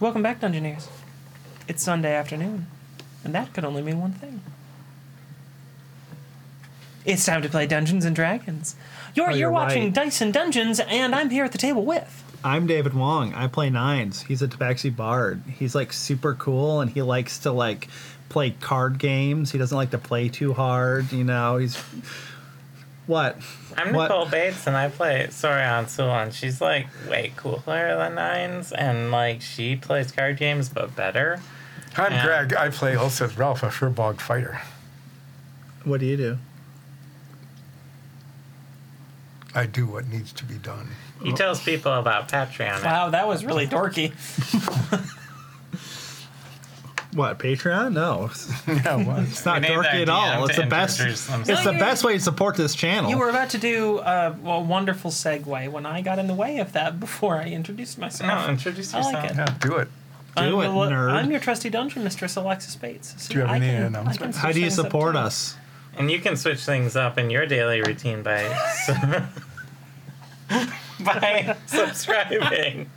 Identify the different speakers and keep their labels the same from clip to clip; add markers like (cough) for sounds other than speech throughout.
Speaker 1: Welcome back, Dungeoneers. It's Sunday afternoon, and that could only mean one thing. It's time to play Dungeons and Dragons. You're,
Speaker 2: Oh,
Speaker 1: you're,
Speaker 2: you're
Speaker 1: watching
Speaker 2: right.
Speaker 1: Dice and Dungeons, and I'm here at the table with.
Speaker 2: I'm David Wong. I play nines. He's a Tabaxi bard. He's like super cool and he likes to like play card games. He doesn't like to play too hard, you know. He's what?
Speaker 3: I'm
Speaker 2: what?
Speaker 3: Nicole Bates and I play Sorian Sulan. She's like way cooler than Nines and like she plays card games but better.
Speaker 4: I'm
Speaker 3: Yeah.
Speaker 4: Greg. I play Ulseth Ralph, a Furbog fighter.
Speaker 2: What do you do?
Speaker 4: I do what needs to be done.
Speaker 3: He tells people about Patreon.
Speaker 1: Wow, that was
Speaker 2: (laughs)
Speaker 1: really dorky.
Speaker 2: What Patreon? No,
Speaker 4: Yeah, what?
Speaker 2: it's not
Speaker 3: We need
Speaker 2: dorky at
Speaker 3: that DM
Speaker 2: all.
Speaker 3: to
Speaker 2: It's the best.
Speaker 3: introduce themselves.
Speaker 2: It's the
Speaker 1: No, you-
Speaker 2: best way to support this channel.
Speaker 1: You were about to do a, a wonderful segue when I got in the way of that (laughs) before I introduced myself.
Speaker 3: No, introduce
Speaker 1: I like
Speaker 3: yourself.
Speaker 1: it.
Speaker 4: (laughs) yeah, do it.
Speaker 1: I'm,
Speaker 2: Do it,
Speaker 1: your-
Speaker 2: nerd.
Speaker 1: I'm your trusty dungeon mistress, Alexis Bates. So
Speaker 4: Do you have
Speaker 1: I
Speaker 4: any
Speaker 1: can- I can
Speaker 4: announcements?
Speaker 1: switch
Speaker 2: How do you
Speaker 1: things up
Speaker 2: support
Speaker 1: too.
Speaker 2: us?
Speaker 3: And you can switch things up in your daily routine by (laughs) by subscribing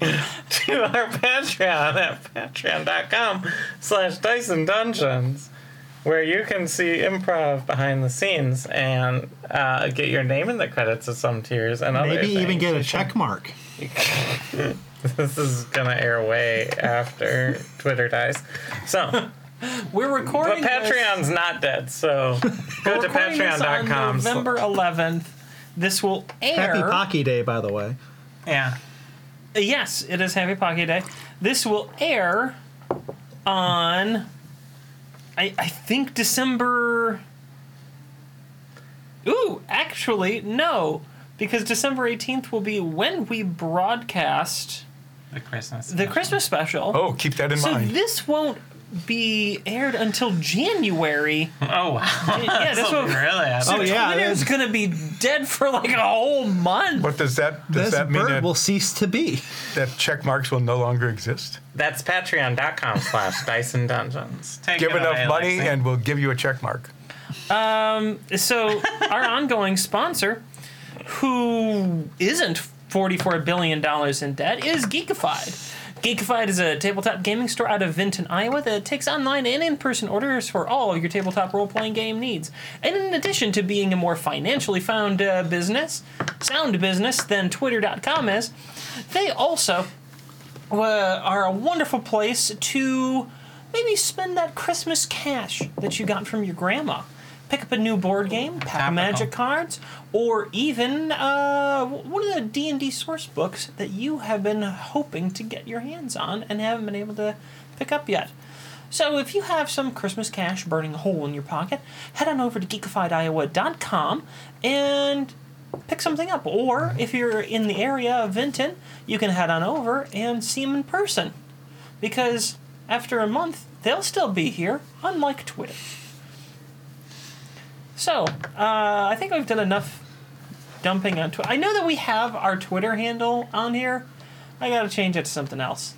Speaker 3: to our Patreon at patreon.com slash Dyson Dungeons where you can see improv behind the scenes and uh, get your name in the credits of some tiers and other
Speaker 2: Maybe even
Speaker 3: things.
Speaker 2: get a check mark.
Speaker 3: This is gonna air way after Twitter dies. So
Speaker 1: We're
Speaker 3: but
Speaker 1: recording. this-
Speaker 3: Patreon's not dead, so go to
Speaker 1: recording this on
Speaker 3: patreon.com. sl-
Speaker 1: November 11th. This will air.
Speaker 2: Happy Pocky Day, by the way.
Speaker 3: Yeah.
Speaker 1: Yes, it is Happy Pocky Day. This will air on, I, I think, December. Ooh, actually, no. Because December 18th will be when we broadcast
Speaker 3: The Christmas.
Speaker 1: the Christmas special.
Speaker 4: Oh, keep that in
Speaker 1: so
Speaker 4: mind.
Speaker 1: this won't be aired until January.
Speaker 3: Oh wow! (laughs)
Speaker 1: yeah, this will.
Speaker 3: really? I
Speaker 2: Oh,
Speaker 3: thought-
Speaker 2: yeah,
Speaker 1: Twitter's
Speaker 2: that's-
Speaker 1: gonna be dead for like a whole month.
Speaker 4: What does that does
Speaker 2: this
Speaker 4: that mean
Speaker 2: bird
Speaker 4: that,
Speaker 2: will cease to be.
Speaker 4: that check marks will no longer exist?
Speaker 3: That's Patreon.com slash Dyson Dungeons. Take
Speaker 4: Give
Speaker 3: it
Speaker 4: enough
Speaker 3: away,
Speaker 4: money
Speaker 3: Lexi.
Speaker 4: and we'll give you a check mark.
Speaker 1: So our ongoing sponsor, who isn't forty-four billion dollars in debt, is Geekified. Geekified is a tabletop gaming store out of Vinton, Iowa that takes online and in-person orders for all of your tabletop role-playing game needs. And in addition to being a more financially found uh, business, sound business than Twitter.com is, they also uh, are a wonderful place to maybe spend that Christmas cash that you got from your grandma. Pick up a new board game, pack of
Speaker 3: Capital.
Speaker 1: magic cards, or even uh, one of the D and D source books that you have been hoping to get your hands on and haven't been able to pick up yet. So if you have some Christmas cash burning a hole in your pocket, head on over to geekifiediowa.com and pick something up. Or if you're in the area of Vinton, you can head on over and see them in person. Because after a month, they'll still be here, unlike Twitter. So, uh, I think we've done enough dumping on Twitter. I know that we have our Twitter handle on here. I gotta change it to something else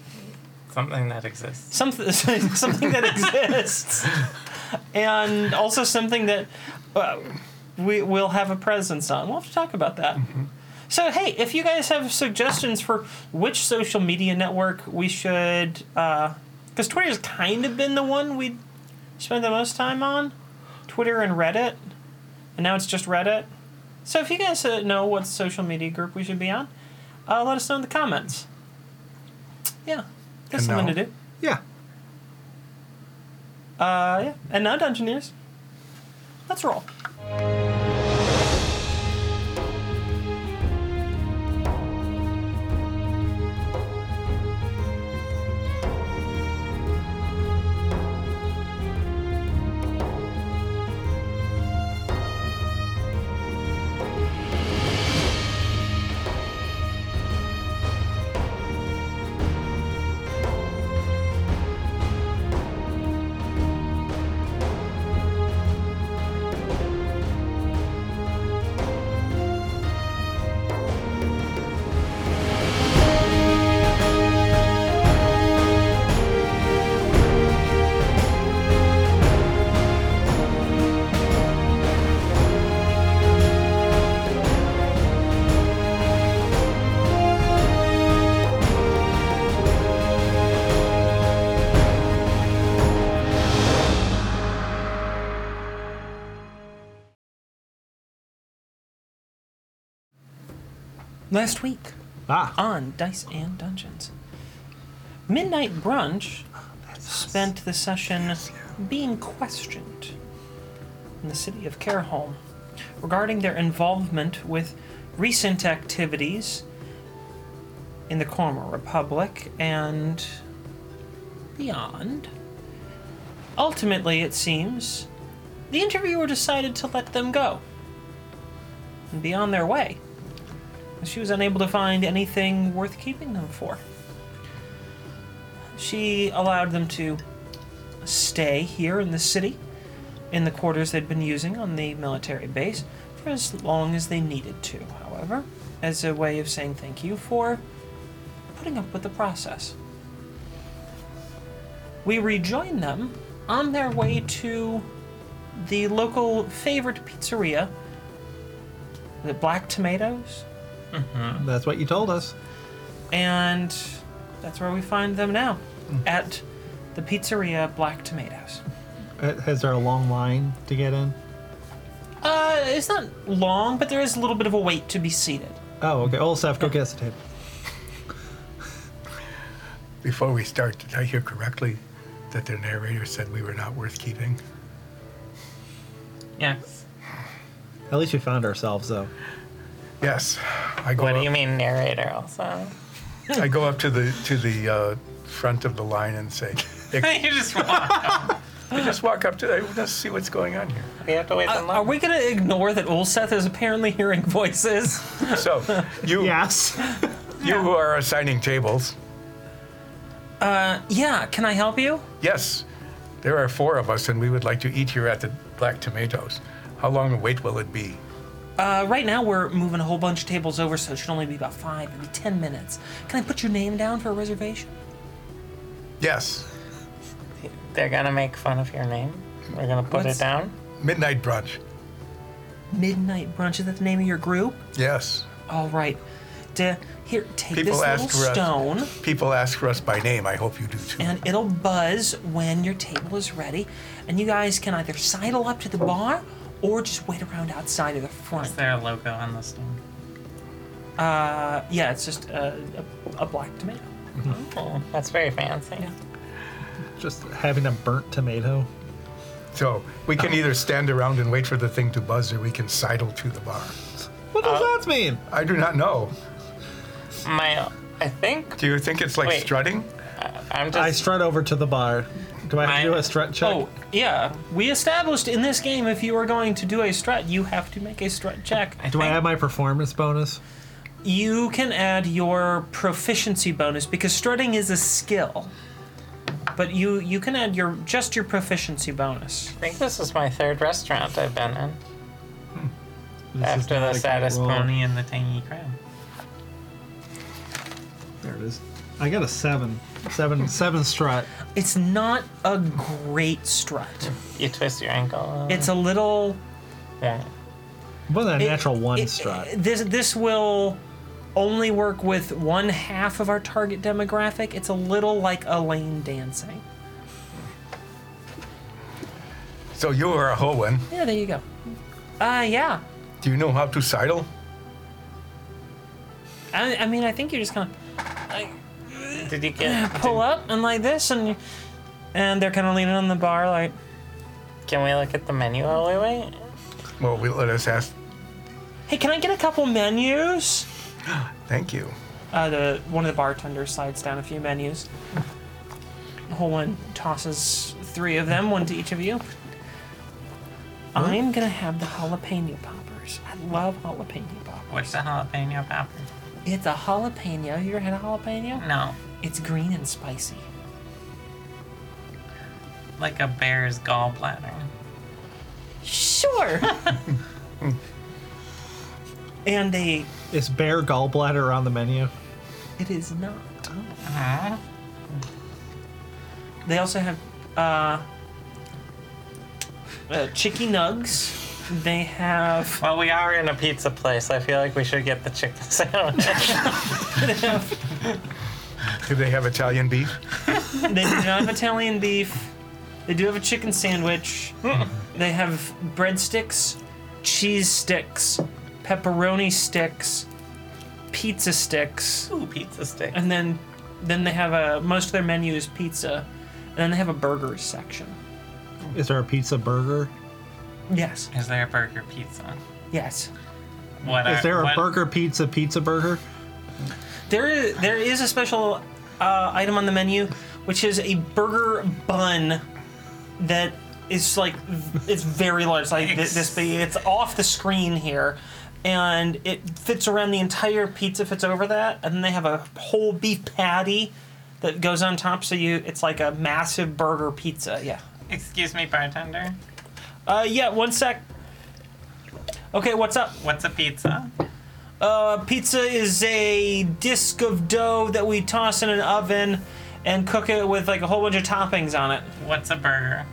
Speaker 3: something that exists.
Speaker 1: something (laughs) something that exists, and also something that uh, we will have a presence on. We'll have to talk about that.
Speaker 4: Mm-hmm.
Speaker 1: So hey, if you guys have suggestions for which social media network we should, because Twitter's kind of been the one we spend the most time on, Twitter and Reddit, and now it's just Reddit. So if you guys uh, know what social media group we should be on, uh, let us know in the comments. Yeah, that's
Speaker 4: And
Speaker 1: something
Speaker 4: now-
Speaker 1: to do.
Speaker 2: Yeah.
Speaker 1: Uh, yeah. And now, Dungeoneers, let's roll. last week
Speaker 2: Ah,
Speaker 1: on Dice and Dungeons. Midnight Brunch spent the session being questioned in the city of Careholm regarding their involvement with recent activities in the Cormer Republic and beyond. Ultimately, it seems, the interviewer decided to let them go and be on their way. She was unable to find anything worth keeping them for. She allowed them to stay here in the city, in the quarters they'd been using on the military base, for as long as they needed to, however, as a way of saying thank you for putting up with the process. We rejoin them on their way to the local favorite pizzeria, the Black Tomatoes, Um.
Speaker 2: that's what you told us.
Speaker 1: and that's where we find them now at the pizzeria Black Tomatoes.
Speaker 2: Uh, Is there a long line to get in?
Speaker 1: Uh, it's not long, but there is a little bit of a wait to be seated.
Speaker 2: Oh, okay. Old Seth, go get us a table.
Speaker 4: Before we start, did I hear correctly that their narrator said we were not worth keeping?
Speaker 3: Yes.
Speaker 2: At least we found ourselves, though.
Speaker 4: Yes. I go
Speaker 3: What do
Speaker 4: up-
Speaker 3: you mean, narrator? Also,
Speaker 4: I go up to the to the uh, front of the line and say,
Speaker 3: (laughs)
Speaker 4: "Ex-
Speaker 3: you just walk. (laughs)
Speaker 4: "Just walk up to. I want to see what's going on here."
Speaker 3: we have to wait.
Speaker 1: Uh,
Speaker 3: in line.
Speaker 1: are we gonna ignore that Ulseth is apparently hearing (laughs) voices?
Speaker 4: So, you
Speaker 2: Yes.
Speaker 4: you who are assigning tables,
Speaker 1: yeah, can I help you?
Speaker 4: yes, there are four of us, and we would like to eat here at the Black Tomatoes. How long a wait will it be?
Speaker 1: Uh, right now we're moving a whole bunch of tables over, so it should only be about five, maybe ten minutes. Can I put your name down for a reservation?
Speaker 4: Yes,
Speaker 3: They're gonna make fun of your name. We're gonna put
Speaker 1: What's-
Speaker 3: it down.
Speaker 4: midnight brunch.
Speaker 1: Midnight Brunch, is that the name of your group?
Speaker 4: Yes,
Speaker 1: All right. Da- here, take
Speaker 4: People
Speaker 1: this
Speaker 4: ask for
Speaker 1: little
Speaker 4: us.
Speaker 1: stone.
Speaker 4: people ask for us by name. I hope you do too.
Speaker 1: and it'll buzz when your table is ready. And you guys can either sidle up to the bar or just wait around outside of the front.
Speaker 3: Is there a logo on this thing?
Speaker 1: Uh, yeah, it's just a, a, a black tomato.
Speaker 3: Oh, that's very fancy.
Speaker 1: Yeah.
Speaker 2: (laughs) Just having a burnt tomato.
Speaker 4: So we can either stand around and wait for the thing to buzz, or we can sidle to the bar.
Speaker 2: What does
Speaker 3: Uh,
Speaker 2: that mean?
Speaker 4: I do not know.
Speaker 3: My, I think
Speaker 4: Do you think it's like
Speaker 3: Wait.
Speaker 4: strutting?
Speaker 3: I'm
Speaker 2: I
Speaker 3: just.
Speaker 2: strut over to the bar. Do I have to
Speaker 3: I-
Speaker 2: do a strut check?
Speaker 1: Oh, yeah. We established in this game if you are going to do a strut, you have to make a strut check.
Speaker 2: do I
Speaker 3: think-
Speaker 2: have my performance bonus?
Speaker 1: You can add your proficiency bonus because strutting is a skill. But you you can add your just your proficiency bonus.
Speaker 3: I think this is my third restaurant I've been in
Speaker 2: This is
Speaker 3: after
Speaker 2: not a
Speaker 3: the
Speaker 2: good
Speaker 3: saddest
Speaker 2: roll.
Speaker 3: pony and the tangy crab.
Speaker 2: There it is. I got a seven. Seven, seven strut.
Speaker 1: It's not a great strut.
Speaker 3: You twist your ankle.
Speaker 1: It's a little
Speaker 3: yeah.
Speaker 2: What a
Speaker 1: It-
Speaker 2: natural one
Speaker 1: it- uh,
Speaker 2: strut.
Speaker 1: This this will only work with one half of our target demographic. It's a little like Elaine dancing.
Speaker 4: So you are a Hohen.
Speaker 1: Yeah, there you go. Uh, yeah.
Speaker 4: Do you know how to sidle?
Speaker 1: I, I mean, I think you're just gonna
Speaker 3: Did you get?
Speaker 1: (clears throat) pull up and like this, and and they're kind of leaning on the bar, like
Speaker 3: Can we look at the menu while we wait?
Speaker 4: Well, we, let us ask.
Speaker 1: "Hey, can I get a couple menus?"
Speaker 4: Thank you.
Speaker 1: Uh, the one of the bartenders slides down a few menus. The whole one tosses three of them, one to each of you. I'm gonna have the jalapeno poppers. I love jalapeno poppers.
Speaker 3: What's the jalapeno pepper?
Speaker 1: It's a jalapeno. You ever had a jalapeno?
Speaker 3: No,
Speaker 1: It's green and spicy.
Speaker 3: like a bear's gallbladder.
Speaker 1: Sure. (laughs) and a
Speaker 2: Is bear gallbladder on the menu?
Speaker 1: it is not.
Speaker 3: Mm-hmm.
Speaker 1: They also have uh, uh, chicky nugs. They have
Speaker 3: Well, we are in a pizza place. I feel like we should get the chicken (laughs) sandwich.
Speaker 4: Do they have Italian beef?
Speaker 1: They do not have Italian beef. They do have a chicken sandwich. they have breadsticks, cheese sticks, pepperoni sticks, pizza sticks,
Speaker 3: Ooh, pizza stick.
Speaker 1: and then then they have a most of their menu is pizza, and then they have a burgers section.
Speaker 2: Is there a pizza burger?
Speaker 1: Yes,
Speaker 3: Is there a burger pizza?
Speaker 1: yes.
Speaker 3: What
Speaker 2: Is
Speaker 3: are-
Speaker 2: there a
Speaker 3: what-
Speaker 2: burger pizza pizza burger?
Speaker 1: There is there is a special uh, item on the menu, which is a burger bun that is like it's very large, it's like thi- this big. It's off the screen here, and it fits around the entire pizza. Fits over that, and then they have a whole beef patty that goes on top. So you, it's like a massive burger pizza. Yeah.
Speaker 3: Excuse me, bartender.
Speaker 1: Uh, yeah. One sec. Okay, what's up?
Speaker 3: What's a pizza?
Speaker 1: Uh, pizza is a disc of dough that we toss in an oven and cook it with like a whole bunch of toppings on it.
Speaker 3: What's a burger?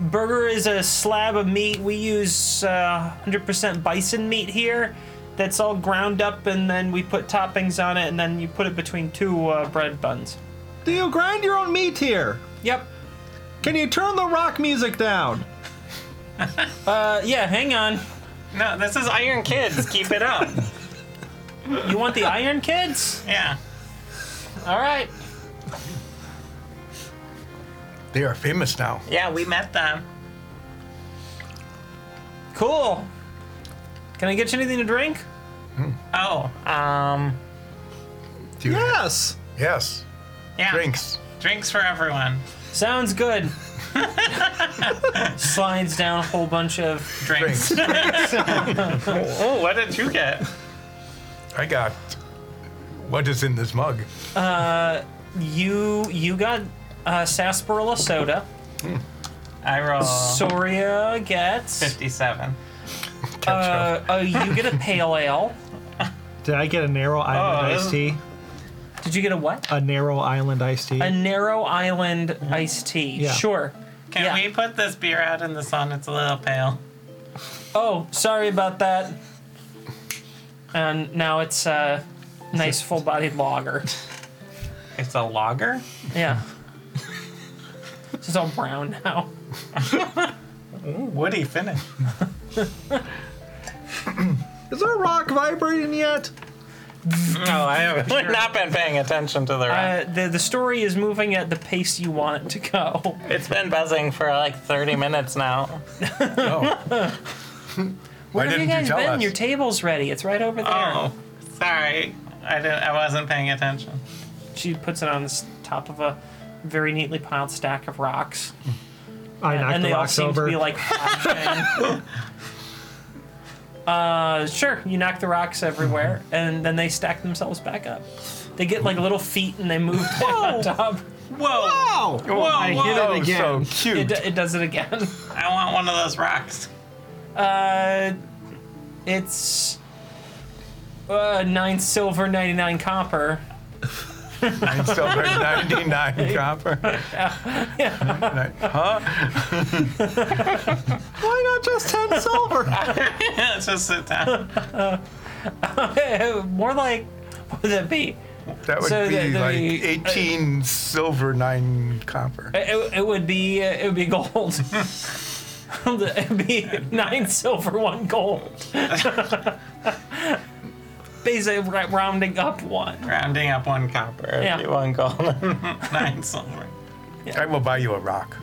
Speaker 1: Burger is a slab of meat. We use uh, 100% bison meat here. That's all ground up, and then we put toppings on it, and then you put it between two uh, bread buns.
Speaker 2: Do you grind your own meat here?
Speaker 1: Yep.
Speaker 2: Can you turn the rock music down?
Speaker 1: Uh, yeah, hang on.
Speaker 3: No, this is Iron Kids. Keep
Speaker 2: (laughs)
Speaker 3: it up.
Speaker 1: You want the Iron Kids?
Speaker 3: Yeah.
Speaker 1: All right.
Speaker 4: They are famous now.
Speaker 3: Yeah, we met them.
Speaker 1: Cool. Can I get you anything to drink?
Speaker 3: Oh, um,
Speaker 4: Do you-
Speaker 2: Yes.
Speaker 4: Yes.
Speaker 3: yeah.
Speaker 4: Drinks.
Speaker 3: Drinks for everyone.
Speaker 1: Sounds good. (laughs) Slides down a whole bunch of
Speaker 3: Drinks.
Speaker 4: Drinks.
Speaker 3: (laughs) oh, what did you get?
Speaker 4: I got what is in this mug.
Speaker 1: You you got uh, sarsaparilla soda.
Speaker 3: I roll
Speaker 1: Soria gets.
Speaker 3: 57.
Speaker 1: Uh, uh, you get a pale ale.
Speaker 2: Did I get a narrow island
Speaker 3: Oh,
Speaker 2: iced tea?
Speaker 1: Did you get a what?
Speaker 2: A narrow island iced tea.
Speaker 1: A narrow island iced tea.
Speaker 2: Yeah.
Speaker 1: Sure.
Speaker 3: Can
Speaker 1: Yeah.
Speaker 3: we put this beer out in the sun? It's a little pale.
Speaker 1: Oh, sorry about that. And now it's a nice full-bodied lager.
Speaker 3: It's a lager?
Speaker 1: Yeah. It's all brown now.
Speaker 3: Ooh, woody (laughs) finish.
Speaker 2: Is our rock vibrating yet?
Speaker 3: No, I have not been paying attention to the rock.
Speaker 1: Uh, the the story is moving at the pace you want it to go.
Speaker 3: It's been buzzing for like 30 minutes now.
Speaker 4: Oh. (laughs)
Speaker 1: Where
Speaker 4: Why
Speaker 1: have
Speaker 4: didn't
Speaker 1: you guys
Speaker 4: tell
Speaker 1: been?
Speaker 4: us?
Speaker 1: Your table's ready. It's right over there.
Speaker 3: Oh, sorry. I didn't. I wasn't paying attention.
Speaker 1: She puts it on the s- top of a very neatly piled stack of rocks,
Speaker 2: I knocked
Speaker 1: and
Speaker 2: the
Speaker 1: they all
Speaker 2: rocks
Speaker 1: seem
Speaker 2: over.
Speaker 1: to be
Speaker 2: (laughs)
Speaker 1: like. flashing. uh, sure, you knock the rocks everywhere, and then they stack themselves back up. They get like little feet, and they move back on top.
Speaker 3: Whoa!
Speaker 2: oh!
Speaker 3: Whoa!
Speaker 2: I
Speaker 3: whoa.
Speaker 2: hit it
Speaker 4: So
Speaker 2: again.
Speaker 4: (laughs)
Speaker 1: It,
Speaker 4: cute.
Speaker 1: do- it does it again.
Speaker 3: I want one of those rocks. (laughs)
Speaker 1: Uh, it's uh, nine silver, ninety nine copper. (laughs)
Speaker 4: Nine silver, 99 copper. Right. Huh?
Speaker 2: Why not just ten silver?
Speaker 3: Let's just sit (laughs) down.
Speaker 1: More like what would that be?
Speaker 4: That would
Speaker 1: So
Speaker 4: be
Speaker 1: the- uh, the-
Speaker 4: like 18 silver, 9 copper.
Speaker 1: It, it would be uh, it would be gold. (laughs) it would be nine silver, one gold. (laughs) Basically, ra- rounding up one.
Speaker 3: Rounding up one copper.
Speaker 1: Yeah.
Speaker 3: If you want (laughs) gold, nine silver.
Speaker 4: I will buy you a rock.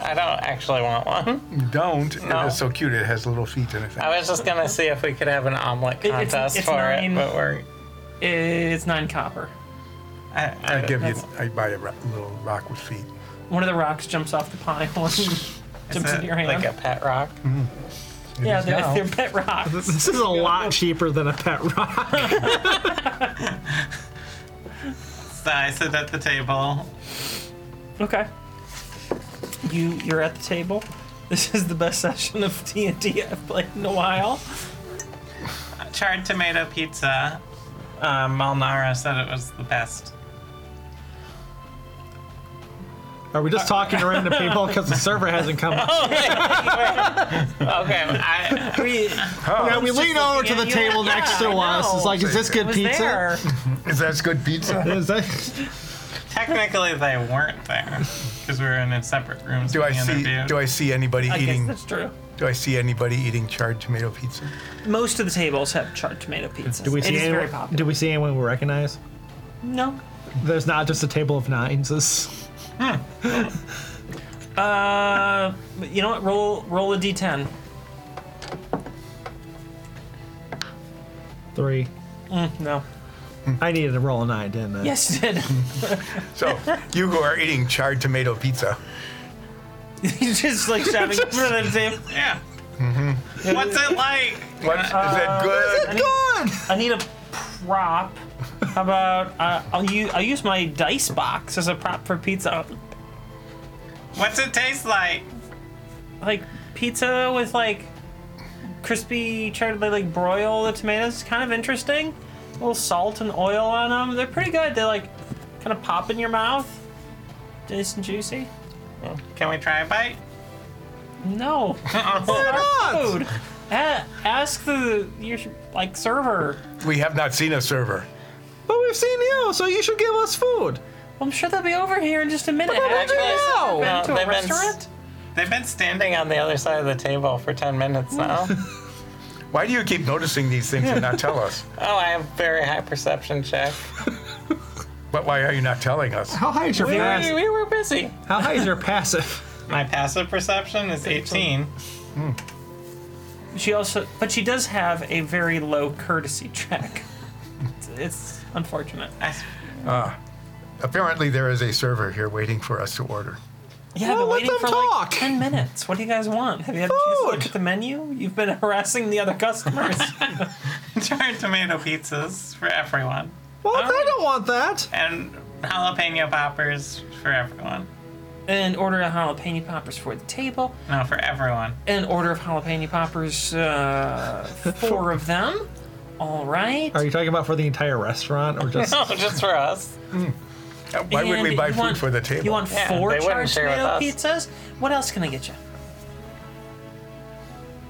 Speaker 3: I don't actually want one.
Speaker 4: You don't.
Speaker 3: No.
Speaker 4: It is so cute. It has little feet in it.
Speaker 3: I was just gonna see if we could have an omelet
Speaker 1: It- it's-
Speaker 3: contest
Speaker 1: it's
Speaker 3: for
Speaker 1: nine-
Speaker 3: it, but we're.
Speaker 1: It's nine copper.
Speaker 3: I, I,
Speaker 4: I give you.
Speaker 1: That's-
Speaker 4: I buy a ro- little rock with feet.
Speaker 1: One of the rocks jumps off the pile and (laughs) jumps
Speaker 3: is it
Speaker 1: into your hand.
Speaker 3: like a pet rock.
Speaker 4: It
Speaker 1: yeah,
Speaker 4: is
Speaker 1: they're,
Speaker 4: now.
Speaker 1: they're pet rocks.
Speaker 2: this
Speaker 1: (laughs)
Speaker 2: is a lot cheaper than a pet rock.
Speaker 3: So I sit at the table.
Speaker 1: Okay. You you're at the table. This is the best session of D and D I've played in a while.
Speaker 3: Charred tomato pizza. Uh, Malnara said it was the best.
Speaker 2: Are we just talking to random people because the server hasn't
Speaker 1: (laughs)
Speaker 2: come?
Speaker 1: Oh,
Speaker 2: up?
Speaker 3: Okay, I,
Speaker 1: We,
Speaker 2: yeah, we lean over to the
Speaker 1: Yeah,
Speaker 2: table
Speaker 1: yeah,
Speaker 2: next to
Speaker 1: I
Speaker 2: us.
Speaker 1: know.
Speaker 2: It's like, is this good
Speaker 1: was
Speaker 2: pizza?
Speaker 1: there.
Speaker 4: Is that
Speaker 1: (laughs)
Speaker 4: good pizza?
Speaker 2: Is that?
Speaker 3: technically they weren't there because we were in a separate rooms.
Speaker 4: Do I
Speaker 3: being
Speaker 4: see?
Speaker 3: interviewed.
Speaker 4: Do I see anybody
Speaker 1: I guess
Speaker 4: eating
Speaker 1: that's true.
Speaker 4: Do I see anybody eating charred tomato pizza?
Speaker 1: Most of the tables have charred tomato pizzas.
Speaker 5: Do we
Speaker 1: it
Speaker 5: see
Speaker 1: is very
Speaker 5: anyone?
Speaker 1: popular.
Speaker 5: Do we see anyone we recognize?
Speaker 1: no.
Speaker 5: There's not just a table of nines. It's-
Speaker 1: Uh, but you know what? Roll roll a d10.
Speaker 5: three.
Speaker 1: No.
Speaker 5: I needed to roll a nine, didn't I?
Speaker 1: (laughs) Yes, you did.
Speaker 4: So you who are eating charred tomato pizza.
Speaker 1: You're just like shouting in front of the table.
Speaker 3: Yeah.
Speaker 4: Mm-hmm.
Speaker 3: What's it like?
Speaker 4: What is that good?
Speaker 5: God.
Speaker 1: I need a prop. How about uh, I'll use I'll use my dice box as a prop for pizza,
Speaker 3: What's it taste like?
Speaker 1: like pizza with like crispy charred they like broil the tomatoes. It's kind of interesting. A little salt and oil on them. They're pretty good. They like kind of pop in your mouth. Nice and juicy.
Speaker 3: Can we try a bite?
Speaker 1: No,
Speaker 5: Why not?
Speaker 1: food. A- ask the your like server.
Speaker 4: We have not seen a server.
Speaker 5: But we've seen you, so you should give us food.
Speaker 1: I'm sure they'll be over here in just a minute. Have
Speaker 5: But
Speaker 1: you
Speaker 5: they're
Speaker 1: guys
Speaker 5: not.
Speaker 1: been
Speaker 3: No,
Speaker 1: to a
Speaker 3: they've been s-
Speaker 1: restaurant?
Speaker 3: They've been standing on the other side of the table for 10 minutes
Speaker 4: (laughs)
Speaker 3: now.
Speaker 4: Why do you keep noticing these things and not tell us?
Speaker 3: oh, I have very high perception check.
Speaker 4: But why are you not telling us?
Speaker 5: How high is your
Speaker 3: We were,
Speaker 5: passive?
Speaker 3: we were busy.
Speaker 5: How high is your passive?
Speaker 3: My passive perception is 18.
Speaker 1: She also, but she does have a very low courtesy check. It's, it's unfortunate.
Speaker 3: I s- (laughs)
Speaker 4: Apparently, there is a server here waiting for us to order. Uh,
Speaker 1: Yeah,
Speaker 5: Well,
Speaker 1: I've been
Speaker 5: let
Speaker 1: waiting
Speaker 5: them
Speaker 1: for
Speaker 5: talk.
Speaker 1: like ten minutes. What do you guys want? Have you had a chance to look
Speaker 5: Food.
Speaker 1: at the menu? You've been (laughs) harassing the other (laughs) customers.
Speaker 3: Turn tomato pizzas for everyone,
Speaker 5: (laughs) Well, I don't want that.
Speaker 3: and jalapeno poppers for everyone.
Speaker 1: and order a jalapeno poppers for the table.
Speaker 3: No, for everyone.
Speaker 1: An order of jalapeno poppers,
Speaker 5: (laughs)
Speaker 1: uh, four of them. All right.
Speaker 5: Are you talking about for the entire restaurant or just?
Speaker 3: (laughs) No, just for us.
Speaker 4: Uh, Why would we
Speaker 1: And
Speaker 4: buy
Speaker 1: you
Speaker 4: food
Speaker 1: want-
Speaker 4: for the table?
Speaker 1: You want
Speaker 3: Yeah,
Speaker 1: four
Speaker 3: they wouldn't
Speaker 1: charged
Speaker 3: share with
Speaker 1: tomato
Speaker 3: us.
Speaker 1: pizzas? What else can I get you?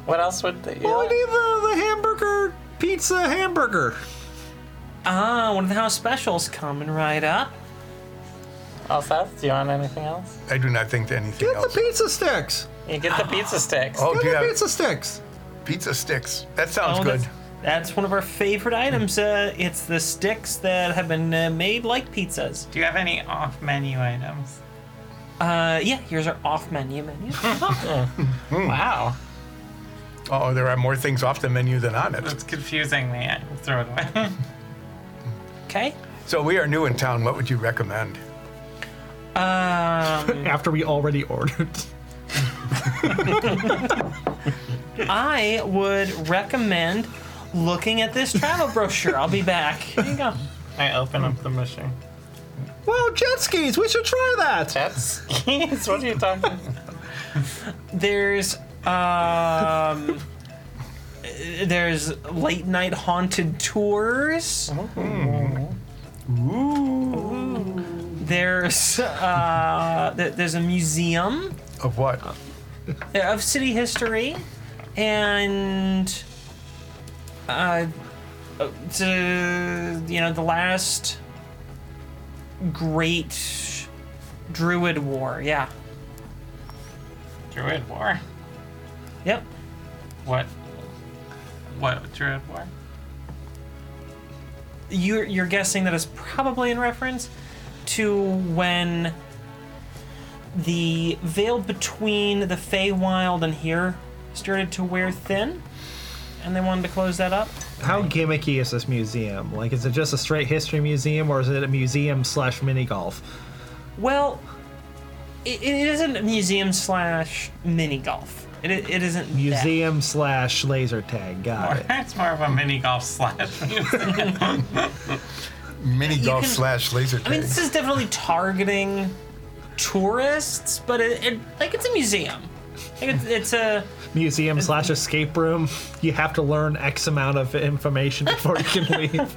Speaker 3: What else would they?
Speaker 5: (laughs) Well, I need the, the hamburger pizza hamburger.
Speaker 1: Ah, one of the house specials coming right up.
Speaker 3: All Oh, Seth, do you want anything else?
Speaker 4: I do not think anything
Speaker 5: Get the
Speaker 4: else.
Speaker 5: pizza sticks.
Speaker 3: You get the
Speaker 1: (gasps)
Speaker 3: pizza sticks.
Speaker 4: oh,
Speaker 5: Get
Speaker 4: do you
Speaker 5: the
Speaker 4: have
Speaker 5: pizza sticks.
Speaker 4: pizza sticks? That sounds
Speaker 1: Oh,
Speaker 4: good. Hmm.
Speaker 1: That's, that's one of our favorite items. Uh, it's the sticks that have been uh, made like pizzas.
Speaker 3: Do you have any off-menu items?
Speaker 1: Uh, yeah, here's our off menu
Speaker 4: (laughs)
Speaker 1: menu.
Speaker 5: Hmm.
Speaker 3: Wow,
Speaker 4: Oh, there are more things off the menu than on it.
Speaker 3: that's confusing me. I will throw it away.
Speaker 1: okay.
Speaker 4: So we are new in town. What would you recommend?
Speaker 1: Um,
Speaker 5: After we already ordered. (laughs)
Speaker 1: I would recommend looking at this travel brochure. I'll be
Speaker 4: (laughs)
Speaker 1: back. Here you go.
Speaker 3: (laughs) I open up the (laughs) machine.
Speaker 5: Wow, jet skis. We should try that.
Speaker 3: Jet skis? What are you talking? about?
Speaker 1: There's um, there's late night haunted tours. There's uh, th- there's a museum
Speaker 4: Of what?
Speaker 1: of city history, and uh, uh, to, you know the last great Druid war. Yeah.
Speaker 3: Druid war.
Speaker 1: Yep.
Speaker 3: What? What druid war?
Speaker 1: you're you're guessing that it's probably in reference to when the veil between the Feywild and here started to wear thin, and they wanted to close that up.
Speaker 5: How gimmicky is this museum? Like, is it just a straight history museum, or is it a museum slash mini golf?
Speaker 1: Well, it, it isn't a museum slash mini golf. It, it isn't that.
Speaker 5: Museum slash laser tag. Got it.
Speaker 3: It's more of a mini golf slash (laughs) museum.
Speaker 4: Mini golf
Speaker 1: can-
Speaker 4: slash laser tag.
Speaker 1: I mean, this is definitely targeting tourists, but it, it like it's a museum. Like it's, it's a
Speaker 5: Museum slash escape room. You have to learn X amount of information before you can
Speaker 2: (laughs)
Speaker 5: leave.
Speaker 3: All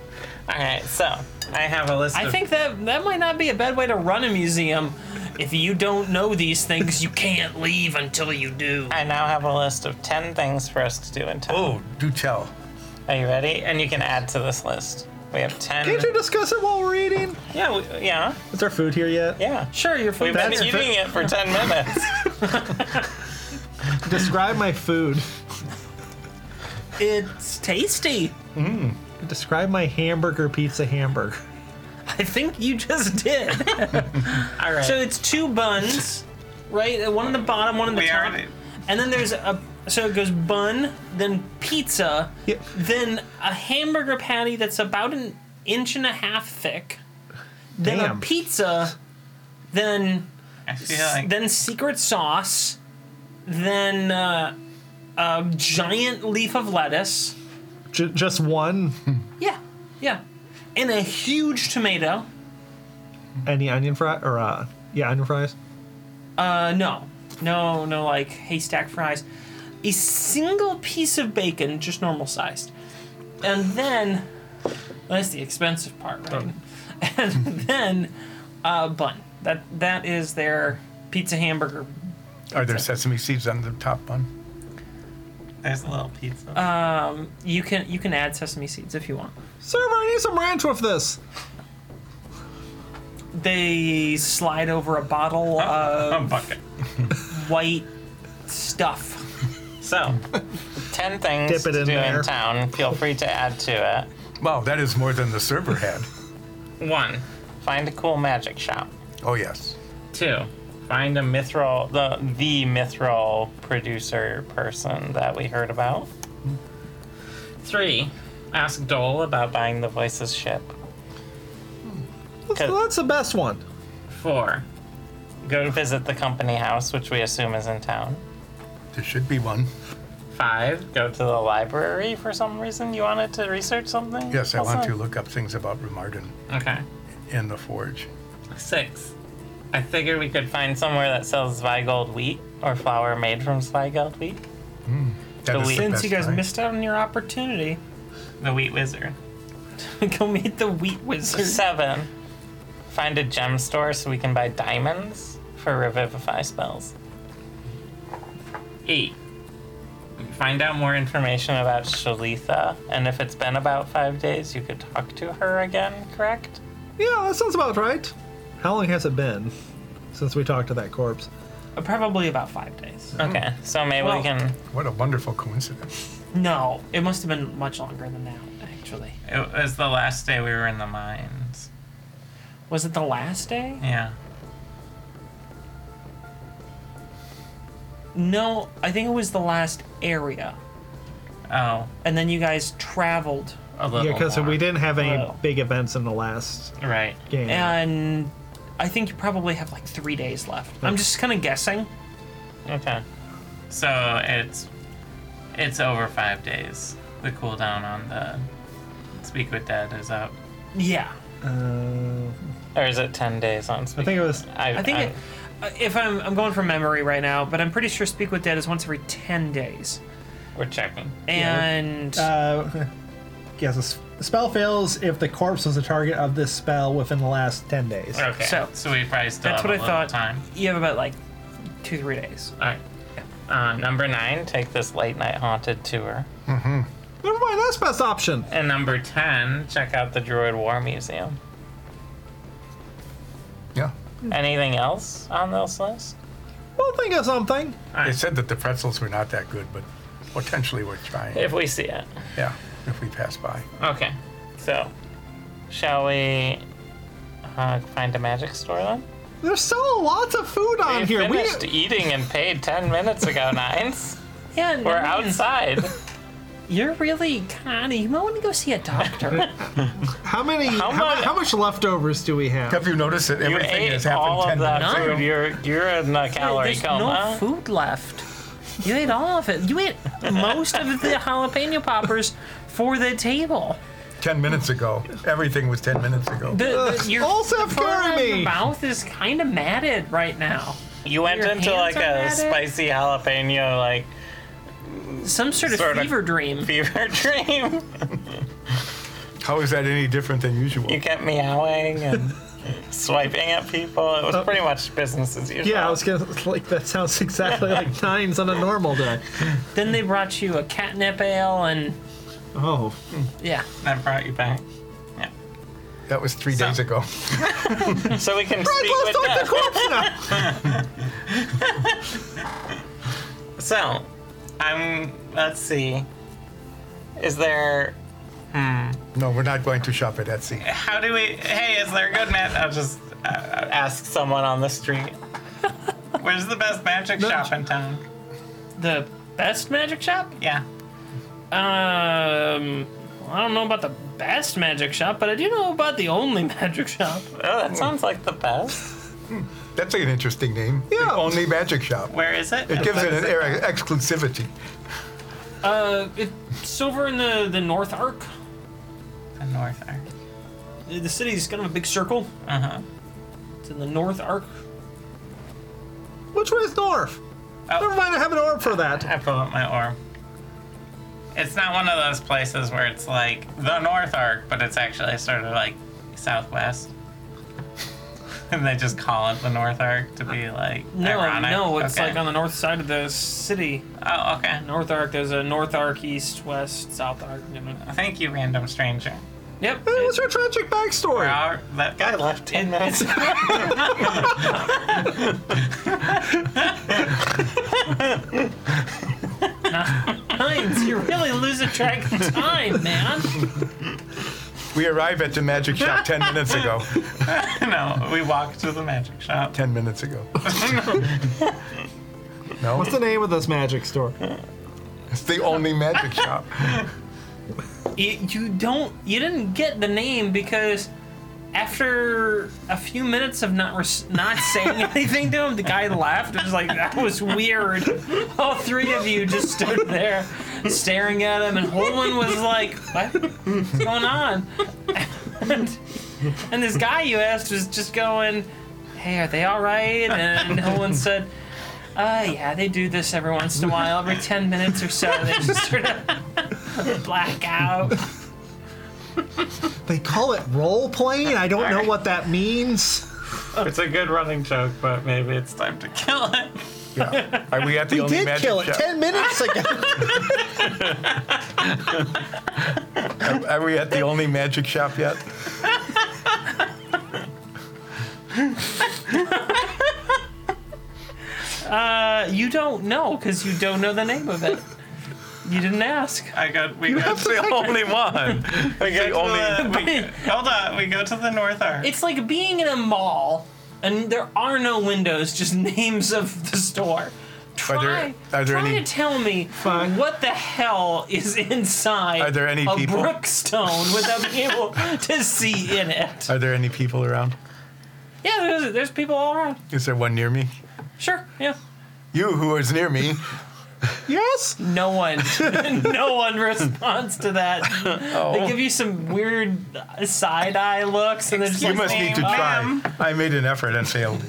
Speaker 3: right, so I have a list.
Speaker 1: I
Speaker 3: of
Speaker 1: think that that might not be a bad way to run a museum. If you don't know these things, you can't leave until you do.
Speaker 3: I now have a list of ten things for us to do in town.
Speaker 4: oh, do tell.
Speaker 3: Are you ready? And you can add to this list. We have ten.
Speaker 5: Can't you discuss it while we're eating?
Speaker 3: Yeah, we, yeah,
Speaker 5: Is there food here yet?
Speaker 3: yeah.
Speaker 1: Sure, you're
Speaker 3: We've
Speaker 1: from
Speaker 3: been
Speaker 5: That's-
Speaker 3: eating it for ten minutes.
Speaker 2: Describe my food.
Speaker 1: It's tasty.
Speaker 2: Describe my hamburger pizza hamburger.
Speaker 1: I think you just did.
Speaker 3: All right.
Speaker 1: So it's two buns, right? One on the bottom, one on the
Speaker 3: We
Speaker 1: top.
Speaker 3: already-
Speaker 1: And then there's a so it goes bun, then pizza,
Speaker 2: Yeah.
Speaker 1: then a hamburger patty that's about an inch and a half thick, then
Speaker 2: Damn.
Speaker 1: a pizza, then
Speaker 3: I feel like
Speaker 1: then secret sauce, then uh, a giant leaf of lettuce.
Speaker 2: J- just one.
Speaker 1: Yeah, yeah, and a huge tomato.
Speaker 2: Any onion fry or uh, yeah, onion fries.
Speaker 1: Uh, no, no, no, like haystack fries. A single piece of bacon, just normal sized, and then that's the expensive part, right? (laughs) And then a bun. That that is their pizza hamburger.
Speaker 4: Are there sesame seeds on the top bun?
Speaker 3: there's a little pizza.
Speaker 1: You can you can add sesame seeds if you want.
Speaker 2: Server, I need some ranch with this.
Speaker 1: They slide over a bottle of
Speaker 3: a bucket.
Speaker 1: white stuff.
Speaker 3: So, 10 things
Speaker 2: Dip it
Speaker 3: to
Speaker 2: in
Speaker 3: do
Speaker 2: there.
Speaker 3: in town. Feel free to add to
Speaker 4: Wow, that is more than the server had.
Speaker 3: it. One, find a cool magic shop.
Speaker 4: Oh, yes.
Speaker 3: Two, find a mithril, the, the mithril producer person that we heard about. Three, ask Dole about buying the voices ship.
Speaker 2: That's,
Speaker 3: Okay.
Speaker 2: that's the best one.
Speaker 3: Four, go visit the company house, which we assume is in town.
Speaker 4: There should be one.
Speaker 3: Five, go to the library for some reason. You wanted to research something?
Speaker 4: Yes, I want
Speaker 3: also?
Speaker 4: to look up things about Remardin
Speaker 3: Okay.
Speaker 4: and the forge.
Speaker 3: Six. I figured we could find somewhere that sells Zweigold wheat or flour made from Zweigold wheat.
Speaker 4: That
Speaker 3: So
Speaker 4: is
Speaker 3: we-
Speaker 4: the
Speaker 1: Since
Speaker 4: best
Speaker 1: you guys
Speaker 4: line.
Speaker 1: missed out on your opportunity, (laughs)
Speaker 3: The wheat wizard.
Speaker 1: go meet the wheat wizard.
Speaker 3: Seven. Find a gem store so we can buy diamonds for revivify spells. Eight. Find out more information about Shalitha, and if it's been about five days, you could talk to her again, correct?
Speaker 2: Yeah, that sounds about right. How long has it been since we talked to that corpse?
Speaker 1: (laughs) Probably about five days.
Speaker 3: Okay, so maybe
Speaker 1: Well-
Speaker 3: we can.
Speaker 4: What a wonderful coincidence.
Speaker 1: No, it must have been much longer than that, actually.
Speaker 3: It was the last day we were in the mines.
Speaker 1: Was it the last day?
Speaker 3: Yeah.
Speaker 1: No, I think it was the last area.
Speaker 3: Oh,
Speaker 1: And then you guys traveled.
Speaker 3: a little.
Speaker 2: Yeah, because we didn't have any
Speaker 1: Wow.
Speaker 2: big events in the last
Speaker 3: Right.
Speaker 2: game.
Speaker 1: And I think you probably have like three days left. I'm just kind of guessing.
Speaker 3: Okay. So it's it's over five days. The cooldown on the Speak with Dead is up.
Speaker 1: Yeah.
Speaker 2: Uh,
Speaker 3: Or is it ten days on Speak?
Speaker 2: I think it was.
Speaker 1: I think it, uh, if I'm, I'm going from memory right now, but I'm pretty sure Speak with Dead is once every 10 days.
Speaker 3: we're checking.
Speaker 1: And
Speaker 2: Uh, (laughs) yes, the s- the spell fails if the corpse was the target of this spell within the last 10 days.
Speaker 3: Okay.
Speaker 1: so-
Speaker 3: So, we probably still
Speaker 1: that's
Speaker 3: have
Speaker 1: what
Speaker 3: a
Speaker 1: I
Speaker 3: little
Speaker 1: thought.
Speaker 3: time.
Speaker 1: You have about like two, three days.
Speaker 3: All right. Uh, number nine, take this late night haunted tour.
Speaker 2: Never mind, that's best option.
Speaker 3: And number ten, check out the Druid War Museum.
Speaker 4: Yeah.
Speaker 1: Hmm.
Speaker 3: Anything else on this list?
Speaker 2: We'll think of something.
Speaker 4: They said that the pretzels were not that good, but potentially worth trying.
Speaker 3: If we see it.
Speaker 4: yeah, if we pass by.
Speaker 3: Okay. So, shall we uh, find a magic store then?
Speaker 2: There's still lots of food on
Speaker 3: We
Speaker 2: here. We,
Speaker 3: finished eating and paid 10 minutes ago, Nines.
Speaker 1: Yeah,
Speaker 3: We're outside.
Speaker 1: You're really kind of. You might want to go see a
Speaker 3: (laughs)
Speaker 1: doctor.
Speaker 2: how many? How, mu-
Speaker 3: much-
Speaker 2: how much leftovers do we have?
Speaker 4: Have you noticed that
Speaker 3: You
Speaker 4: everything has
Speaker 3: ate
Speaker 4: happened
Speaker 3: all
Speaker 4: 10
Speaker 3: of that
Speaker 4: minutes ago?
Speaker 3: food. You're, you're in a calorie
Speaker 1: There's no
Speaker 3: coma.
Speaker 1: food left. You ate all of it. You ate most of the jalapeno poppers for the table.
Speaker 4: 10 minutes ago. Everything was 10 minutes ago.
Speaker 1: The, the, your
Speaker 2: Olsef
Speaker 1: the fur on
Speaker 2: Garmy!
Speaker 1: your mouth is kind of matted right now.
Speaker 3: you went
Speaker 1: your
Speaker 3: into
Speaker 1: hands
Speaker 3: like
Speaker 1: are
Speaker 3: a
Speaker 1: at it?
Speaker 3: spicy jalapeno like (laughs)
Speaker 1: Some sort of
Speaker 3: Sorta.
Speaker 1: fever dream.
Speaker 3: fever dream.
Speaker 4: How is that any different than usual?
Speaker 3: You kept meowing and swiping at people. It was pretty much business as usual.
Speaker 2: Oh. yeah, I was gonna (laughs) like that sounds exactly
Speaker 3: (laughs)
Speaker 2: like nines on a normal day.
Speaker 1: Then they brought you a catnip ale and
Speaker 2: Oh,
Speaker 1: yeah.
Speaker 3: That brought you back. Yeah.
Speaker 4: That was three days ago.
Speaker 3: So we can speak
Speaker 2: let's
Speaker 3: with
Speaker 2: talk to
Speaker 3: them.
Speaker 2: corpse now.
Speaker 3: So, I'm. Let's see. Is there?
Speaker 4: No, we're not going to shop at Etsy.
Speaker 3: How do we? Hey, is there a good man? I'll just uh, ask someone on the street. Where's the best magic shop in town?
Speaker 1: The best magic shop?
Speaker 3: Yeah.
Speaker 1: Um, I don't know about the best magic shop, but I do know about the only (laughs) magic shop.
Speaker 3: Oh, that sounds like the best.
Speaker 4: That's an interesting name. Yeah. Only magic shop.
Speaker 3: Where is it?
Speaker 4: It gives it an (laughs) air of exclusivity.
Speaker 1: Uh, it's over in the the North Arc.
Speaker 3: The North Arc.
Speaker 1: The city's kind of a big circle.
Speaker 3: Uh huh.
Speaker 1: It's in the North Arc.
Speaker 2: Which way is north? Never mind, I have an orb for
Speaker 3: (laughs)
Speaker 2: that.
Speaker 3: Oh, I pull up my orb. It's not one of those places where it's like the North Arc, but it's actually sort of like Southwest. (laughs) and they just call it the North Arc to be like
Speaker 1: No,
Speaker 3: ironic.
Speaker 1: no, it's
Speaker 3: Okay.
Speaker 1: like on the north side of the city.
Speaker 3: Oh, okay.
Speaker 1: North Arc. There's a North Arc, East, West, South Arc. You know.
Speaker 3: Thank you, random stranger.
Speaker 1: Yep. (laughs)
Speaker 2: Hey, what's your tragic backstory?
Speaker 3: Wow, that guy left (laughs) ten minutes.
Speaker 1: Times. You really losing track of time, man.
Speaker 4: We arrived at the magic shop 10 minutes (laughs) ago.
Speaker 3: no, we walked to the magic shop.
Speaker 4: 10 minutes ago. no,
Speaker 2: What's the name of this magic
Speaker 3: (laughs)
Speaker 2: store?
Speaker 4: it's the only magic shop.
Speaker 1: You, you don't. You didn't get the name because after a few minutes of not res- not (laughs) saying anything to him, the guy laughed. It was like that was weird. All three of you just stood there, staring at him, and Holman was like, "What? "What's going on?" And, and this guy you asked was just going, "Hey, are they all right?" And Holman said. Uh, yeah, they do this every once in a while. Every 10 minutes or so, they just sort of black out.
Speaker 2: They call it role playing. I don't know what that means.
Speaker 3: It's a good running joke, but maybe it's time to kill it.
Speaker 4: Yeah. Are we at the only
Speaker 2: Did
Speaker 4: magic
Speaker 2: kill it
Speaker 4: shop?
Speaker 2: ten minutes ago.
Speaker 4: Are we at the only magic shop yet?
Speaker 1: Uh, you don't know because you don't know the name of it. You didn't ask.
Speaker 3: I got. We got to the only one. We got to
Speaker 4: only-
Speaker 3: the, uh, we, hold on. We go to the North Arc.
Speaker 1: It's like being in a mall and there are no windows, just (laughs) names of the store. Try,
Speaker 4: Are there- are there
Speaker 1: try
Speaker 4: any-
Speaker 1: to tell me what the hell is inside
Speaker 4: Are there any
Speaker 1: a
Speaker 4: people?
Speaker 1: brookstone without being
Speaker 4: (laughs)
Speaker 1: able to see in it.
Speaker 4: Are there any people around?
Speaker 1: Yeah, there's, there's people all around.
Speaker 4: Is there one near me?
Speaker 1: Sure, yeah.
Speaker 4: You who is near me.
Speaker 2: yes.
Speaker 1: No one, (laughs) no one responds to
Speaker 4: (laughs)
Speaker 1: that.
Speaker 4: Oh.
Speaker 1: They give you some weird side eye looks, and they're just
Speaker 4: You
Speaker 1: like,
Speaker 4: must need to
Speaker 1: "Ma'am,
Speaker 4: try. I made an effort and failed.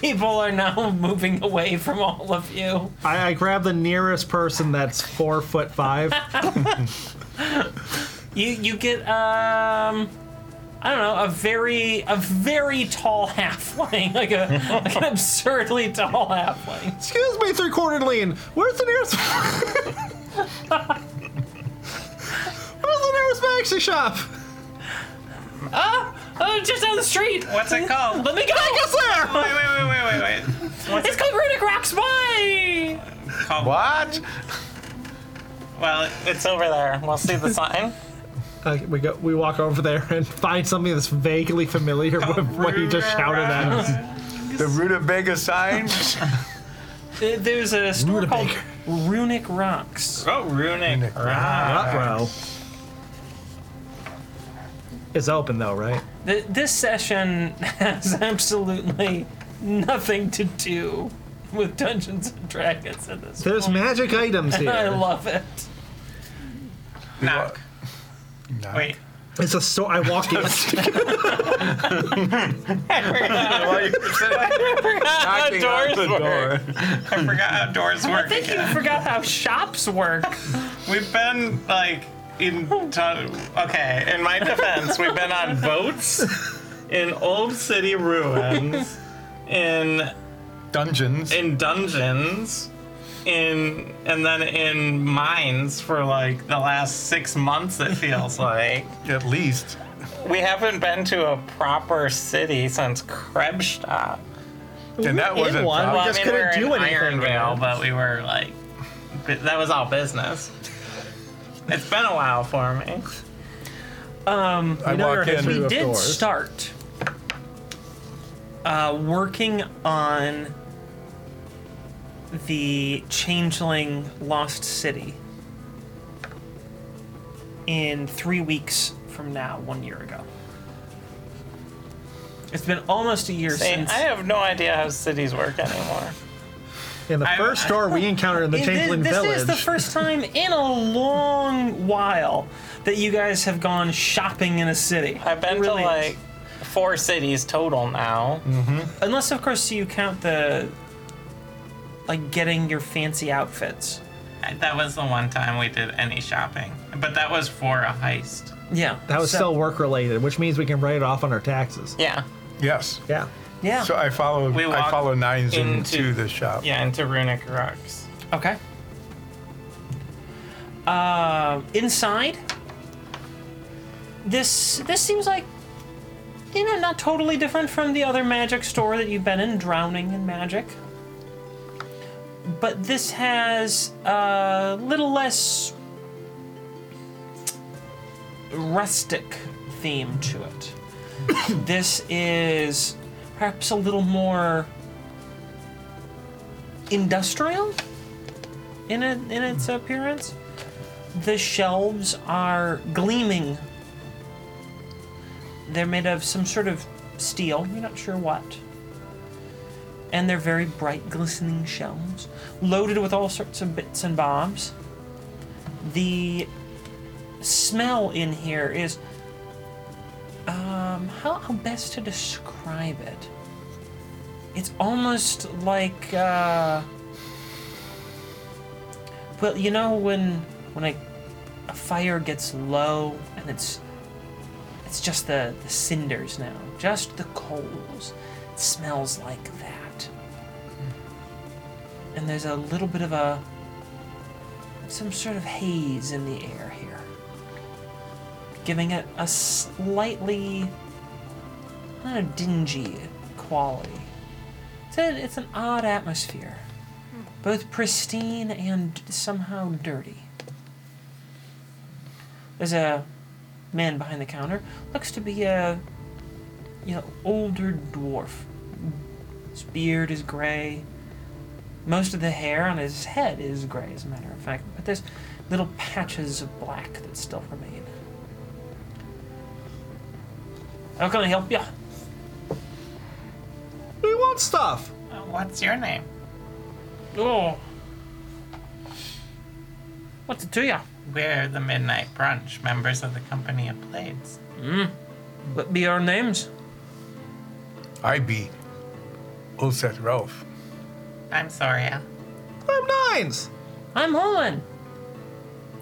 Speaker 1: people are now (laughs) moving away from all of you.
Speaker 2: (laughs) I, I grab the nearest person that's four foot five.
Speaker 1: You you get um I don't know, a very a very tall halfling, (laughs) like a like an absurdly tall
Speaker 2: (laughs)
Speaker 1: halfling.
Speaker 2: Excuse me, three quarter lean. Where's the nearest? (laughs) Where's the nearest maxi shop?
Speaker 1: Oh, just down the street.
Speaker 3: What's it called?
Speaker 1: Let me go.
Speaker 2: It's there.
Speaker 3: Wait, wait, wait, wait, wait, wait.
Speaker 1: It's called Runic Rocks Why?
Speaker 3: Called,
Speaker 4: What?
Speaker 3: Well, it's over there. We'll see the sign.
Speaker 2: Uh, we go. We walk over there and find something that's vaguely familiar with what he just shouted at us.
Speaker 4: The rutabaga (laughs) sign?
Speaker 1: There- There's a store called Runic Rocks.
Speaker 3: Oh, runic. rock.
Speaker 2: Row. It's open though, right?
Speaker 1: Th- This session (laughs) has absolutely nothing to do with Dungeons and Dragons in this.
Speaker 2: There's magic (laughs) items
Speaker 1: I
Speaker 2: here.
Speaker 1: love it.
Speaker 3: Knock.
Speaker 4: No.
Speaker 3: (laughs) Wait.
Speaker 2: It's a store. I walk (laughs) in. It's
Speaker 4: Well, you were sitting knocking on the door.
Speaker 3: (laughs) I forgot how doors work.
Speaker 1: I think you
Speaker 3: again.
Speaker 1: forgot how shops
Speaker 2: (laughs)
Speaker 1: work.
Speaker 3: We've been like in ton- okay. In my defense, we've been on boats in old city ruins, in
Speaker 4: Dungeons.
Speaker 3: in dungeons, in and then in mines for like the last six months. It feels like
Speaker 4: At least.
Speaker 3: we haven't been to a proper city since Krebstadt.
Speaker 4: And that
Speaker 2: We did
Speaker 4: wasn't
Speaker 2: one.
Speaker 4: prob-
Speaker 2: We
Speaker 3: Well,
Speaker 2: just
Speaker 3: I mean, we
Speaker 2: couldn't
Speaker 3: were
Speaker 2: do
Speaker 3: in
Speaker 2: anything.
Speaker 3: Ironvale,
Speaker 2: man.
Speaker 3: but we were like, bu- that was all business. It's been a while for me.
Speaker 4: I
Speaker 2: know
Speaker 4: walk
Speaker 2: your
Speaker 4: in.
Speaker 2: history
Speaker 1: we
Speaker 2: of
Speaker 1: did
Speaker 2: doors.
Speaker 1: start uh, working on the changeling lost city in three weeks from now one year ago it's been almost a year
Speaker 3: See,
Speaker 1: since
Speaker 3: I have no idea how cities work anymore.
Speaker 2: In the
Speaker 3: I-
Speaker 2: first store we encountered in the
Speaker 1: And
Speaker 2: Chamberlain
Speaker 1: thi- this
Speaker 2: Village,
Speaker 1: is the first time in a long while that you guys have gone shopping in a city
Speaker 3: I've been
Speaker 1: It really
Speaker 3: to
Speaker 1: is.
Speaker 3: like four cities total now.
Speaker 1: Unless, of course, you count the like getting your fancy outfits.
Speaker 3: I- That was the one time we did any shopping, but that was for a heist.
Speaker 1: Yeah,
Speaker 2: that was still work related, which means we can write it off on our taxes.
Speaker 3: Yeah,
Speaker 4: Yes.
Speaker 2: Yeah.
Speaker 1: yeah.
Speaker 4: So I follow.
Speaker 3: We
Speaker 4: I
Speaker 3: walked
Speaker 4: follow nines
Speaker 3: into-
Speaker 4: into the shop.
Speaker 3: yeah, into Runic Rocks.
Speaker 1: okay. Uh, inside, this this seems like you know not totally different from the other magic store that you've been in, drowning in magic. But this has a little less rustic theme to it. (coughs) this is perhaps a little more industrial in it, in its appearance. The shelves are gleaming. They're made of some sort of steel. You're not sure what. And they're very bright, glistening shelves, loaded with all sorts of bits and bobs. The smell in here is. Um, how, how best to describe it? It's almost like. Uh, well, you know when when a, a fire gets low and it's it's just the, the cinders now, just the coals. It smells like that. And there's a little bit of a some sort of haze in the air here, giving it a slightly I don't know, dingy quality. It's, a, it's an odd atmosphere both pristine and somehow dirty. There's a man behind the counter. Looks to be a you know older dwarf. His beard is gray. Most of the hair on his head is gray, as a matter of fact, but there's little patches of black that still remain. How can I help you?
Speaker 2: We want stuff.
Speaker 3: Uh, What's your name?
Speaker 1: Oh, what to do ya?
Speaker 3: We're the Midnight Brunch, members of the Company of Blades.
Speaker 1: What be our names?
Speaker 4: I beat Ulset Ralph.
Speaker 3: I'm Soria.
Speaker 2: I'm nines,
Speaker 1: I'm Holland.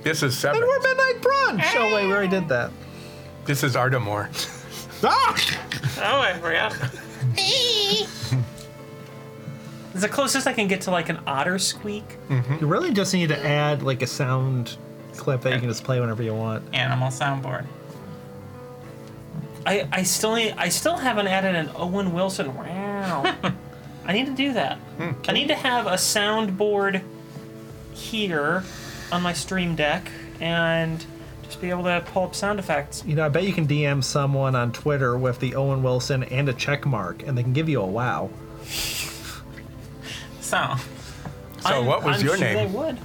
Speaker 4: This is
Speaker 2: and
Speaker 4: seven.
Speaker 2: we're midnight brunch. Oh wait, we already did that.
Speaker 4: This is Ardamore.
Speaker 2: Ah!
Speaker 3: Oh, I forgot.
Speaker 1: It's the closest I can get to like an otter squeak.
Speaker 2: You really just need to add like a sound clip that you can just play whenever you want.
Speaker 3: (laughs) Animal soundboard.
Speaker 1: I, I still need, I still haven't added an Owen Wilson. (laughs) Wow. I need to do that. I need to have a soundboard here on my stream deck and just be able to pull up sound effects.
Speaker 2: You know, I bet you can DM someone on Twitter with the Owen Wilson and a check mark, and they can give you a wow.
Speaker 3: So,
Speaker 4: So what was
Speaker 1: I'm
Speaker 4: your
Speaker 1: sure
Speaker 4: name?
Speaker 1: They would.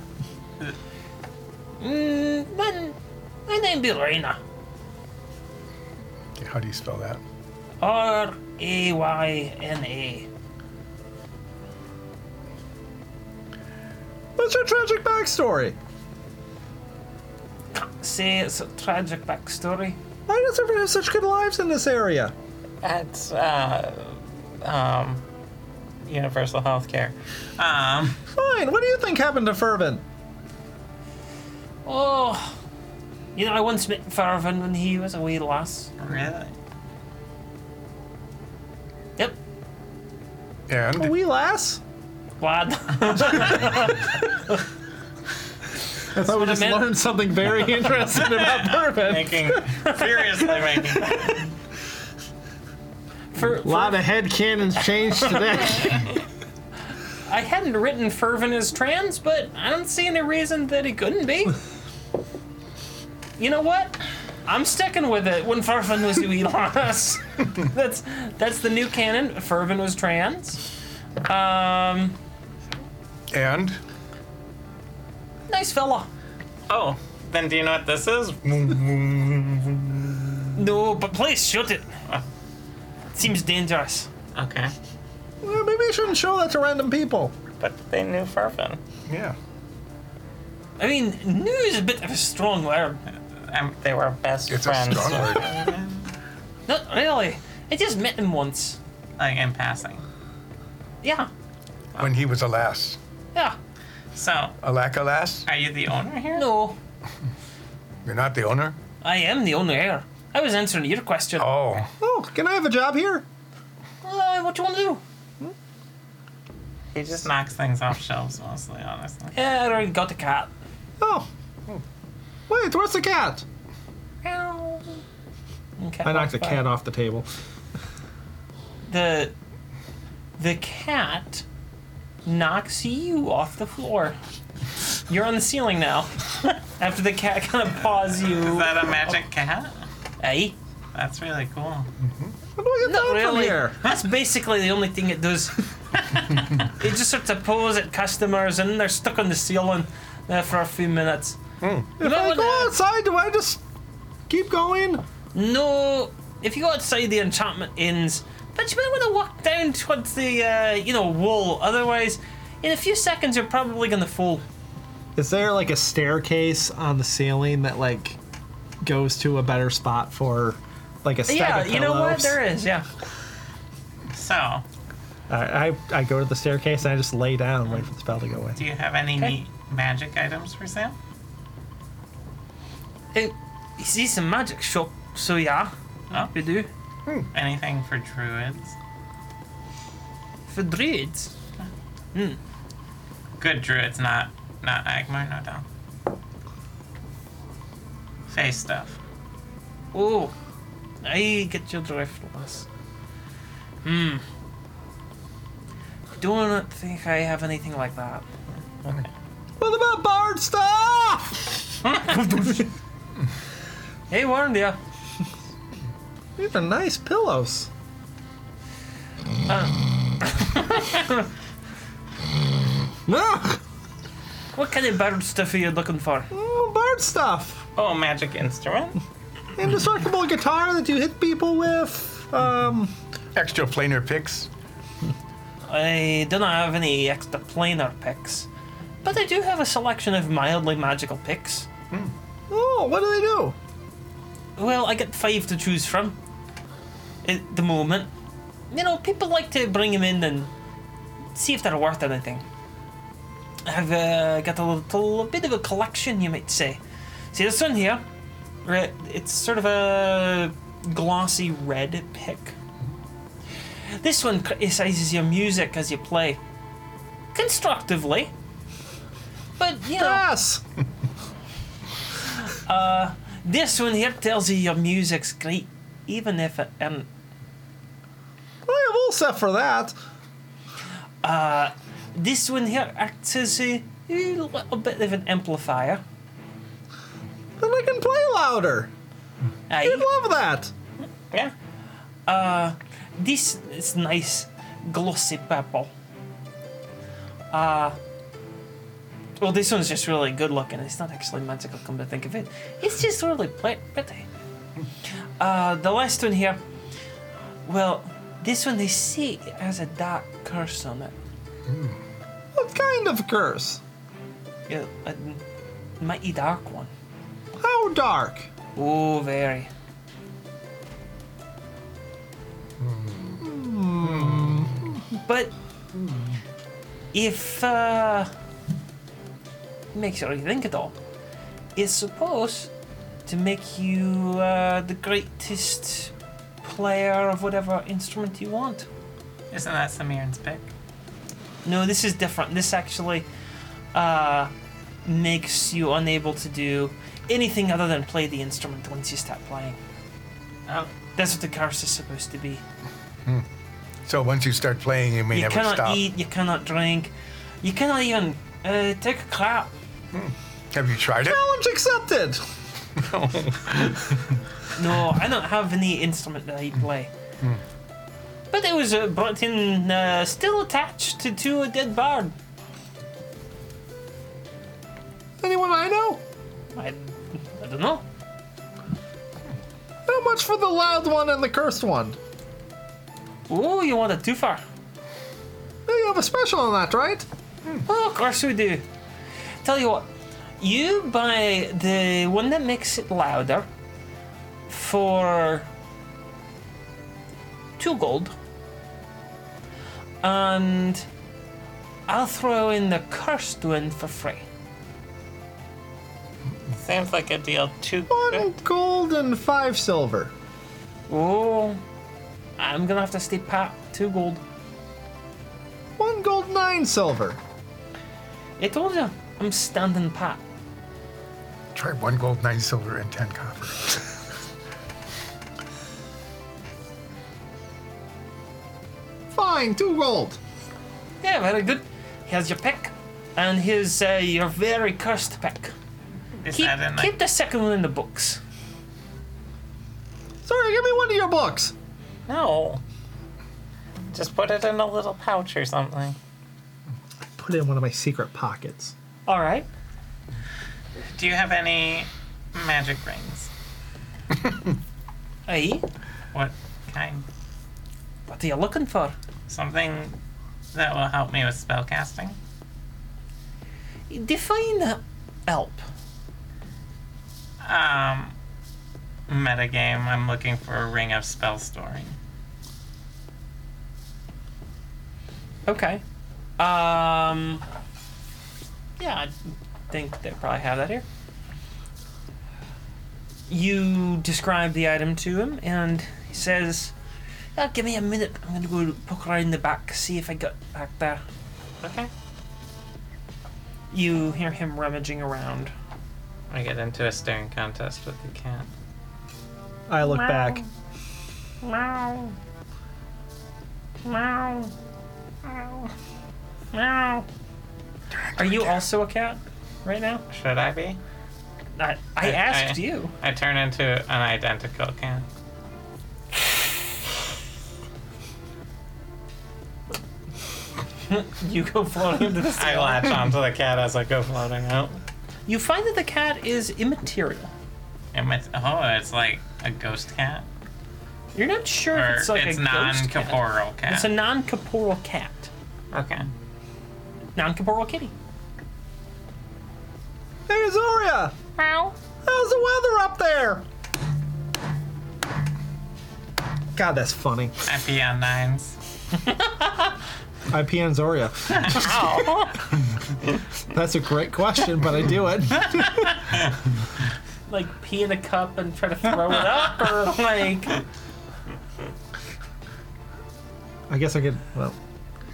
Speaker 1: mm, my, my name be Reina.
Speaker 4: How do you spell that?
Speaker 1: R A Y N A.
Speaker 2: What's your tragic backstory?
Speaker 1: Say it's a tragic backstory.
Speaker 2: Why does everyone have such good lives in this area?
Speaker 3: that's, uh, um, universal healthcare. Um,
Speaker 2: Fine. What do you think happened to Fervin?
Speaker 1: Oh, you know, I once met Farvin when he was a wee lass.
Speaker 3: really?
Speaker 1: Yep,
Speaker 4: And
Speaker 5: Oh,
Speaker 2: A wee lass?
Speaker 1: lad. (laughs)
Speaker 2: I thought we
Speaker 1: just meant. learned
Speaker 2: something very (laughs) interesting about Fervin.
Speaker 3: Making, furiously making.
Speaker 1: For,
Speaker 6: A lot of head cannons changed today.
Speaker 1: I hadn't written Fervin as trans, but I don't see any reason that he couldn't be. you know what? I'm sticking with it. When Fervin was (laughs) doing us, that's that's the new canon. Fervin was trans. Um,
Speaker 4: And
Speaker 1: nice fella.
Speaker 3: Oh, then do you know what this is?
Speaker 1: No, but please shoot it. Seems dangerous.
Speaker 3: Okay.
Speaker 5: (laughs) Well, maybe you shouldn't show that to random people.
Speaker 3: But they knew Farfin.
Speaker 4: yeah,
Speaker 1: I mean, new is a bit of a strong word.
Speaker 3: Um, they were best
Speaker 4: it's
Speaker 3: friends.
Speaker 4: a strong word.
Speaker 1: Not really. I just met him once.
Speaker 3: (laughs) Like in passing.
Speaker 1: Yeah,
Speaker 4: When he was a lass,
Speaker 1: yeah.
Speaker 3: So,
Speaker 4: a lack a lass.
Speaker 3: are you the owner here?
Speaker 1: No,
Speaker 4: You're not the owner.
Speaker 1: I am the only heir. I was answering your question.
Speaker 4: Oh,
Speaker 5: Oh, can I have a job here?
Speaker 1: Uh, what you want to do?
Speaker 3: He just knocks things off shelves mostly, honestly.
Speaker 1: Yeah, I already got the cat.
Speaker 5: Oh. Wait, where's the cat? I knocked the cat off the table.
Speaker 1: The the cat knocks you off the floor. You're on the ceiling now. (laughs) After the cat kind of paws
Speaker 3: Is
Speaker 1: you.
Speaker 3: that a magic cat?
Speaker 1: Hey,
Speaker 3: That's really cool.
Speaker 5: Where do I get that from
Speaker 1: really.
Speaker 5: here?
Speaker 1: That's basically the only thing it
Speaker 5: (laughs)
Speaker 1: does. it just starts to pose at customers, and they're stuck on the ceiling there for a few minutes. You
Speaker 5: Hmm. If
Speaker 1: might
Speaker 5: I
Speaker 1: wanna-
Speaker 5: go outside, do I just keep going?
Speaker 1: No, if you go outside the enchantment ends, but you might want to walk down towards the uh, you know wall. Otherwise, in a few seconds you're probably gonna fall.
Speaker 5: Is there like a staircase on the ceiling that like goes to a better spot for like a stack
Speaker 1: yeah,
Speaker 5: of
Speaker 1: you know what?
Speaker 5: pillows?
Speaker 1: There is. Yeah.
Speaker 3: So,
Speaker 5: I, I I go to the staircase and I just lay down, and wait for the spell to go away.
Speaker 3: do you have any
Speaker 1: Okay.
Speaker 3: neat magic items for sale?
Speaker 1: It, you see some magic shop, so yeah,
Speaker 3: Oh,
Speaker 1: we do
Speaker 3: anything for druids?
Speaker 1: for druids. Hmm.
Speaker 3: Good druids, not not Agmar, no down. Face stuff.
Speaker 1: Oh, I get your drift, lass. Hmm. I don't think I have anything like that.
Speaker 5: What about bard stuff?
Speaker 1: Hey, warned ya.
Speaker 5: These are nice pillows. No,
Speaker 1: What kind of bird stuff are you looking for?
Speaker 5: oh, bard stuff.
Speaker 3: Oh, magic instrument?
Speaker 5: Indestructible guitar that you hit people with. Um,
Speaker 4: extra planar picks.
Speaker 1: I do not have any extra planar picks, but I do have a selection of mildly magical picks.
Speaker 5: oh, what do they do?
Speaker 1: Well, I get five to choose from at the moment. You know, people like to bring them in and see if they're worth anything. I've uh, got a little bit of a collection, you might say. See this one here? Re- It's sort of a glossy red pick. This one criticizes your music as you play. Constructively. But, you know.
Speaker 5: Yes.
Speaker 1: This one here tells you your music's great, even if it isn't.
Speaker 5: I have all set for that.
Speaker 1: This one here acts as a little bit of an amplifier.
Speaker 5: Then I can play louder. I
Speaker 1: Aye.
Speaker 5: love that.
Speaker 3: Yeah.
Speaker 1: This is nice, glossy purple. Uh, well, this one's just really good looking. It's not actually magical, come to think of it. It's just really pla- pretty. Uh, the last one here, well, this one they see has a dark curse on it.
Speaker 5: What kind of curse?
Speaker 1: Yeah, a mighty dark one.
Speaker 5: How dark?
Speaker 1: Oh, very. But if uh, make sure you think it all, it's supposed to make you uh, the greatest player of whatever instrument you want.
Speaker 3: (laughs) Isn't that Samir's pick?
Speaker 1: No, this is different. This actually uh, makes you unable to do anything other than play the instrument once you stop playing.
Speaker 3: Oh,
Speaker 1: That's what the curse is supposed to be.
Speaker 4: So once you start playing, you may
Speaker 1: You
Speaker 4: never
Speaker 1: cannot
Speaker 4: stop.
Speaker 1: eat. You cannot drink. You cannot even uh, take a crap.
Speaker 4: Have you tried it?
Speaker 5: Challenge accepted.
Speaker 4: (laughs)
Speaker 1: No, I don't have any instrument that I play.
Speaker 4: Hmm.
Speaker 1: But it was a button uh, still attached to, to a dead bird.
Speaker 5: Anyone I know?
Speaker 1: I, I don't know.
Speaker 5: How much for the loud one and the cursed one?
Speaker 1: Oh, you want it too far?
Speaker 5: You have a special on that, right?
Speaker 1: Oh, of course we do. Tell you what, you buy the one that makes it louder for two gold, and I'll throw in the cursed one for free.
Speaker 3: Sounds like a deal too
Speaker 5: One
Speaker 3: good.
Speaker 5: gold and five silver.
Speaker 1: Oh, I'm gonna have to stay pat. Two gold.
Speaker 5: One gold, nine silver.
Speaker 1: I told you, I'm standing pat.
Speaker 4: Try one gold, nine silver, and ten copper.
Speaker 5: Fine, two gold.
Speaker 1: Yeah, very good. Here's your pick, and here's uh, your very cursed pick.
Speaker 3: Is
Speaker 1: Keep,
Speaker 3: that in
Speaker 1: keep
Speaker 3: like
Speaker 1: the second one in the books.
Speaker 5: Sorry, give me one of your books.
Speaker 3: No. Just put it in a little pouch or something.
Speaker 5: Put it in one of my secret pockets.
Speaker 1: All right.
Speaker 3: Do you have any magic rings?
Speaker 1: Aye.
Speaker 3: What kind?
Speaker 1: What are you looking for?
Speaker 3: Something that will help me with spellcasting?
Speaker 1: Define help.
Speaker 3: Um, metagame, I'm looking for a ring of spell storing.
Speaker 1: Okay. Um. Yeah, I think they probably have that here. You describe the item to him, and he says, "Ah, "Give me a minute. I'm going to go poke around the back, see if I got back there."
Speaker 3: Okay.
Speaker 1: You hear him rummaging around.
Speaker 3: I get into a staring contest with the cat.
Speaker 5: I look back.
Speaker 1: Meow. Meow. Meow. Are you also a cat right now?
Speaker 3: Should I be?
Speaker 1: I, I
Speaker 3: I-
Speaker 1: asked
Speaker 3: I-
Speaker 1: you.
Speaker 3: I turn into an identical cat.
Speaker 1: You go floating into the
Speaker 3: (laughs) I
Speaker 1: sky. (laughs)
Speaker 3: latch onto the cat as I go floating out.
Speaker 1: You find that the cat is immaterial.
Speaker 3: Am I- oh, it's like a ghost cat?
Speaker 1: You're not sure
Speaker 3: Or
Speaker 1: if
Speaker 3: it's,
Speaker 1: it's like a
Speaker 3: non
Speaker 1: ghost cat.
Speaker 3: corporeal cat?
Speaker 1: It's a non-corporeal cat.
Speaker 3: okay.
Speaker 1: Non-corporeal kitty.
Speaker 5: Hey, Zoria!
Speaker 1: Meow.
Speaker 5: How's the weather up there? God, that's funny.
Speaker 3: I pee on nines.
Speaker 5: IP on Zoria.
Speaker 3: Oh.
Speaker 5: That's a great question, but I do it.
Speaker 1: (laughs) Like pee in a cup and try to throw it up,
Speaker 3: (laughs)
Speaker 1: or like
Speaker 5: I guess I could well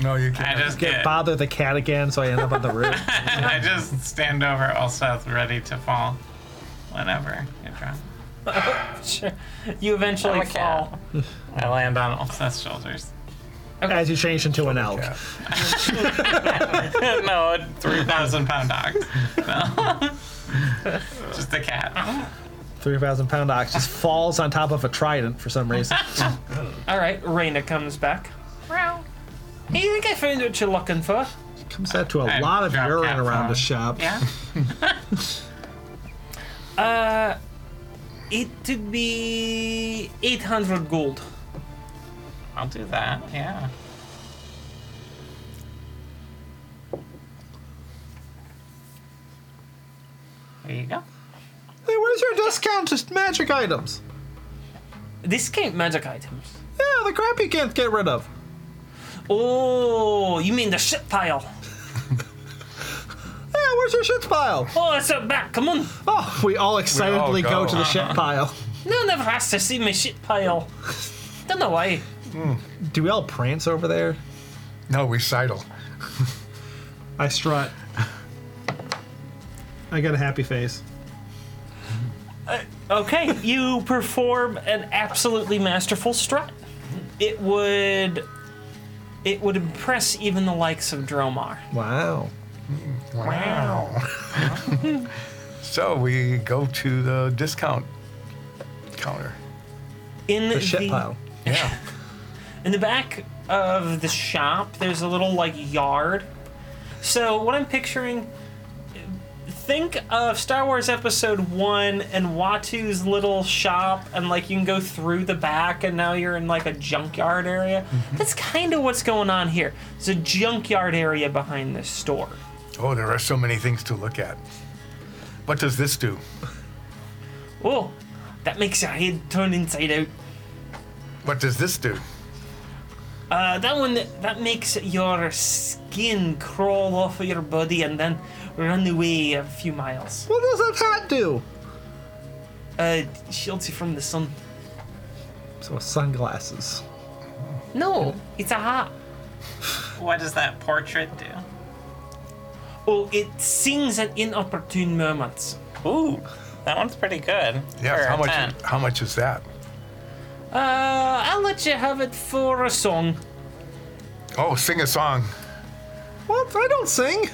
Speaker 4: No, you
Speaker 3: I
Speaker 4: can't.
Speaker 3: just
Speaker 5: get
Speaker 3: get.
Speaker 5: bother the cat again, so I end up on the roof.
Speaker 3: I just stand over all south, ready to fall, whenever you're drunk.
Speaker 1: sure. you eventually
Speaker 3: I'm a cat.
Speaker 1: fall.
Speaker 3: I land on Ulsa's (laughs) shoulders.
Speaker 5: As you change into an elk.
Speaker 4: Yeah.
Speaker 3: no, three thousand pound dog. (laughs) No. (laughs) just a cat. Oh,
Speaker 5: 3,000 pound ox just falls on top of a trident for some reason.
Speaker 1: All right, Raina comes back. Meow. You think I found what you're looking for?
Speaker 5: Comes out to a
Speaker 3: I
Speaker 5: lot of
Speaker 3: dropped
Speaker 5: urine
Speaker 3: cat
Speaker 5: around
Speaker 3: phone.
Speaker 5: the shop.
Speaker 3: Yeah.
Speaker 1: Uh, It would be 800 gold.
Speaker 3: I'll do that. Yeah. There you go.
Speaker 5: Hey, where's your discount to magic items?
Speaker 1: This can't magic items.
Speaker 5: Yeah, the crap you can't get rid of.
Speaker 1: Oh, you mean the shit pile?
Speaker 5: Yeah, where's your shit pile?
Speaker 1: Oh, it's up back. Come on.
Speaker 5: Oh, we all excitedly go.
Speaker 4: go.
Speaker 5: to the shit pile.
Speaker 1: No one ever has to see my shit pile. Don't know why.
Speaker 5: Do we all prance over there?
Speaker 4: No, we sidle.
Speaker 5: I (laughs) strut. I got a happy face.
Speaker 1: Okay, you perform an absolutely masterful strut. it would it would impress even the likes of Dromar.
Speaker 2: Wow.
Speaker 4: Wow. (laughs) so we go to the discount counter.
Speaker 1: In
Speaker 2: The shit pile.
Speaker 4: Yeah.
Speaker 1: In the back of the shop, there's a little like yard. So what I'm picturing, think of Star Wars Episode One and Watu's little shop, and like you can go through the back, and now you're in like a junkyard area. That's kind of what's going on here. There's a junkyard area behind this store.
Speaker 4: Oh, there are so many things to look at. What does this do?
Speaker 1: Oh, that makes your head turn inside out.
Speaker 4: What does this do?
Speaker 1: Uh, that one that makes your skin crawl off of your body and then run away a few miles.
Speaker 2: What does that hat do?
Speaker 1: Uh, shields you from the sun.
Speaker 2: So sunglasses.
Speaker 1: No, it's a hat.
Speaker 3: What does that portrait do?
Speaker 1: Oh, it sings at inopportune moments.
Speaker 3: Ooh, that one's pretty good.
Speaker 4: Yes,
Speaker 3: for
Speaker 4: how
Speaker 3: a
Speaker 4: much
Speaker 3: 10.
Speaker 4: how much is that?
Speaker 1: Uh, I'll let you have it for a song.
Speaker 4: Oh, sing a song.
Speaker 2: What? I don't sing.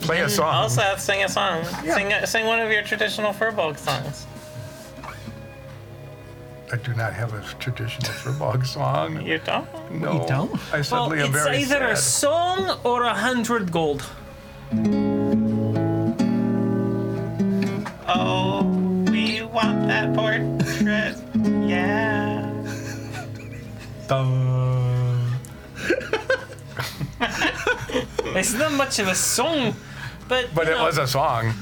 Speaker 4: Play a song.
Speaker 3: Also, sing a song. Sing, a, sing one of your traditional Furbolg songs.
Speaker 4: I do not have a traditional furbog song.
Speaker 3: (laughs) You
Speaker 4: (laughs)
Speaker 3: don't?
Speaker 4: No.
Speaker 2: You don't?
Speaker 4: I
Speaker 1: Well,
Speaker 4: suddenly
Speaker 1: it's
Speaker 4: am very
Speaker 1: either a
Speaker 4: sad.
Speaker 1: song or a hundred gold.
Speaker 3: Oh, we want that portrait. Yeah.
Speaker 4: Dun.
Speaker 1: It's not much of a song, but
Speaker 4: But
Speaker 1: you
Speaker 4: it
Speaker 1: know,
Speaker 4: was a song.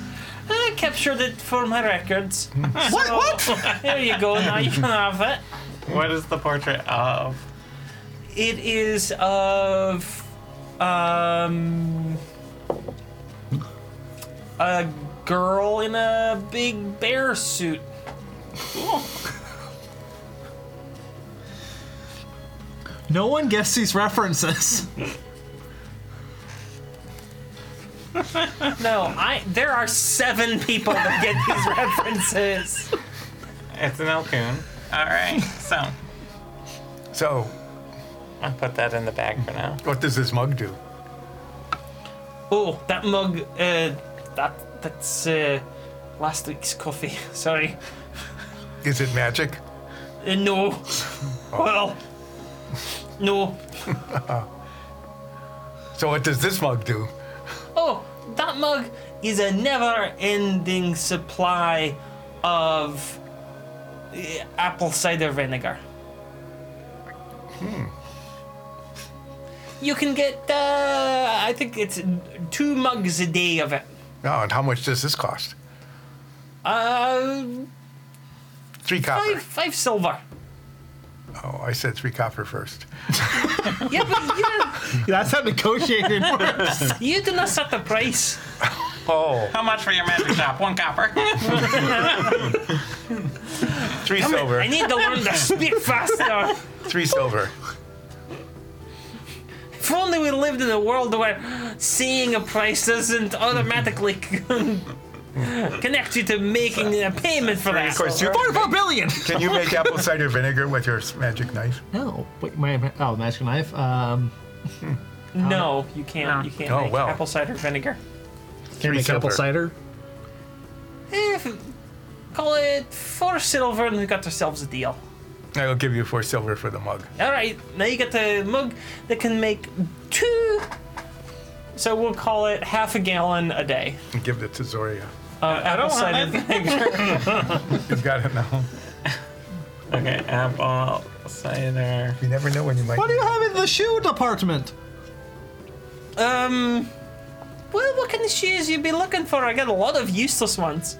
Speaker 1: I captured it for my records.
Speaker 2: What? What?
Speaker 1: Oh, there you go. Now you can have it.
Speaker 3: What is the portrait of?
Speaker 1: It is of um a girl in a big bear suit.
Speaker 5: No one gets these references.
Speaker 1: No, I there are seven people that get these (laughs) references.
Speaker 3: It's an Elcoon. All right, so
Speaker 4: So,
Speaker 3: I'll put that in the bag for now.
Speaker 4: what does this mug do?
Speaker 1: Oh, that mug uh that that's uh last week's coffee. (laughs) Sorry.
Speaker 4: Is it magic?
Speaker 1: Uh, no. Well, no.
Speaker 4: So, what does this mug do?
Speaker 1: Oh, that mug is a never ending supply of uh, apple cider vinegar. You can get, uh, I think it's two mugs a day of it.
Speaker 4: Oh, and how much does this cost?
Speaker 1: Uh,
Speaker 4: Three copper.
Speaker 1: five, five silver.
Speaker 4: Oh, I said three copper first.
Speaker 1: Yeah, but you,
Speaker 5: (laughs) That's how negotiating (laughs) works.
Speaker 1: you do not set the price.
Speaker 4: Oh,
Speaker 3: How much for your magic shop? One copper.
Speaker 4: three silver.
Speaker 1: I need to learn to speak faster.
Speaker 4: Three silver.
Speaker 1: If only we lived in a world where seeing a price doesn't automatically (laughs) con- connect you to making a payment for that.
Speaker 4: Of course, you,
Speaker 5: 44 billion!
Speaker 4: can you make apple cider vinegar with your s- magic knife?
Speaker 5: No. Wait, my, my- oh, magic knife. Um,
Speaker 1: No, you can't. You can't
Speaker 4: Oh,
Speaker 1: make
Speaker 4: well.
Speaker 1: apple cider vinegar.
Speaker 2: Can you make apple cider?
Speaker 4: silver.
Speaker 1: Eh, f- call it four silver, and we got ourselves a deal.
Speaker 4: I will give you four silver for the mug.
Speaker 1: All right, now you got the mug that can make two. So we'll call it half a gallon a day
Speaker 4: And give it to Zoria.
Speaker 1: of Uh, apple
Speaker 3: want
Speaker 1: cider (laughs) vinegar.
Speaker 4: You've got it now.
Speaker 3: (laughs) okay, apple cider.
Speaker 4: You never know when you might.
Speaker 5: what do you have in the shoe department?
Speaker 1: um, well, what kind of shoes you been looking for? I got a lot of useless ones.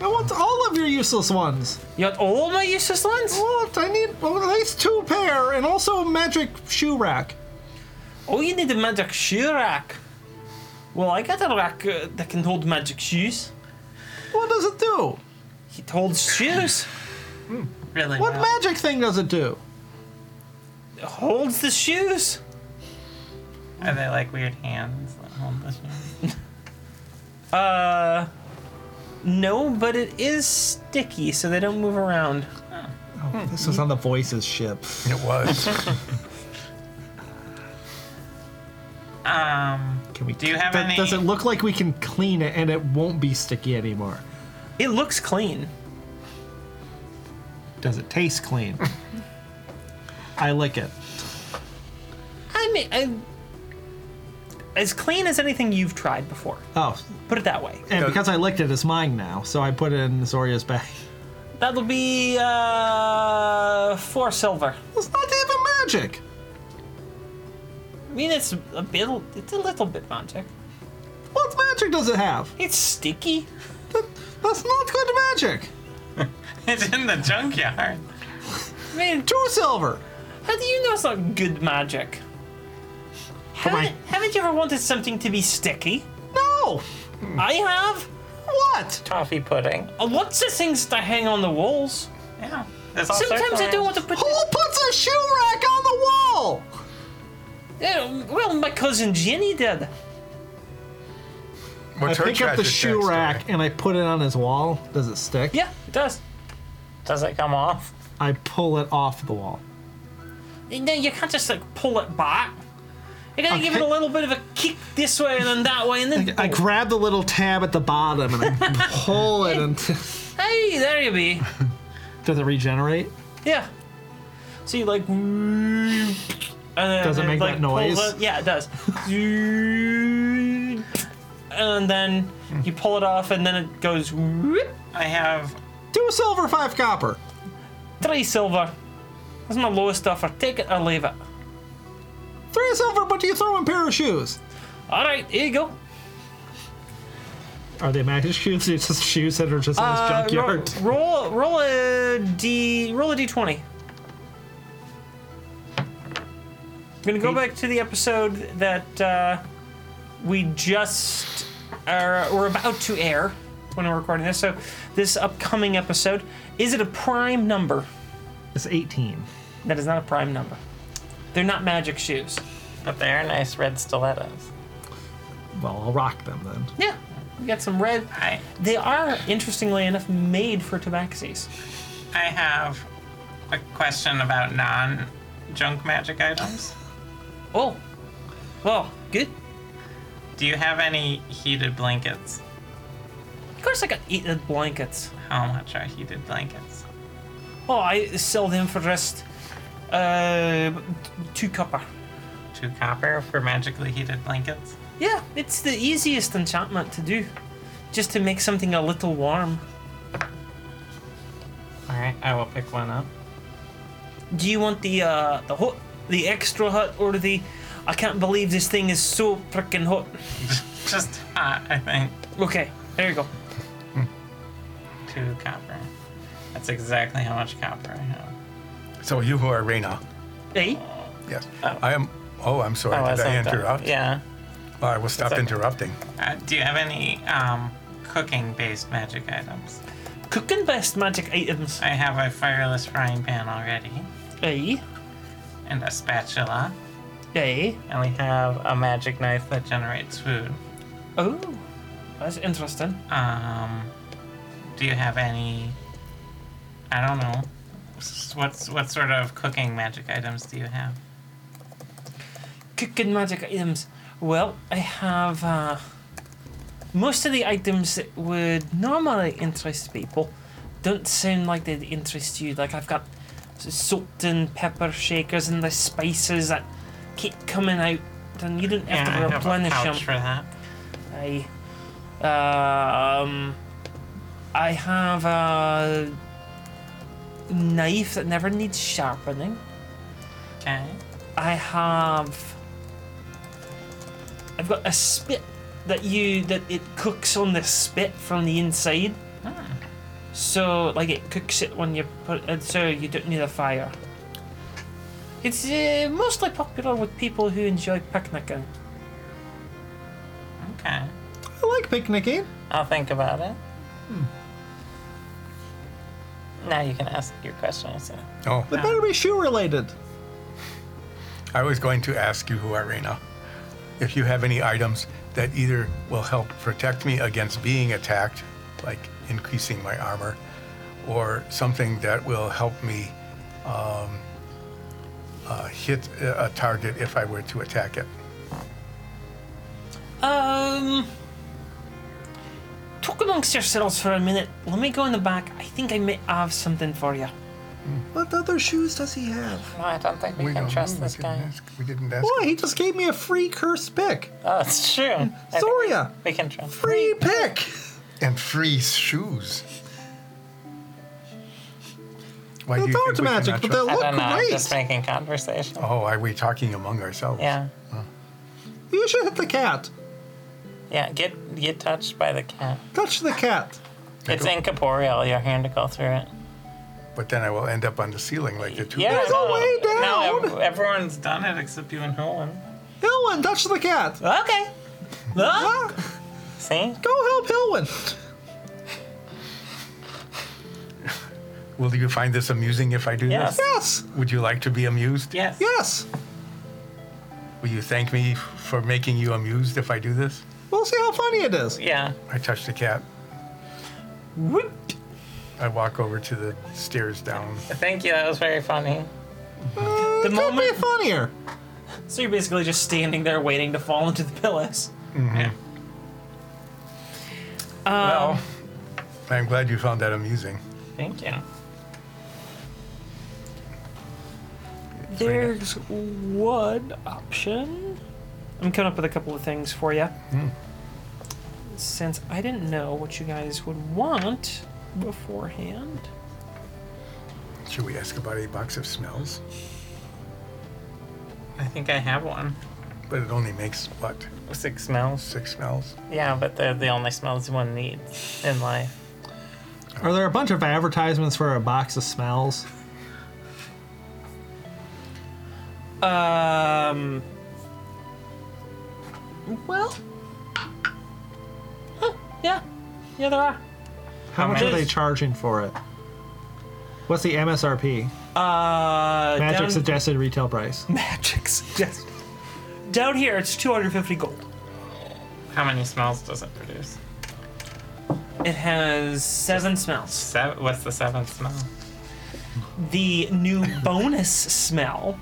Speaker 5: I want all of your useless ones.
Speaker 1: You got all my useless ones?
Speaker 5: What? I need well, at least two pair and also a magic shoe rack.
Speaker 1: Oh, you need a magic shoe rack. Well, I got a rack uh, that can hold magic shoes.
Speaker 5: What does it do?
Speaker 1: It holds shoes.
Speaker 3: Really?
Speaker 5: What
Speaker 3: well.
Speaker 5: magic thing does it do?
Speaker 1: It holds the shoes.
Speaker 3: Are they like weird hands that hold this? one?
Speaker 1: Uh, no, but it is sticky, so they don't move around.
Speaker 5: Hmm.
Speaker 2: This was on the Voices ship.
Speaker 4: It was.
Speaker 7: Um,
Speaker 5: Can we?
Speaker 7: Do you have
Speaker 5: that,
Speaker 7: any-
Speaker 5: Does it look like we can clean it and it won't be sticky anymore?
Speaker 1: It looks clean.
Speaker 5: Does it taste (laughs) clean? I lick it.
Speaker 1: I mean, I, as clean as anything you've tried before.
Speaker 5: Oh,
Speaker 1: Put it that way.
Speaker 5: and because I licked it, it's mine now. So I put it in Zoria's bag. (laughs)
Speaker 1: That'll be uh, four silver.
Speaker 5: It's not even magic.
Speaker 1: I mean, it's a bit, it's a little bit magic.
Speaker 5: What magic does it have?
Speaker 1: It's sticky.
Speaker 5: That's not good magic.
Speaker 3: (laughs) It's in the junkyard.
Speaker 1: I mean,
Speaker 5: Two silver.
Speaker 1: how do you know it's not good magic?
Speaker 5: I-
Speaker 1: Haven't, haven't you ever wanted something to be sticky?
Speaker 5: No. Hmm.
Speaker 1: I have.
Speaker 5: What?
Speaker 3: Toffee pudding.
Speaker 1: Uh, Lots of things to hang on the walls.
Speaker 3: Yeah. There's all
Speaker 1: Sometimes
Speaker 3: sorts of
Speaker 1: I do
Speaker 3: things.
Speaker 1: want to put.
Speaker 5: Who puts a shoe rack on the wall?
Speaker 1: Uh, well, my cousin Jenny did.
Speaker 4: What's
Speaker 5: I
Speaker 4: her
Speaker 5: pick up the
Speaker 4: tragic
Speaker 5: shoe
Speaker 4: backstory?
Speaker 5: rack and I put it on his wall. Does it stick?
Speaker 1: Yeah, it does.
Speaker 3: Does it come off?
Speaker 5: I pull it off the wall.
Speaker 1: No, you can't just like pull it back. You gotta give it a
Speaker 5: Okay.
Speaker 1: little bit of a kick this way and then that way and then.
Speaker 5: I grab the little tab at the bottom and
Speaker 1: (laughs)
Speaker 5: I pull it and (laughs)
Speaker 1: hey, there you be.
Speaker 5: does it regenerate?
Speaker 1: Yeah. So you like. And then
Speaker 5: Does it make
Speaker 1: like,
Speaker 5: that
Speaker 1: pulls
Speaker 5: noise?
Speaker 1: It. Yeah, it
Speaker 5: (laughs)
Speaker 1: does. and then you pull it off, and then it goes whoop,
Speaker 3: I have
Speaker 5: Two silver, five copper.
Speaker 1: three silver. That's my lowest offer. Take it or leave it.
Speaker 5: Three silver, but do you throw in a pair of shoes?
Speaker 1: All right, here you go.
Speaker 5: Are they magic shoes? It's just shoes that are just in his
Speaker 1: Uh, ro-
Speaker 5: junkyard.
Speaker 1: roll, roll a d, roll a d20. I'm gonna go back to the episode that uh, we just are, we're about to air when we're recording this. So this upcoming episode, is it a prime number?
Speaker 5: It's 18.
Speaker 1: That is not a prime number. They're not magic shoes.
Speaker 3: But they are nice red stilettos.
Speaker 5: Well, I'll rock them then.
Speaker 1: Yeah, we got some red.
Speaker 3: I
Speaker 1: They are, interestingly enough, made for Tabaxis.
Speaker 3: I have a question about non junk magic items.
Speaker 1: Oh, well, good.
Speaker 3: Do you have any heated blankets?
Speaker 1: Of course, I got eat the blankets.
Speaker 3: How much are heated blankets?
Speaker 1: Oh, I sell them for just uh, two copper.
Speaker 3: Two copper for magically heated blankets?
Speaker 1: Yeah, it's the easiest enchantment to do, just to make something a little warm.
Speaker 3: Alright, I will pick one up.
Speaker 1: Do you want the uh, the hot, the extra hot, or the? I can't believe this thing is so freaking hot.
Speaker 3: Just hot, I think.
Speaker 1: Okay, there you go.
Speaker 3: Two copper. That's exactly how much copper I have.
Speaker 4: So you who are Reina.
Speaker 1: Hey,
Speaker 4: Yes. I am. Oh, I'm sorry.
Speaker 3: Oh,
Speaker 4: Did I
Speaker 3: something.
Speaker 4: interrupt?
Speaker 3: Yeah.
Speaker 4: All right, well, stop
Speaker 3: okay.
Speaker 4: interrupting.
Speaker 3: Uh, do you have any um, cooking based magic items?
Speaker 1: cooking best magic items.
Speaker 3: I have a fireless frying pan already,
Speaker 1: Hey,
Speaker 3: and a spatula,
Speaker 1: hey.
Speaker 3: and we have a magic knife that generates food.
Speaker 1: Oh, that's interesting.
Speaker 3: Um, do you have any? I don't know. S- What's what sort of cooking magic items do you have?
Speaker 1: Cooking magic items. Well, I have uh, most of the items that would normally interest people don't sound like they'd interest you. Like I've got s- salt and pepper shakers and the spices that keep coming out, and you don't have
Speaker 3: I
Speaker 1: to
Speaker 3: have a
Speaker 1: replenish
Speaker 3: pouch
Speaker 1: them.
Speaker 3: for that.
Speaker 1: I, um, I have a knife that never needs sharpening.
Speaker 3: Okay.
Speaker 1: I have. I've got a spit that you that it cooks on the spit from the inside. So like it cooks it when you put it, so you don't need a fire. It's uh, mostly popular with people who enjoy picnicking.
Speaker 3: Okay.
Speaker 5: I like picnicking.
Speaker 3: I'll think about it. Now you can ask your question. So.
Speaker 4: Oh,
Speaker 5: They better be shoe related.
Speaker 4: I was going to ask you who are Reina. If you have any items that either will help protect me against being attacked, like increasing my armor, or something that will help me um, uh, hit a a target if I were to attack it.
Speaker 1: Um. Talk amongst yourselves for a minute. Let me go in the back. I think I may have something for you.
Speaker 5: What other shoes does he have?
Speaker 3: No, I don't think we, can
Speaker 4: don't
Speaker 3: trust
Speaker 4: know,
Speaker 3: this
Speaker 4: didn't
Speaker 3: guy.
Speaker 4: ask- hmm, we didn't ask.
Speaker 5: Boy, he just gave me a free curse pick.
Speaker 3: Oh, it's true. I think
Speaker 5: Soria,
Speaker 3: We can trust.
Speaker 5: free pick.
Speaker 4: And free shoes. Why do
Speaker 5: That's
Speaker 4: you think
Speaker 5: art
Speaker 4: we
Speaker 5: magic,
Speaker 4: cannot
Speaker 5: but they
Speaker 4: trust-
Speaker 5: look
Speaker 3: I don't know. I'm
Speaker 5: great.
Speaker 3: just making conversation.
Speaker 4: Oh, are we talking among ourselves?
Speaker 3: Yeah,
Speaker 5: You should hit the cat.
Speaker 3: yeah. Get get touched by the cat.
Speaker 5: Touch the cat.
Speaker 3: It's incorporeal. Your hand to go through it.
Speaker 4: But then I will end up on the ceiling like the two.
Speaker 3: Yeah,
Speaker 5: There's a
Speaker 3: no,
Speaker 5: way down.
Speaker 3: No, ev- everyone's done it except you and Helen.
Speaker 5: Hilwin, touch the cat.
Speaker 3: Okay.
Speaker 5: Huh?
Speaker 3: See?
Speaker 5: Go help Hilwin.
Speaker 4: Will you find this amusing if I do
Speaker 3: Yes.
Speaker 4: this?
Speaker 5: Yes,
Speaker 4: Would you like to be amused?
Speaker 3: Yes.
Speaker 5: yes.
Speaker 4: Will you thank me f- for making you amused if I do this?
Speaker 5: We'll see how funny it is.
Speaker 3: Yeah.
Speaker 4: I touch the cat.
Speaker 1: Whoop.
Speaker 4: I walk over to the stairs down.
Speaker 3: Thank you. That was very funny.
Speaker 1: The
Speaker 5: Uh, Could be
Speaker 1: moment.
Speaker 5: funnier.
Speaker 1: So you're basically just standing there waiting to fall into the pillows.
Speaker 3: Um,
Speaker 4: well, I'm glad you found that amusing.
Speaker 3: Thank you.
Speaker 1: There's one option. I'm coming up with a couple of things for you. Since I didn't know what you guys would want beforehand.
Speaker 4: Should we ask about a box of smells?
Speaker 3: I think I have one.
Speaker 4: But it only makes what?
Speaker 3: Six smells.
Speaker 4: Six smells?
Speaker 3: Yeah, but they're the only smells one needs in life.
Speaker 5: Are there a bunch of advertisements for a box of smells?
Speaker 1: Um. Well. huh, yeah. Yeah, there are.
Speaker 5: How much are
Speaker 1: many?
Speaker 5: they charging for it? What's the MSRP?
Speaker 1: Uh,
Speaker 5: Magic
Speaker 1: down,
Speaker 5: suggested retail
Speaker 1: (laughs)
Speaker 5: price.
Speaker 1: Magic's yes. Down here, it's 250 gold.
Speaker 3: How many smells does it produce?
Speaker 1: It has seven smells.
Speaker 3: Seven. What's the seventh smell?
Speaker 1: The
Speaker 5: (coughs)
Speaker 1: new bonus smell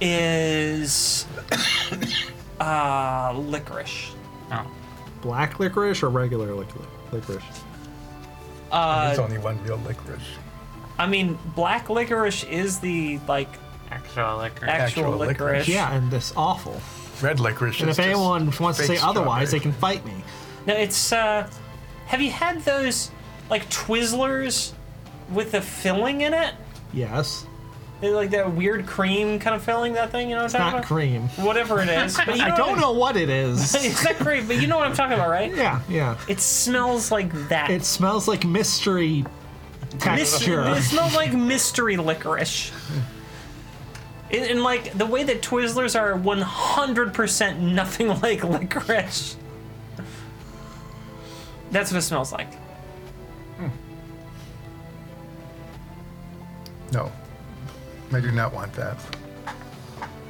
Speaker 1: is (coughs) uh, licorice.
Speaker 3: Oh.
Speaker 5: Black licorice or regular licor- licorice?
Speaker 1: Uh,
Speaker 4: There's only one real licorice.
Speaker 1: I mean, black licorice is the like
Speaker 3: Actual liquor.
Speaker 1: actual,
Speaker 4: Actual licorice.
Speaker 1: licorice.
Speaker 5: Yeah, and this awful.
Speaker 4: Red licorice
Speaker 5: And
Speaker 4: is
Speaker 5: if
Speaker 4: just
Speaker 5: anyone wants to say
Speaker 4: fake
Speaker 5: otherwise, they
Speaker 4: strawberry.
Speaker 5: can fight me.
Speaker 1: No, it's uh have you had those like Twizzlers with the filling in it?
Speaker 5: Yes,
Speaker 1: They're like that weird cream kind of filling that thing, you know what I'm talking
Speaker 5: not
Speaker 1: about?
Speaker 5: cream.
Speaker 1: Whatever it is. But you
Speaker 5: (laughs) I don't know what it is.
Speaker 1: (laughs) It's not cream, but you know what I'm talking about, right?
Speaker 5: yeah, yeah.
Speaker 1: It smells like that.
Speaker 5: It smells like mystery (laughs)
Speaker 1: Mys-
Speaker 5: texture.
Speaker 1: It smells like mystery licorice. And, and like the way that Twizzlers are 100% nothing (laughs) like licorice. That's what it smells like.
Speaker 4: No. I do not want that.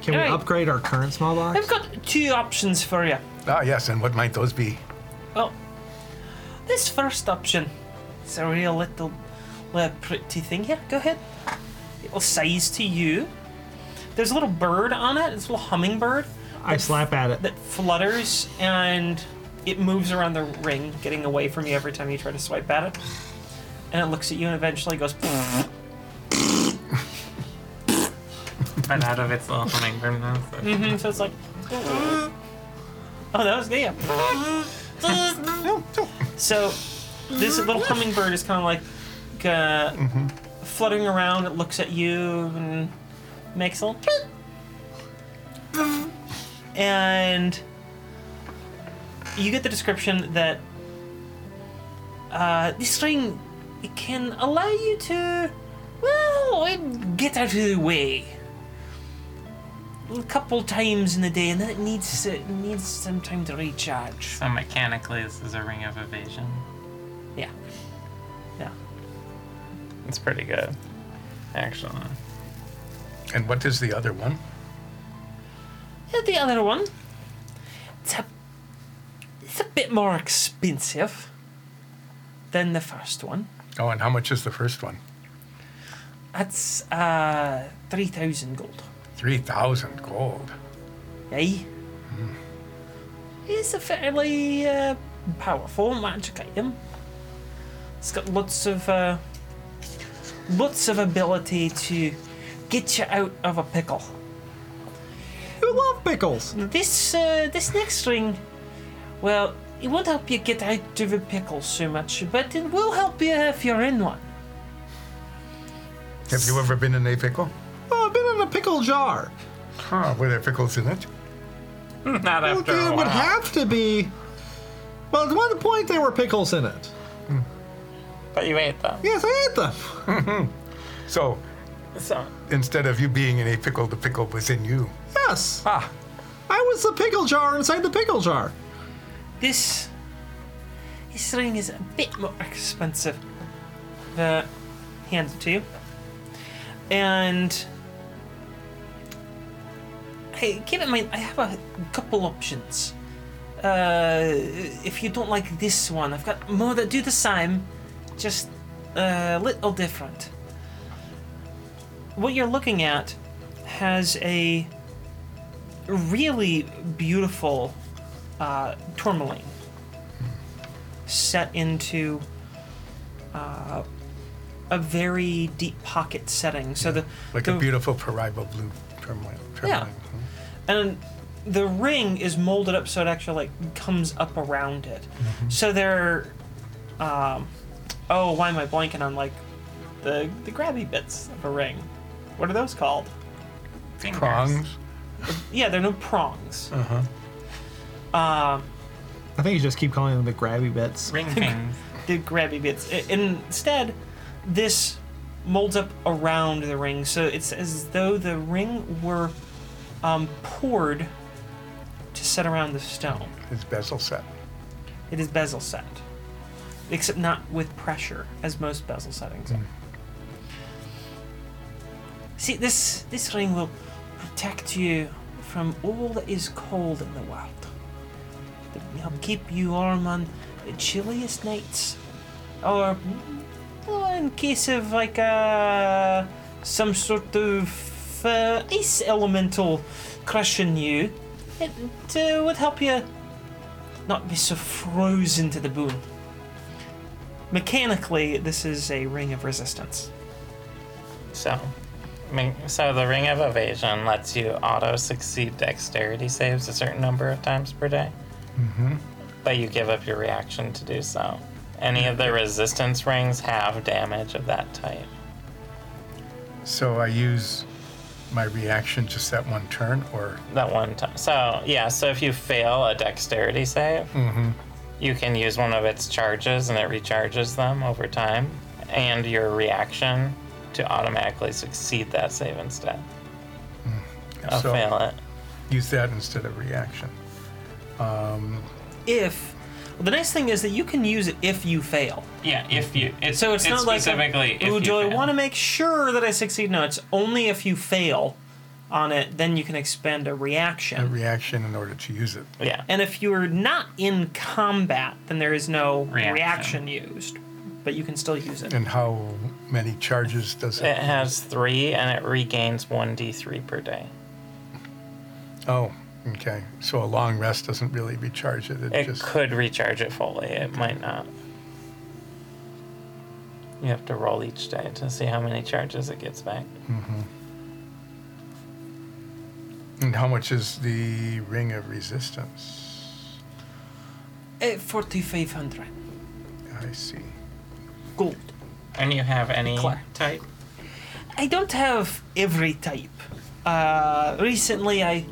Speaker 5: Can we
Speaker 1: Alright.
Speaker 5: upgrade our current small
Speaker 1: I've
Speaker 5: box?
Speaker 1: got two options for you.
Speaker 4: Ah, yes, and what might those be?
Speaker 1: Well, this first option is a real little, little pretty thing here. Go ahead. It'll size to you. There's a little bird on it. It's a little hummingbird
Speaker 5: I slap at it.
Speaker 1: that flutters and it moves around the ring, getting away from you every time you try to swipe at it. And it looks at you and eventually goes. mm-hmm,
Speaker 3: But out of its little hummingbird mouth.
Speaker 1: And so it's like. Oh, that was yeah. so this little hummingbird is kind of like uh, fluttering around. It looks at you and makes a little. bleep. and you get the description that uh, this ring it can allow you to, well, get out of the way a couple times in the day, and then it needs it needs some time to recharge.
Speaker 3: So mechanically, this is a ring of evasion.
Speaker 1: Yeah, yeah.
Speaker 3: It's pretty good, actually. (laughs)
Speaker 4: And what is the other one?
Speaker 1: And the other one, it's a it's a bit more expensive than the first one.
Speaker 4: Oh, and how much is the first one?
Speaker 1: That's uh, 3,000 gold.
Speaker 4: 3,000 gold.
Speaker 1: Eh? It's a fairly uh, powerful magic item. It's got lots of uh, lots of ability to get you out of a pickle.
Speaker 2: You love pickles.
Speaker 1: This uh, this next ring, well, it won't help you get out of a pickle so much, but it will help you if you're in one.
Speaker 4: Have you ever been in a pickle?
Speaker 2: Oh, I've been in a pickle jar.
Speaker 4: Huh, were there pickles in it?
Speaker 3: Not
Speaker 2: Well,
Speaker 3: after a
Speaker 2: it would
Speaker 3: while.
Speaker 2: have to be. Well, at one point there were pickles in it.
Speaker 3: but you ate them.
Speaker 2: Yes, I ate them.
Speaker 4: So
Speaker 3: So,
Speaker 4: instead of you being in a pickle, the pickle was in you.
Speaker 2: Yes,
Speaker 4: Ah,
Speaker 2: I was the pickle jar inside the pickle jar.
Speaker 1: This this ring is a bit more expensive. The hand it to you. And hey, keep in mind I have a couple options. Uh, if you don't like this one, I've got more that do the same, just a little different. What you're looking at has a really beautiful uh, tourmaline set into uh, a very deep pocket setting. So the
Speaker 4: like
Speaker 1: the,
Speaker 4: a beautiful paraiba blue turmoil.
Speaker 1: Yeah. and the ring is molded up so it actually like comes up around it. So they're, um, oh, why am I blanking on like the the grabby bits of a ring? What are those called?
Speaker 3: fingers.
Speaker 4: Prongs.
Speaker 1: Yeah, they're no prongs. Um,
Speaker 4: Uh-huh.
Speaker 2: I think you just keep calling them the grabby bits.
Speaker 3: Ring things.
Speaker 1: the grabby bits. I- Instead, this molds up around the ring, so it's as though the ring were um, poured to set around the stone.
Speaker 4: It's bezel set.
Speaker 1: It is bezel set, except not with pressure, as most bezel settings are. See, this this ring will protect you from all that is cold in the world. It will help keep you warm on the chilliest nights, or well, in case of like uh, some sort of uh, ice elemental crushing you, it uh, would help you not be so frozen to the bone. Mechanically, this is a ring of resistance.
Speaker 3: So, min- so the Ring of Evasion lets you auto succeed dexterity saves a certain number of times per day. Mm-hmm. But you give up your reaction to do so. Any of the resistance rings have damage of that type.
Speaker 4: So I use my reaction just that one turn, or
Speaker 3: That one time. So, yeah, so if you fail a dexterity save, you can use one of its charges and it recharges them over time, and your reaction to automatically succeed that save instead. I'll
Speaker 4: So-
Speaker 3: fail it.
Speaker 4: use that instead of reaction.
Speaker 1: If well, the nice thing is that you can use it if you fail.
Speaker 3: Yeah, if you. It's,
Speaker 1: So it's, not like
Speaker 3: specifically.
Speaker 1: Ooh, do I want to make sure that I succeed? No, it's only if you fail on it, then you can expend a reaction.
Speaker 4: A reaction in order to use it.
Speaker 3: to? Yeah.
Speaker 1: and if you're not in combat, then there is no
Speaker 3: Reaction.
Speaker 1: reaction used, but you can still use it.
Speaker 4: And how many charges does
Speaker 3: It
Speaker 4: it?
Speaker 3: has three, and it regains one d3 per day.
Speaker 4: Oh, okay. So a long rest doesn't really recharge it. It,
Speaker 3: It
Speaker 4: just
Speaker 3: could recharge it fully. It might not. You have to roll each day to see how many charges it gets back.
Speaker 4: and how much is the ring of resistance?
Speaker 1: At 4,500
Speaker 4: I see.
Speaker 1: gold.
Speaker 3: And you have any
Speaker 1: Clar-
Speaker 3: type?
Speaker 1: I don't have every type. Uh, recently, I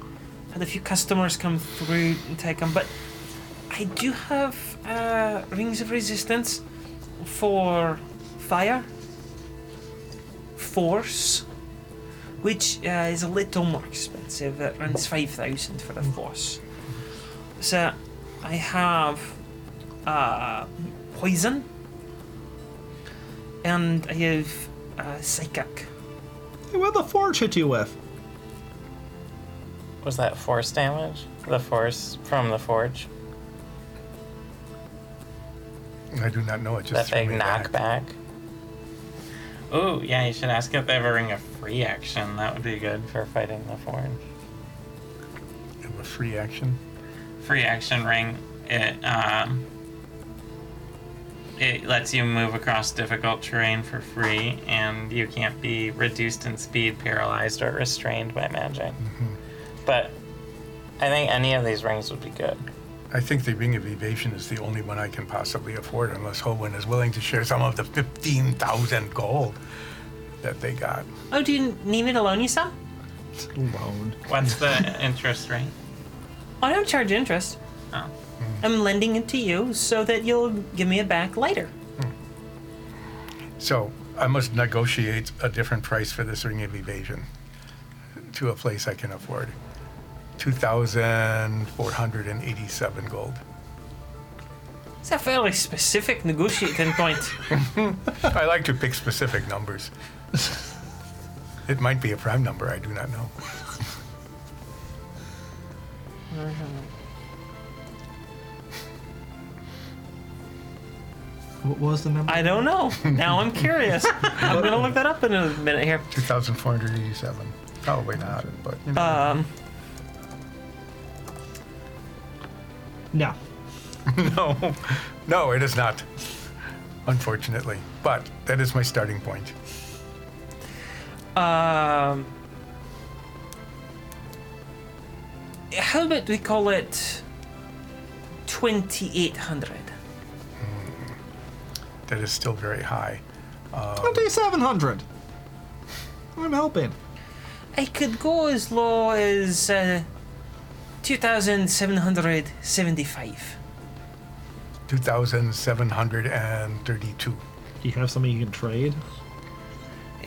Speaker 1: had a few customers come through and take them, but I do have uh, rings of resistance for fire, force, which uh, is a little more expensive. It runs five thousand for the force. So I have uh, poison, and I have uh, psychic.
Speaker 2: What the forge hit you with?
Speaker 3: Was that force damage? The force from the forge?
Speaker 4: I do not know. It
Speaker 3: That
Speaker 4: just threw
Speaker 3: big
Speaker 4: me back.
Speaker 3: knockback? Ooh, yeah, you should ask if they have a ring of free action. That would be good for fighting the foreign.
Speaker 4: Have a free action.
Speaker 3: Free action ring, it um, it lets you move across difficult terrain for free, and you can't be reduced in speed, paralyzed, or restrained by magic. But I think any of these rings would be good.
Speaker 4: I think the Ring of Evasion is the only one I can possibly afford unless Howen is willing to share some of the 15,000 gold that they got.
Speaker 1: Oh, do you need me to loan you some?
Speaker 2: Loan.
Speaker 3: What's the (laughs) interest rate?
Speaker 1: I don't charge interest.
Speaker 3: Oh.
Speaker 1: I'm lending it to you so that you'll give me it back later.
Speaker 4: So I must negotiate a different price for this Ring of Evasion to a place I can afford. 2,487 gold.
Speaker 1: It's a fairly specific negotiating point.
Speaker 4: I like to pick specific numbers. (laughs) It might be a prime number, I do not know.
Speaker 2: What was the number?
Speaker 1: I don't know. Now I'm curious. I'm gonna look that up in a minute here.
Speaker 4: 2,487. Probably not, but you know.
Speaker 1: Um,
Speaker 2: no.
Speaker 4: (laughs) No, no, it is not. Unfortunately, but that is my starting point.
Speaker 1: um, how about we call it twenty-eight hundred?
Speaker 4: That is still very high.
Speaker 2: Um,
Speaker 5: 2,700.
Speaker 2: I'm helping.
Speaker 1: I could go as low as uh, two thousand seven hundred seventy-five.
Speaker 4: 2,732.
Speaker 2: Do you have something you can trade?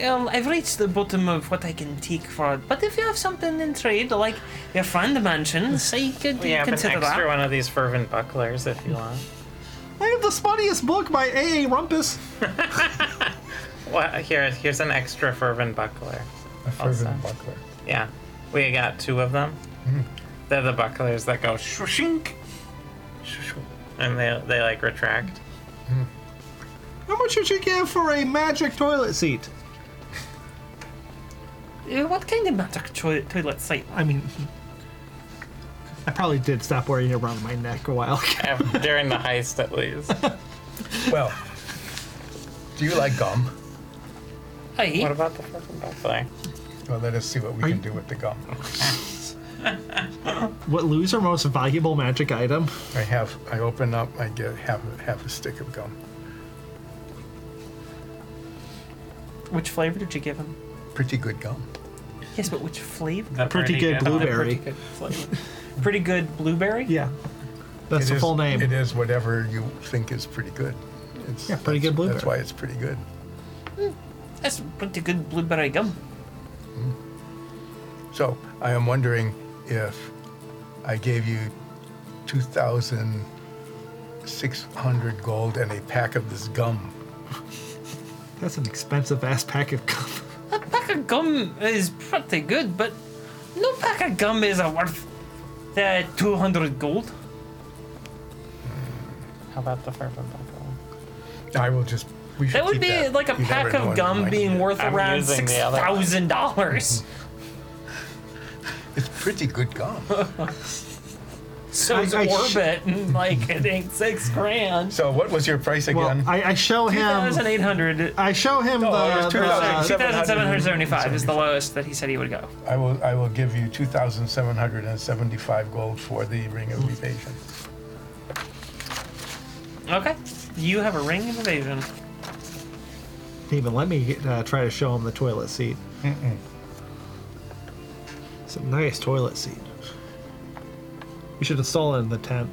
Speaker 1: Well, Um, I've reached the bottom of what I can take for it, but if you have something in trade, like your friend mentions, I could
Speaker 3: We have an
Speaker 1: consider
Speaker 3: extra
Speaker 1: that.
Speaker 3: one of these fervent bucklers if you want.
Speaker 5: I have the spottiest book by A.A. Rumpus.
Speaker 3: Well, here, here's an extra fervent buckler.
Speaker 4: A fervent
Speaker 3: Awesome.
Speaker 4: buckler.
Speaker 3: Yeah, we got two of them. They're the bucklers that go shwishink, shwishw, and they they like retract.
Speaker 5: How much would you give for a magic toilet seat?
Speaker 1: Uh, What kind of magic to- toilet site?
Speaker 2: I mean, I probably did stop wearing it around my neck a while ago.
Speaker 3: Af- Oh, During the heist, at (laughs) least.
Speaker 4: Well, do you like gum?
Speaker 3: What
Speaker 1: Aye.
Speaker 3: about the fervent buckler?
Speaker 4: Well, let us see what we
Speaker 2: Are
Speaker 4: can
Speaker 2: you-
Speaker 4: do with the gum.
Speaker 2: (laughs) What lose our most valuable magic item?
Speaker 4: I have, I open up, I get half, a- half a stick of gum.
Speaker 1: Which flavor did you give him?
Speaker 4: Pretty good gum.
Speaker 1: Yes, but which flavor?
Speaker 3: The
Speaker 2: Pretty good blueberry.
Speaker 1: Pretty good flavor. Pretty good blueberry?
Speaker 2: Yeah, that's
Speaker 4: It
Speaker 2: the
Speaker 4: is-
Speaker 2: full name.
Speaker 4: It is whatever you think is pretty good. It's,
Speaker 2: Yeah, pretty
Speaker 4: that's-
Speaker 2: good
Speaker 4: That's why
Speaker 2: blueberry.
Speaker 4: it's pretty good.
Speaker 1: That's pretty good blueberry gum.
Speaker 4: So I am wondering if I gave you 2,600 gold and a pack of this gum.
Speaker 2: That's an expensive ass pack of gum.
Speaker 1: A pack of gum is pretty good, but no pack of gum is uh, worth the 200 gold.
Speaker 3: How about the fervent buckler?
Speaker 4: I will just. We should
Speaker 1: That would
Speaker 4: keep
Speaker 1: be
Speaker 4: that.
Speaker 1: like a
Speaker 4: You never
Speaker 1: pack
Speaker 4: know
Speaker 1: of
Speaker 4: when you
Speaker 1: gum
Speaker 4: might need
Speaker 1: being
Speaker 4: it.
Speaker 1: worth
Speaker 3: I'm
Speaker 1: around
Speaker 3: using
Speaker 1: six
Speaker 3: the other-
Speaker 1: thousand
Speaker 4: (laughs)
Speaker 1: dollars.
Speaker 4: It's pretty
Speaker 1: (laughs)
Speaker 4: good gum.
Speaker 1: So is
Speaker 2: I- I sh-
Speaker 1: orbit, and like it ain't six grand.
Speaker 4: so what was your price
Speaker 2: Well,
Speaker 4: again?
Speaker 2: I, I show
Speaker 1: Two
Speaker 2: him.
Speaker 1: thousand eight hundred.
Speaker 2: I show him
Speaker 4: No, it
Speaker 2: the. uh,
Speaker 4: was
Speaker 2: the-
Speaker 1: Two
Speaker 4: 2,000.
Speaker 1: thousand Um, uh, seven hundred seventy-five is the lowest that he said he would go.
Speaker 4: I, will. I will give you two thousand seven hundred and seventy-five gold for the ring of evasion.
Speaker 1: Okay, you have a ring of evasion.
Speaker 2: even let me uh, try to show him the toilet seat. It's a nice toilet seat. We should install it in the tent.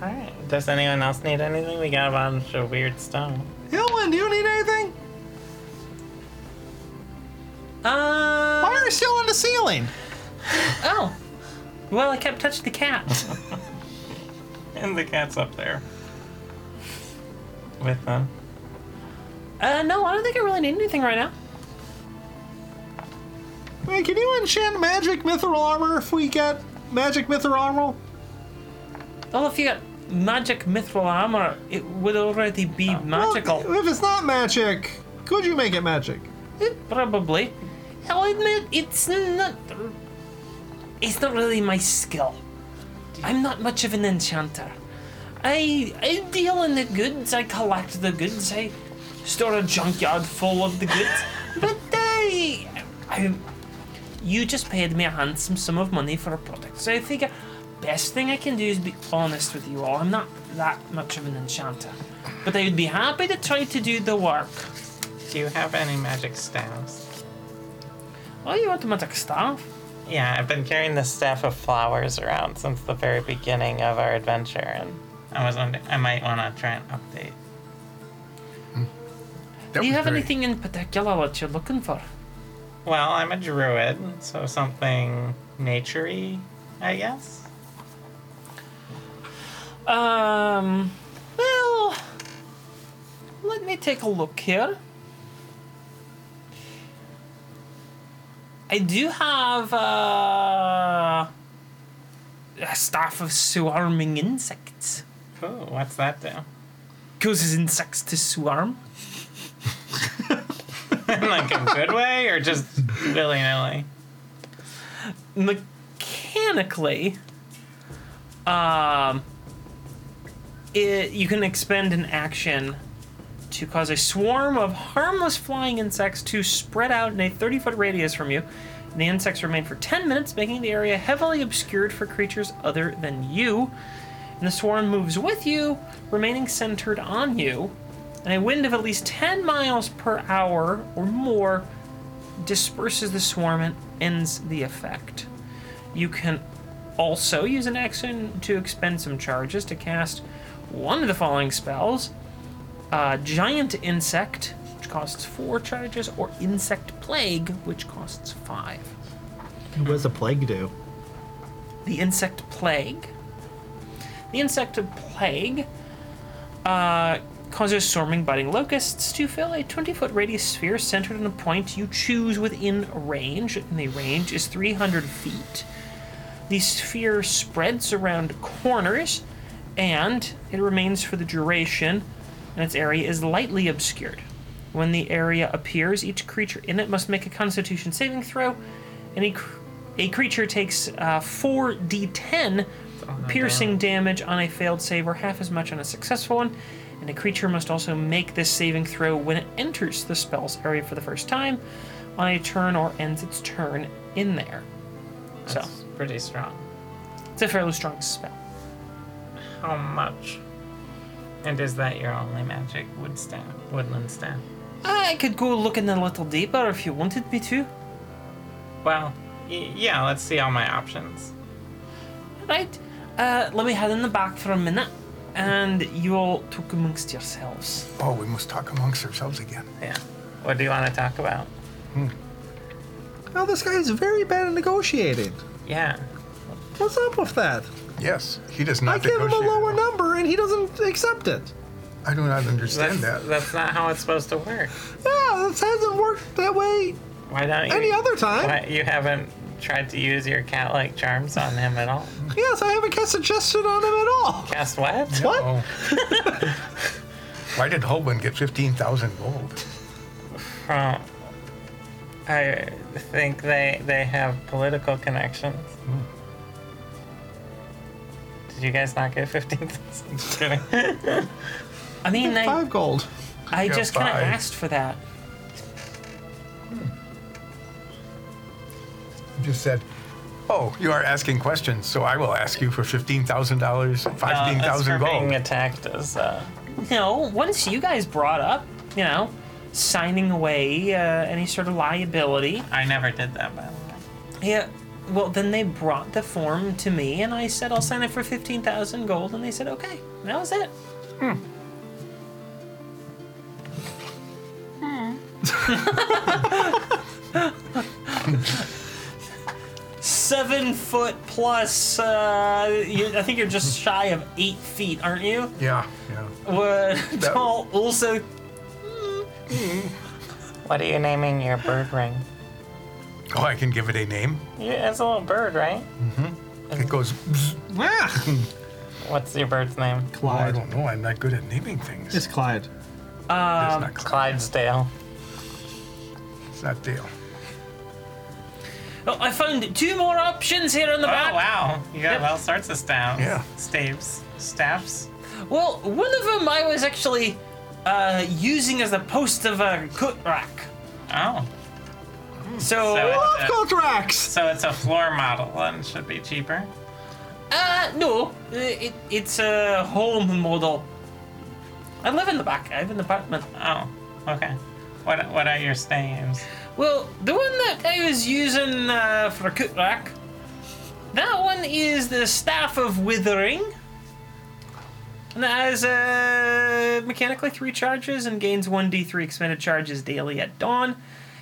Speaker 3: All right. Does anyone else need anything? We got a bunch of weird stuff.
Speaker 5: Hillman, do you need anything?
Speaker 1: Uh
Speaker 5: Why are you still on the ceiling?
Speaker 1: oh. Well, I kept touching the (laughs) cat.
Speaker 3: And the cat's up there. With them.
Speaker 1: Uh, no, I don't think I really need anything right now.
Speaker 5: Wait, can you enchant magic mithril armor if we get magic mithril armor?
Speaker 1: Well, if you got magic mithril armor, it would already be
Speaker 5: Well,
Speaker 1: magical.
Speaker 5: if it's not magic,
Speaker 2: Could you make it magic?
Speaker 1: Probably. I'll admit it's not. It's not really my skill. I'm not much of an enchanter. I I deal in the goods. I collect the goods. I store a junkyard full of the goods. but I, I, you just paid me a handsome sum of money for a product. So I figure best thing I can do is be honest with you all. I'm not that much of an enchanter, but I would be happy to try to do the work.
Speaker 3: Do you have any magic staffs?
Speaker 1: Oh, you want a magic staff?
Speaker 3: Yeah, I've been carrying this staff of flowers around since the very beginning of our adventure, and I was wondering, I might want to try and update.
Speaker 4: That
Speaker 1: Do you
Speaker 4: was
Speaker 1: have
Speaker 4: very-
Speaker 1: anything in particular what you're looking for?
Speaker 3: Well, I'm a druid, so something naturey, I guess.
Speaker 1: Um, well, let me take a look here. I do have uh, a staff of swarming insects.
Speaker 3: Ooh, what's that do?
Speaker 1: Causes insects to swarm.
Speaker 3: (laughs) like a good way, or just willy nilly?
Speaker 1: mechanically, um, it, you can expend an action to cause a swarm of harmless flying insects to spread out in a 30 foot radius from you. And the insects remain for 10 minutes, making the area heavily obscured for creatures other than you. And the swarm moves with you, remaining centered on you. And a wind of at least 10 miles per hour or more disperses the swarm and ends the effect. You can also use an action to expend some charges to cast one of the following spells uh, Giant Insect, which costs four charges, or Insect Plague, which costs five.
Speaker 2: What does a plague do?
Speaker 1: The Insect Plague. The Insect Plague uh, causes swarming, biting locusts to fill a 20 foot radius sphere centered on a point you choose within range, and the range is 300 feet. The sphere spreads around corners and it remains for the duration, and its area is lightly obscured. When the area appears, each creature in it must make a constitution saving throw, and a, cr- a creature takes uh, 4d10
Speaker 3: Oh,
Speaker 1: piercing damage on a failed save or half as much on a successful one, and a creature must also make this saving throw when it enters the spell's area for the first time on a turn or ends its turn in there. So.
Speaker 3: That's pretty strong.
Speaker 1: It's a fairly strong spell.
Speaker 3: How much? And is that your only magic wood staff, woodland staff?
Speaker 1: I could go looking a little deeper if you wanted me to.
Speaker 3: Well, y- yeah, let's see all my options.
Speaker 1: Right. Uh, let me head in the back for a minute, and you all talk amongst yourselves.
Speaker 4: Oh, we must talk amongst ourselves again.
Speaker 3: Yeah. What do you want to talk about?
Speaker 2: Oh, this guy is very bad at negotiating.
Speaker 3: Yeah.
Speaker 2: What's up with that?
Speaker 4: Yes, he does
Speaker 2: I
Speaker 4: not
Speaker 2: give him a
Speaker 4: negotiate.
Speaker 2: lower number and he doesn't accept it.
Speaker 4: I do not
Speaker 3: That's,
Speaker 4: understand that.
Speaker 3: that's not how it's supposed to work.
Speaker 2: Yeah, this hasn't worked that way
Speaker 3: Why don't you?
Speaker 2: any other time.
Speaker 3: Why, you haven't tried to use your cat-like charms on him at all.
Speaker 2: Yes, I haven't cast suggestion on him at all.
Speaker 3: Cast what?
Speaker 2: What?
Speaker 4: Oh. Why did Holwyn get 15,000 gold?
Speaker 3: From, I think they they have political connections. Did you guys not get fifteen thousand? (laughs)
Speaker 1: I mean, I,
Speaker 2: Five gold.
Speaker 1: I
Speaker 4: got
Speaker 1: just kind of
Speaker 4: five.
Speaker 1: asked for that.
Speaker 4: Just said, oh, you are asking questions, so I will ask you for $15,000,
Speaker 3: for
Speaker 4: 15,000
Speaker 3: Uh, being
Speaker 4: gold.
Speaker 3: attacked as uh,
Speaker 1: No, once you guys brought up, you know, signing away uh, any sort of liability.
Speaker 3: I never did that by the way.
Speaker 1: Yeah. Well, then they brought the form to me, and I said I'll sign it for fifteen thousand gold, and they said okay. And that was it. Hmm. (laughs) Seven foot plus. Uh, you, I think you're just shy of eight feet, aren't you?
Speaker 4: Yeah, yeah.
Speaker 1: Would
Speaker 4: That-
Speaker 1: tall also
Speaker 3: What are you naming your bird ring?
Speaker 4: Oh, I can give it a name.
Speaker 3: Yeah, it's a little bird, right?
Speaker 4: (laughs) It goes, bzz.
Speaker 2: Ah,
Speaker 3: What's your bird's name?
Speaker 4: oh, I
Speaker 2: Clyde.
Speaker 4: don't know. I'm not good at naming things.
Speaker 2: It's Clyde.
Speaker 4: It's not Clyde.
Speaker 3: Clydesdale.
Speaker 4: not deal.
Speaker 1: Oh, I found two more options here on the
Speaker 3: Oh
Speaker 1: back.
Speaker 3: wow, you got
Speaker 1: Yep.
Speaker 3: all sorts of staves.
Speaker 4: Yeah.
Speaker 3: Staves. Staffs.
Speaker 1: Well, one of them I was actually uh, using as the post of a coat rack. So,
Speaker 3: Oh. Hmm. So
Speaker 5: Love
Speaker 3: it's, a,
Speaker 5: Gotrax!
Speaker 3: so it's a floor model and should be cheaper.
Speaker 1: uh, no, uh, it, it's a home model. I live in the back. I have an apartment.
Speaker 3: Oh, okay. What what are your staves?
Speaker 1: Well, the one that I was using uh, for a coat rack, that one is the Staff of Withering. And that has uh, mechanically three charges and gains 1d3 expended charges daily at dawn.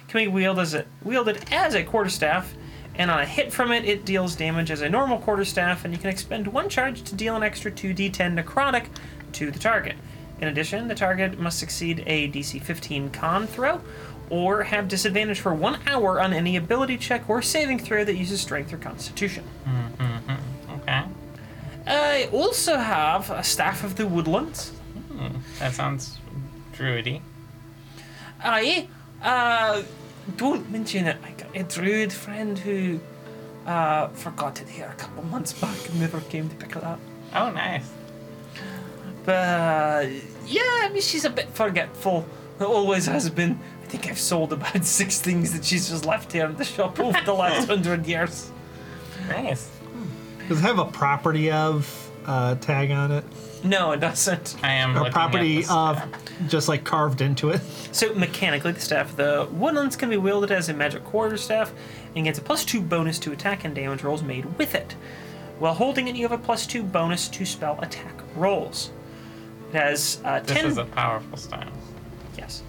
Speaker 1: Can be wielded as a, wielded as a quarterstaff, and on a hit from it, it deals damage as a normal quarterstaff, and you can expend one charge to deal an extra 2d10 necrotic to the target. In addition, the target must succeed a DC 15 con throw or have disadvantage for one hour on any ability check or saving throw that uses strength or constitution.
Speaker 3: Okay.
Speaker 1: I also have a Staff of the Woodlands.
Speaker 3: That sounds druidy.
Speaker 1: I uh, don't mention it. I got a druid friend who uh, forgot it here a couple months back and never came to pick it up.
Speaker 3: Oh nice.
Speaker 1: But yeah, I mean, she's a bit forgetful. Always has been. I think I've sold about (laughs) six things that she's just left here in the shop over the last hundred years.
Speaker 3: Nice.
Speaker 2: Does it have a property of uh, tag on it?
Speaker 1: No, it doesn't.
Speaker 3: I am
Speaker 2: Or
Speaker 3: looking at
Speaker 2: property
Speaker 3: this
Speaker 2: of
Speaker 3: staff.
Speaker 2: just like carved into it?
Speaker 1: So mechanically, the staff of the woodlands can be wielded as a magic quarterstaff and gets a plus two bonus to attack and damage rolls made with it. While holding it, you have a plus two bonus to spell attack rolls. It has uh,
Speaker 3: This
Speaker 1: ten.
Speaker 3: is a powerful staff.
Speaker 1: Yes.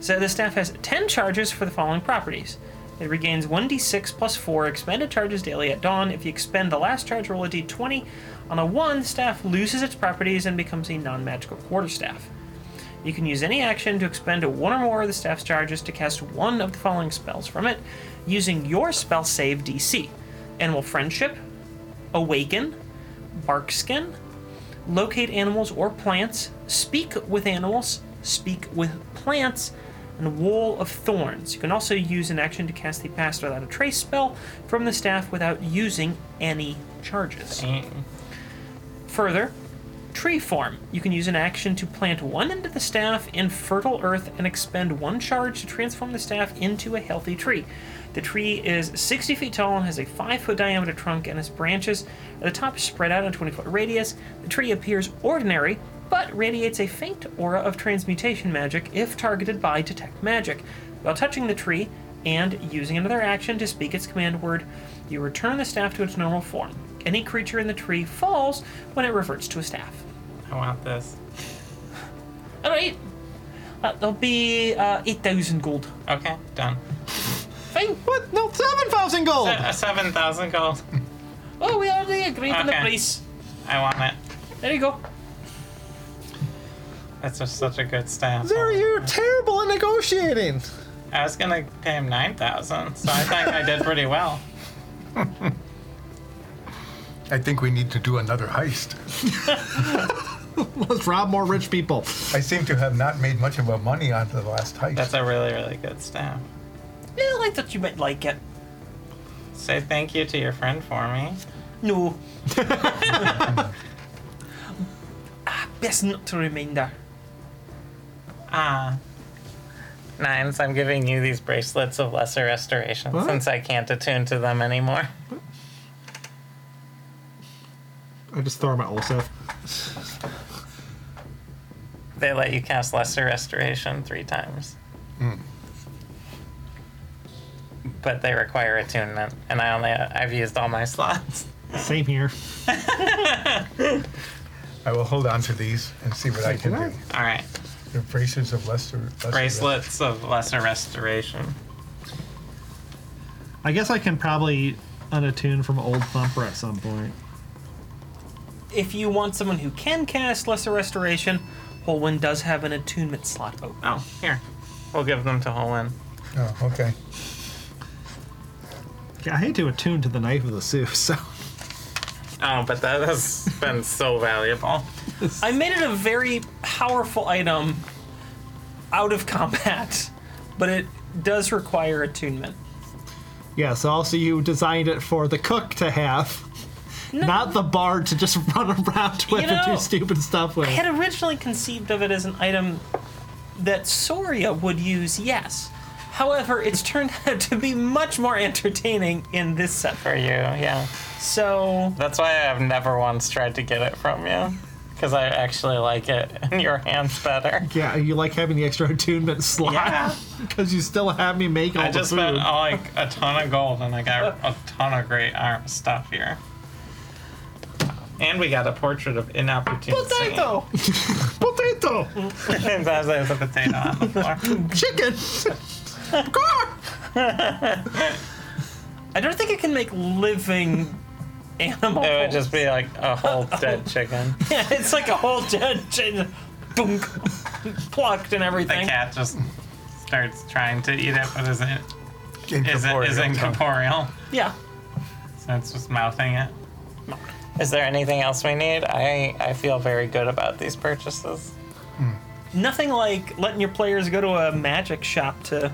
Speaker 1: So the staff has 10 charges for the following properties. It regains 1d6 plus 4 expended charges daily at dawn. If you expend the last charge, roll a d20. On a 1, the staff loses its properties and becomes a non magical quarterstaff. You can use any action to expend one or more of the staff's charges to cast one of the following spells from it using your spell save DC Animal Friendship, Awaken, Barkskin, locate animals or plants, speak with animals, speak with plants, and Wall of Thorns. You can also use an action to cast the Pass Without a Trace spell from the staff without using any charges.
Speaker 3: Mm,
Speaker 1: Further, Tree Form. You can use an action to plant one into the staff in fertile earth and expend one charge to transform the staff into a healthy tree. The tree is 60 feet tall and has a 5 foot diameter trunk, and its branches at the top spread out in a 20 foot radius. The tree appears ordinary, but radiates a faint aura of transmutation magic if targeted by Detect Magic. While touching the tree and using another action to speak its command word, you return the staff to its normal form. Any creature in the tree falls when it reverts to a staff.
Speaker 3: I want this.
Speaker 1: All right. Uh, there'll be uh, 8,000 gold.
Speaker 3: Okay, done.
Speaker 1: Fine.
Speaker 2: What? No, 7,000 gold!
Speaker 3: Uh, Seven thousand gold.
Speaker 1: Oh, we already agreed on the
Speaker 3: Okay.
Speaker 1: price.
Speaker 3: I want it.
Speaker 1: There you go.
Speaker 3: That's just such a good staff.
Speaker 2: Zara, you're terrible at negotiating.
Speaker 3: I was gonna pay him nine thousand, so I think I did pretty well.
Speaker 4: I think we need to do another heist.
Speaker 2: Let's rob more rich people.
Speaker 4: I seem to have not made much of a money on the last heist.
Speaker 3: That's a really, really good staff.
Speaker 1: Well, I thought you might like it.
Speaker 3: Say thank you to your friend for me.
Speaker 1: No. Ah, Best not to remind her.
Speaker 3: Ah. Nines, I'm giving you these bracelets of lesser restoration since I can't attune to them anymore.
Speaker 2: I just throw him at Olsef.
Speaker 3: They let you cast lesser restoration three times. But they require attunement, and I only I've used all my slots. (laughs)
Speaker 2: Same here.
Speaker 4: I will hold on to these and see what I can do.
Speaker 3: All right,
Speaker 4: They're braces of lesser. lesser
Speaker 3: bracelets of lesser restoration.
Speaker 2: I guess I can probably unattune from Old Thumper at some point.
Speaker 1: If you want someone who can cast Lesser Restoration, Holwyn does have an attunement slot open.
Speaker 3: Oh, here, we'll give them to Holin.
Speaker 4: Oh, okay.
Speaker 2: I hate to attune to the knife of the Sioux, so.
Speaker 3: Oh, but that has been so valuable.
Speaker 1: I made it a very powerful item out of combat, (laughs) but it does require attunement.
Speaker 2: Yes, also you designed it for the cook to have, not the bard to just (laughs) run around with
Speaker 1: You
Speaker 2: and
Speaker 1: know,
Speaker 2: do stupid stuff with.
Speaker 1: I had originally conceived of it as an item that Soria would use, yes. However, it's turned (laughs) out to be much more entertaining in this set.
Speaker 3: for you. Yeah,
Speaker 1: So,
Speaker 3: that's why I've never once tried to get it from you, because I actually like it in your hands better.
Speaker 2: Yeah, you like having the extra attunement
Speaker 3: Yeah.
Speaker 2: (laughs) slot because you still have me make all
Speaker 3: I
Speaker 2: the
Speaker 3: just
Speaker 2: food.
Speaker 3: spent uh, like a ton of gold and I got a ton of great art stuff here. And we got a portrait of inopportune singing. (laughs)
Speaker 2: potato, potato,
Speaker 3: And There's a potato on the floor.
Speaker 2: chicken, cock.
Speaker 1: I don't think it can make living animals.
Speaker 3: It would just be like a whole dead chicken.
Speaker 1: (laughs) Yeah, it's like a whole (laughs) dead chicken. Dunk, plucked and
Speaker 3: The
Speaker 1: everything.
Speaker 3: cat just starts trying to eat it, but isn't isn't,
Speaker 4: Incorporeal
Speaker 3: isn't
Speaker 4: tongue.
Speaker 3: corporeal.
Speaker 1: Yeah.
Speaker 3: So it's just mouthing it. Is there anything else we need? I, I feel very good about these purchases.
Speaker 1: Nothing like letting your players go to a magic shop to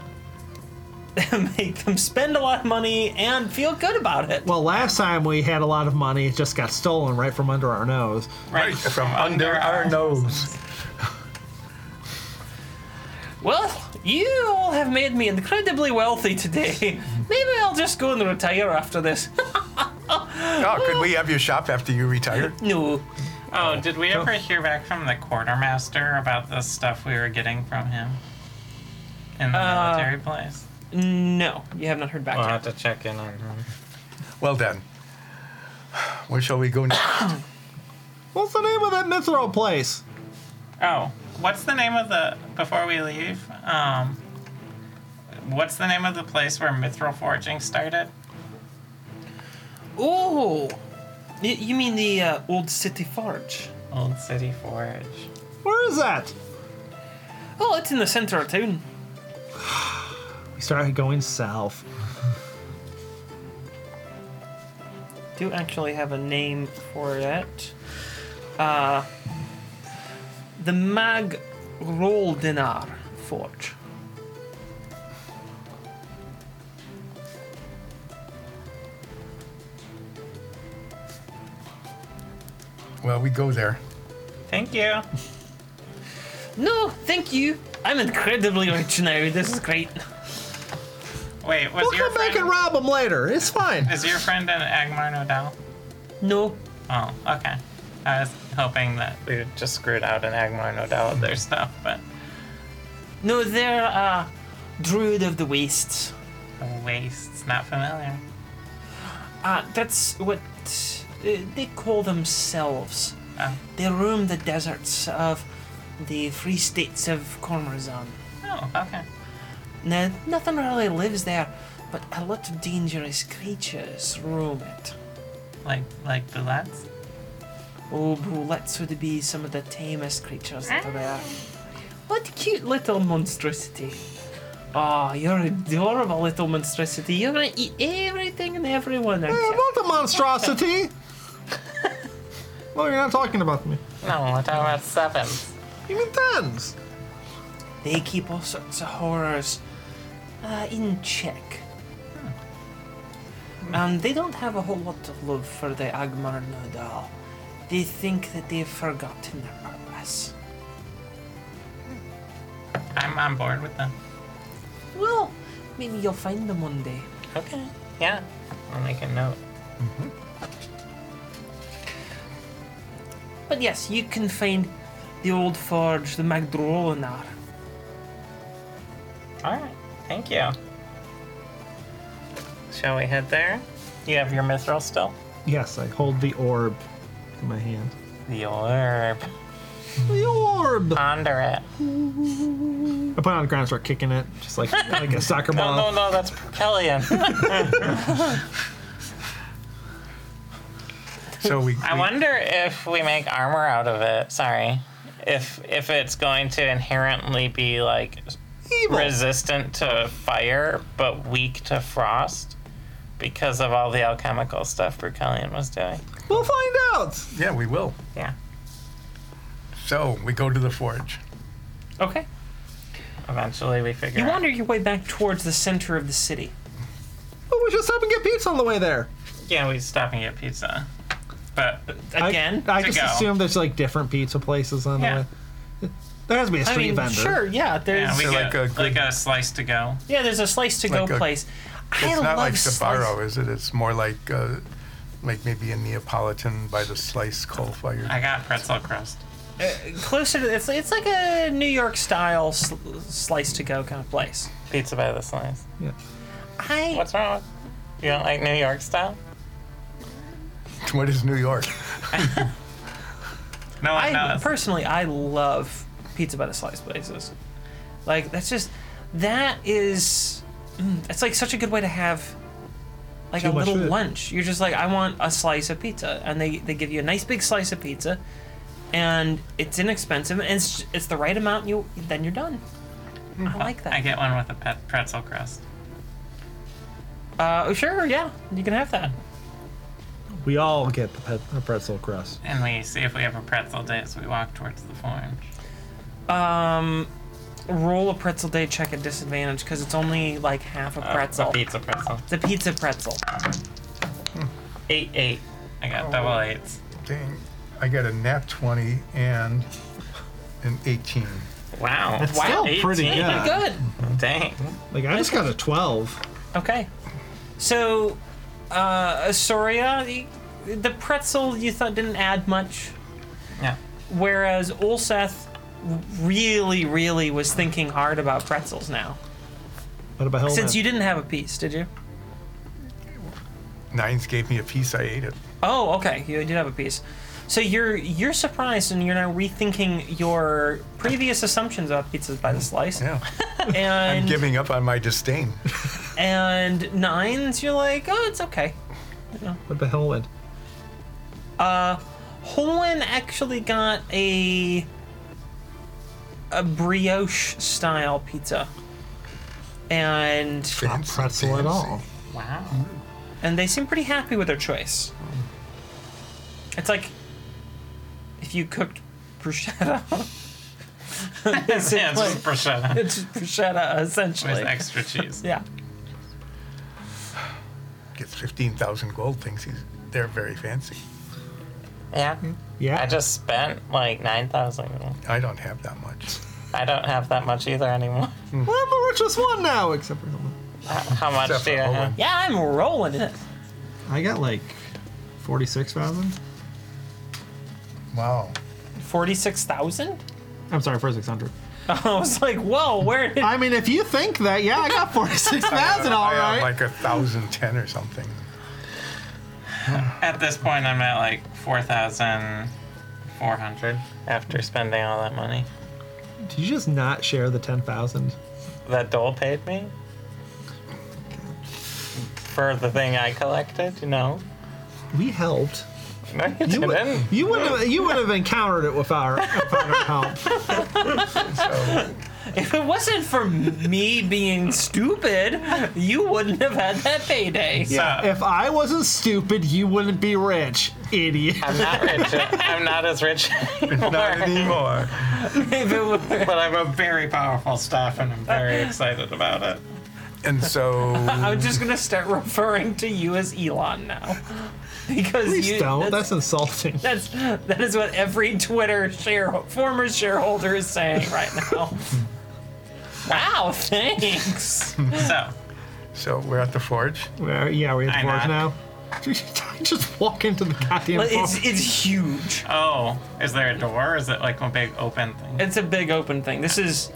Speaker 1: (laughs) make them spend a lot of money and feel good about it.
Speaker 2: Well, last time we had a lot of money, it just got stolen right from under our nose.
Speaker 4: Right from under our nose.
Speaker 1: Well, you all have made me incredibly wealthy today. (laughs) Maybe I'll just go and retire after this.
Speaker 4: (laughs)
Speaker 1: (laughs)
Speaker 4: Oh, could we have your shop after you retire?
Speaker 1: no.
Speaker 3: Oh, did we ever hear back from the quartermaster about the stuff we were getting from him in the military place?
Speaker 1: No, you have not heard back
Speaker 3: I'll
Speaker 1: yet.
Speaker 3: Uh, have to check in on him.
Speaker 4: Well done. Where shall we go next?
Speaker 2: What's the name of that mithril place?
Speaker 3: Oh, what's the name of the before we leave? Um, what's the name of the place where mithril forging started?
Speaker 1: Oh! You, you mean the uh, Old City Forge?
Speaker 3: Old City Forge.
Speaker 2: Where is that?
Speaker 1: Oh, it's in the center of town.
Speaker 2: We started going south.
Speaker 1: do actually have a name for it. Uh, the Mag Roldinar Forge.
Speaker 4: Well, we go there.
Speaker 3: Thank you.
Speaker 1: No, thank you. I'm incredibly rich now. This is great.
Speaker 3: Wait, was
Speaker 2: We'll
Speaker 3: your
Speaker 2: come
Speaker 3: friend
Speaker 2: back and rob them later. It's fine.
Speaker 3: is your friend an Agmar Odell?
Speaker 1: No,
Speaker 3: Oh, okay. I was hoping that we would just screwed out an Agmar and Odell with their stuff, but
Speaker 1: no, they're uh, Druid of the Wastes.
Speaker 3: the waste's not familiar.
Speaker 1: Uh, that's what uh, they call themselves.
Speaker 3: Oh.
Speaker 1: They roam the deserts of the free states of Cormoran.
Speaker 3: Oh, okay.
Speaker 1: Now, nothing really lives there, but a lot of dangerous creatures roam it.
Speaker 3: Like like bullets?
Speaker 1: Oh, brulettes would be some of the tamest creatures that are there. What cute little monstrosity. Oh, you're adorable little monstrosity. You're gonna eat everything and everyone out
Speaker 2: Eh,
Speaker 1: here.
Speaker 2: What a (laughs) monstrosity! well, you're not talking about me.
Speaker 3: No, we're talking about sevens.
Speaker 2: You mean tens?
Speaker 1: They keep all sorts of horrors uh, in check. Hmm. And they don't have a whole lot of love for the Agmar Nodal. They think that they've forgotten their purpose.
Speaker 3: I'm on board with them.
Speaker 1: Well, maybe you'll find them one day.
Speaker 3: Okay. Yeah. I'll make a note.
Speaker 1: But yes, you can find the old forge, the Magdrolinar.
Speaker 3: Alright. Thank you. Shall we head there? You have your mithril still?
Speaker 2: Yes, I hold the orb in my hand.
Speaker 3: The orb.
Speaker 2: The orb.
Speaker 3: Ponder it.
Speaker 2: I put it on the ground and start kicking it, just (laughs) like like a soccer
Speaker 3: No, no,
Speaker 2: ball.
Speaker 3: no, that's Propellion.
Speaker 4: So we.
Speaker 3: I
Speaker 4: we-
Speaker 3: wonder if we make armor out of it. Sorry. If if it's going to inherently be like resistant to fire but weak to frost because of all the alchemical stuff Brucalion was doing.
Speaker 2: We'll find out.
Speaker 4: Yeah, we will.
Speaker 3: Yeah.
Speaker 4: So we go to the forge.
Speaker 1: Okay.
Speaker 3: Eventually, we figure
Speaker 1: You
Speaker 3: out.
Speaker 1: wander your way back towards the center of the city.
Speaker 2: Well, we should stop and get pizza on the way there.
Speaker 3: Yeah, we stop and get pizza. But
Speaker 2: I-
Speaker 1: Again,
Speaker 2: I,
Speaker 3: to
Speaker 2: just
Speaker 3: go.
Speaker 2: assume there's like different pizza places on
Speaker 3: Yeah.
Speaker 2: the way. There has to be a
Speaker 1: I
Speaker 2: street
Speaker 1: mean,
Speaker 2: vendor.
Speaker 1: sure, yeah. There's
Speaker 3: yeah, we
Speaker 4: So
Speaker 3: get like
Speaker 4: like
Speaker 3: a,
Speaker 4: a good-
Speaker 3: slice to go.
Speaker 1: yeah, there's a slice to go
Speaker 4: Like a-
Speaker 1: place. I
Speaker 4: It's
Speaker 1: love
Speaker 4: not like
Speaker 1: slice-
Speaker 4: Sabaro, is it? It's more like uh, like maybe a Neapolitan by the slice coal fired.
Speaker 3: I got pretzel crust.
Speaker 1: Closer to it's it's like a New York style sl- slice to go kind of place.
Speaker 3: Pizza by the slice.
Speaker 2: Yeah.
Speaker 1: I
Speaker 3: What's wrong with you don't like New York style?
Speaker 4: What is New York?
Speaker 3: No one
Speaker 1: I
Speaker 3: knows.
Speaker 1: personally, I love pizza by the slice places. Like that's just that is mm, it's like such a good way to have like
Speaker 2: Too
Speaker 1: a
Speaker 2: much
Speaker 1: little
Speaker 2: food.
Speaker 1: lunch. You're just like I want a slice of pizza, and they they give you a nice big slice of pizza, and it's inexpensive, and it's it's the right amount. And you then you're done. I like
Speaker 3: I
Speaker 1: that.
Speaker 3: get one with a pet pretzel crust.
Speaker 1: Uh, sure, yeah, you can have that.
Speaker 2: We all get the pe- the pretzel crust.
Speaker 3: And we see if we have a pretzel day as we walk towards the forge.
Speaker 1: Roll a pretzel day check at disadvantage because it's only like half a
Speaker 3: Uh,
Speaker 1: pretzel.
Speaker 3: A pizza pretzel.
Speaker 1: It's a pizza pretzel.
Speaker 3: Eight, eight. I got
Speaker 1: Oh.
Speaker 3: double eights.
Speaker 4: Dang. I got a nat 20 and an 18.
Speaker 3: Wow.
Speaker 2: That's
Speaker 3: wow.
Speaker 2: still pretty
Speaker 3: 18.
Speaker 2: good.
Speaker 1: Good.
Speaker 3: (laughs) Dang.
Speaker 2: Like I just got a twelve.
Speaker 1: Okay. So, uh, Soria, the- the pretzel you thought didn't add much,
Speaker 3: Yeah.
Speaker 1: whereas Ulseth really, really was thinking hard about pretzels now.
Speaker 2: What about Hellman?
Speaker 1: Since you didn't have a piece, did you?
Speaker 4: Nines gave me a piece. I ate it.
Speaker 1: Oh, okay. You did have a piece. So you're you're surprised, and you're now rethinking your previous assumptions about pizzas by the slice.
Speaker 4: Yeah. (laughs) I'm
Speaker 1: And
Speaker 4: giving up on my disdain.
Speaker 1: and nines, you're like, oh, it's okay.
Speaker 2: What about Hellman?
Speaker 1: Holland actually got a a brioche style pizza. And
Speaker 2: Not
Speaker 4: Fancy,
Speaker 2: pretzel at
Speaker 4: fancy.
Speaker 2: all.
Speaker 3: (laughs) Wow.
Speaker 1: and they seem pretty happy with their choice. It's like if you cooked bruschetta. (laughs) it's,
Speaker 3: Yeah, (laughs) it's just
Speaker 1: like,
Speaker 3: prosciutto
Speaker 1: it's bruschetta essentially.
Speaker 3: with extra cheese.
Speaker 1: Yeah.
Speaker 4: Gets 15,000 gold thinks he's they're very fancy.
Speaker 3: Yeah.
Speaker 2: Yeah.
Speaker 3: I just spent like 9,000.
Speaker 4: I don't have that much.
Speaker 3: I don't have that much either anymore. (laughs)
Speaker 2: Well, I'm the richest one now, except for Hellman.
Speaker 3: How much
Speaker 4: Except
Speaker 3: do you
Speaker 4: for
Speaker 3: have?
Speaker 1: Yeah, I'm rolling in it.
Speaker 2: I got like forty-six thousand.
Speaker 4: Wow.
Speaker 1: Forty six thousand? (laughs)
Speaker 2: I'm sorry, forty-six hundred.
Speaker 1: I was like, whoa, where did
Speaker 2: I mean, if you think that, yeah, I got forty-six thousand. All
Speaker 4: I have
Speaker 2: right.
Speaker 4: like a thousand ten
Speaker 2: (laughs)
Speaker 4: or something.
Speaker 3: At this point, I'm at like 4,400 after spending all that money.
Speaker 2: Did you just not share the ten thousand?
Speaker 3: That Dole paid me? For the thing I collected? No.
Speaker 2: We helped.
Speaker 3: No, you,
Speaker 2: You
Speaker 3: didn't.
Speaker 2: would, you would have you would have encountered it with our, with our help.
Speaker 4: So
Speaker 1: If it wasn't for me being stupid, you wouldn't have had that payday.
Speaker 3: Yeah.
Speaker 2: If I wasn't stupid, you wouldn't be rich, idiot.
Speaker 3: I'm not rich. I'm not as rich anymore.
Speaker 4: not anymore.
Speaker 1: If it were-
Speaker 3: (laughs) But I'm a very powerful staff and I'm very excited about it.
Speaker 4: And so
Speaker 1: I'm just gonna start referring to you as Elon now, because
Speaker 2: Please
Speaker 1: you
Speaker 2: don't. That's, insulting.
Speaker 1: that's that is what every Twitter share former shareholder is saying right now. wow, thanks.
Speaker 3: So,
Speaker 4: so we're at the forge.
Speaker 2: Where, yeah, we
Speaker 3: I
Speaker 2: have forge now.
Speaker 3: knock.
Speaker 2: I just walk into the goddamn
Speaker 1: But It's
Speaker 2: forge.
Speaker 1: it's huge.
Speaker 3: oh, is there a door? Is it like a big open thing?
Speaker 1: It's a big open thing. This is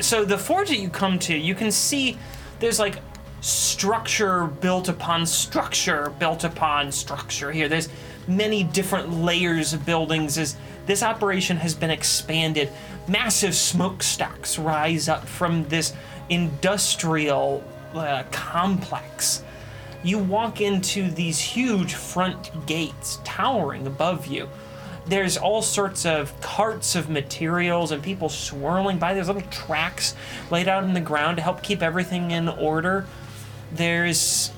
Speaker 1: so the forge that you come to, you can see there's like structure built upon structure built upon structure here. There's many different layers of buildings as this operation has been expanded. Massive smokestacks rise up from this industrial uh, complex. You walk into these huge front gates towering above you. There's all sorts of carts of materials and people swirling by. There's little tracks laid out in the ground to help keep everything in order. There's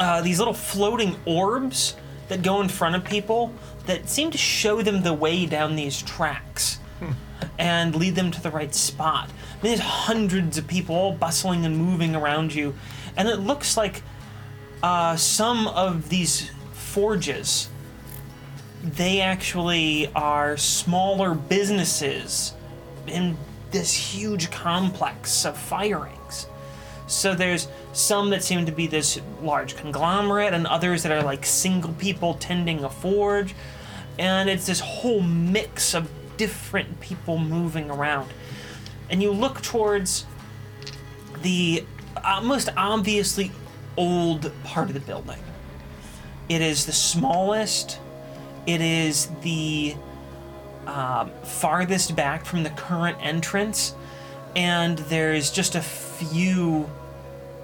Speaker 1: uh, these little floating orbs that go in front of people that seem to show them the way down these tracks. and lead them to the right spot. There's hundreds of people all bustling and moving around you, and it looks like uh, some of these forges they actually are smaller businesses in this huge complex of firings. So there's some that seem to be this large conglomerate, and others that are like single people tending a forge, and it's this whole mix of different people moving around. And you look towards the uh, most obviously old part of the building. It is the smallest. It is the um, farthest back from the current entrance, and there's just a few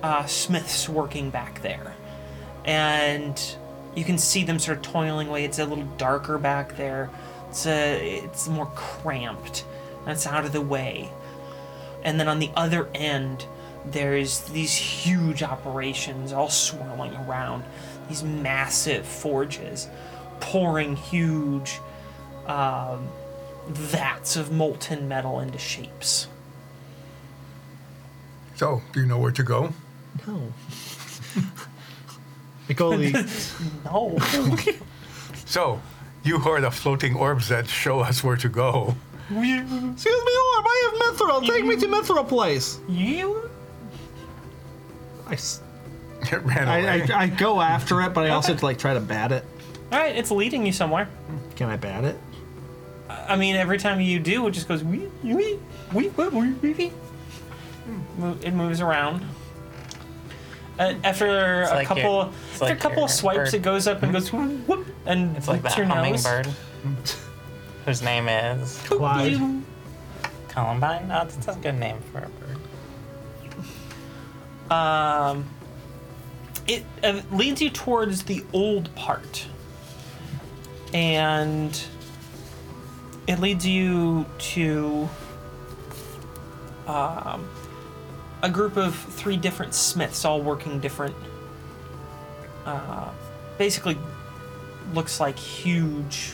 Speaker 1: uh, smiths working back there. And you can see them sort of toiling away. It's a little darker back there. It's a, it's more cramped. That's out of the way. And then on the other end, there's these huge operations all swirling around, these massive forges pouring huge um, vats of molten metal into shapes.
Speaker 4: So, do you know where to go?
Speaker 2: No. (laughs) Nicoli,
Speaker 1: (laughs) No.
Speaker 4: So, you heard of floating orbs that show us where to go. (laughs)
Speaker 5: Excuse me, Orb, I have Mithril. Take me to Mithril Place.
Speaker 1: you?
Speaker 2: I, s-
Speaker 4: It ran
Speaker 2: I-
Speaker 4: away.
Speaker 2: I-
Speaker 5: I go after it, but I also have to, like try to bat it.
Speaker 1: All right, it's leading you somewhere.
Speaker 2: can I bat it?
Speaker 1: I mean, every time you do, it just goes wee wee wee wee wee wee. wee. Mo- It moves around. Uh, after a
Speaker 7: like
Speaker 1: couple,
Speaker 7: your- it's
Speaker 1: after
Speaker 7: like
Speaker 1: a couple
Speaker 7: your
Speaker 1: of swipes,
Speaker 7: bird. Hmm?
Speaker 1: it goes up and goes whoop and
Speaker 7: It's like
Speaker 1: whoops
Speaker 7: that
Speaker 1: your nose.
Speaker 7: hummingbird whose name is
Speaker 2: Clyde.
Speaker 7: Columbine. Oh, that's a good name for a bird.
Speaker 1: Um, it uh, leads you towards the old part, and it leads you to um, a group of three different smiths, all working different. Uh, basically, looks like huge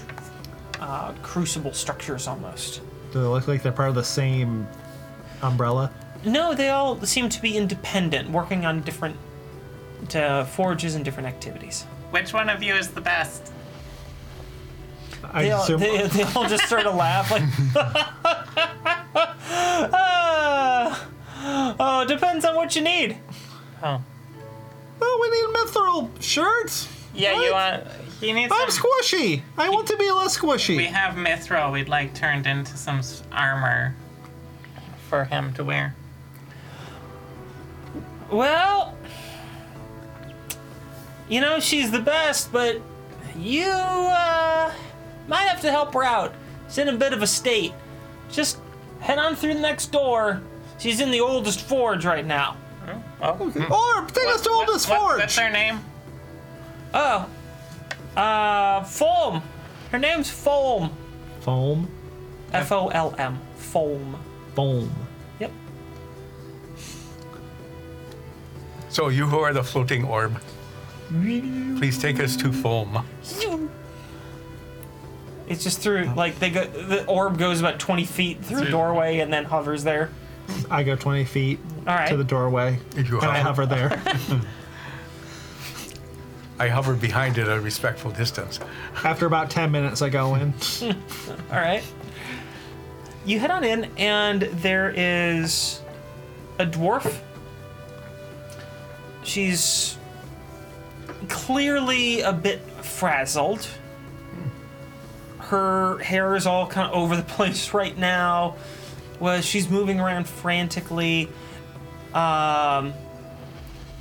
Speaker 1: uh, crucible structures almost.
Speaker 2: Do they look like they're part of the same umbrella?
Speaker 1: No, they all seem to be independent, working on different uh, forges and different activities.
Speaker 7: Which one of you is the best?
Speaker 2: I
Speaker 1: They all,
Speaker 2: assume
Speaker 1: they, they all just sort of laugh, like, "Ah, (laughs) oh, depends on what you need.
Speaker 7: Oh,
Speaker 5: Oh, we need Mithril shirts.
Speaker 7: yeah, you want. You need
Speaker 5: I'm
Speaker 7: some.
Speaker 5: squishy. I want to be less
Speaker 7: we
Speaker 5: squishy.
Speaker 7: have Mithril. We'd like turned into some s- armor for him to wear.
Speaker 1: Well, you know, she's the best, but you uh, might have to help her out. She's in a bit of a state. Just head on through the next door. She's in the oldest forge right now.
Speaker 7: Oh,
Speaker 5: Orb, take us to
Speaker 7: what-
Speaker 5: Oldest
Speaker 7: what-
Speaker 5: Forge.
Speaker 7: What's her name?
Speaker 1: Oh. Uh, Foam. Her name's Foam.
Speaker 2: foam,
Speaker 1: F O L M. Foam.
Speaker 2: foam.
Speaker 1: Yep.
Speaker 4: So, you who are the floating orb, please take us to foam.
Speaker 1: It's just through,
Speaker 2: Oh.
Speaker 1: like, they go, the orb goes about 20 feet through a doorway and then hovers there.
Speaker 2: I go 20 feet
Speaker 1: All right.
Speaker 2: to the doorway.
Speaker 4: Did you
Speaker 2: and I
Speaker 4: hover?
Speaker 2: hover there.
Speaker 7: (laughs)
Speaker 4: I hover behind it at a respectful distance.
Speaker 2: After about 10 minutes, I go in.
Speaker 1: All right. You head on in, and there is a dwarf. She's clearly a bit frazzled. Her hair is all kind of over the (laughs) place right now. Well, she's moving around frantically. Um,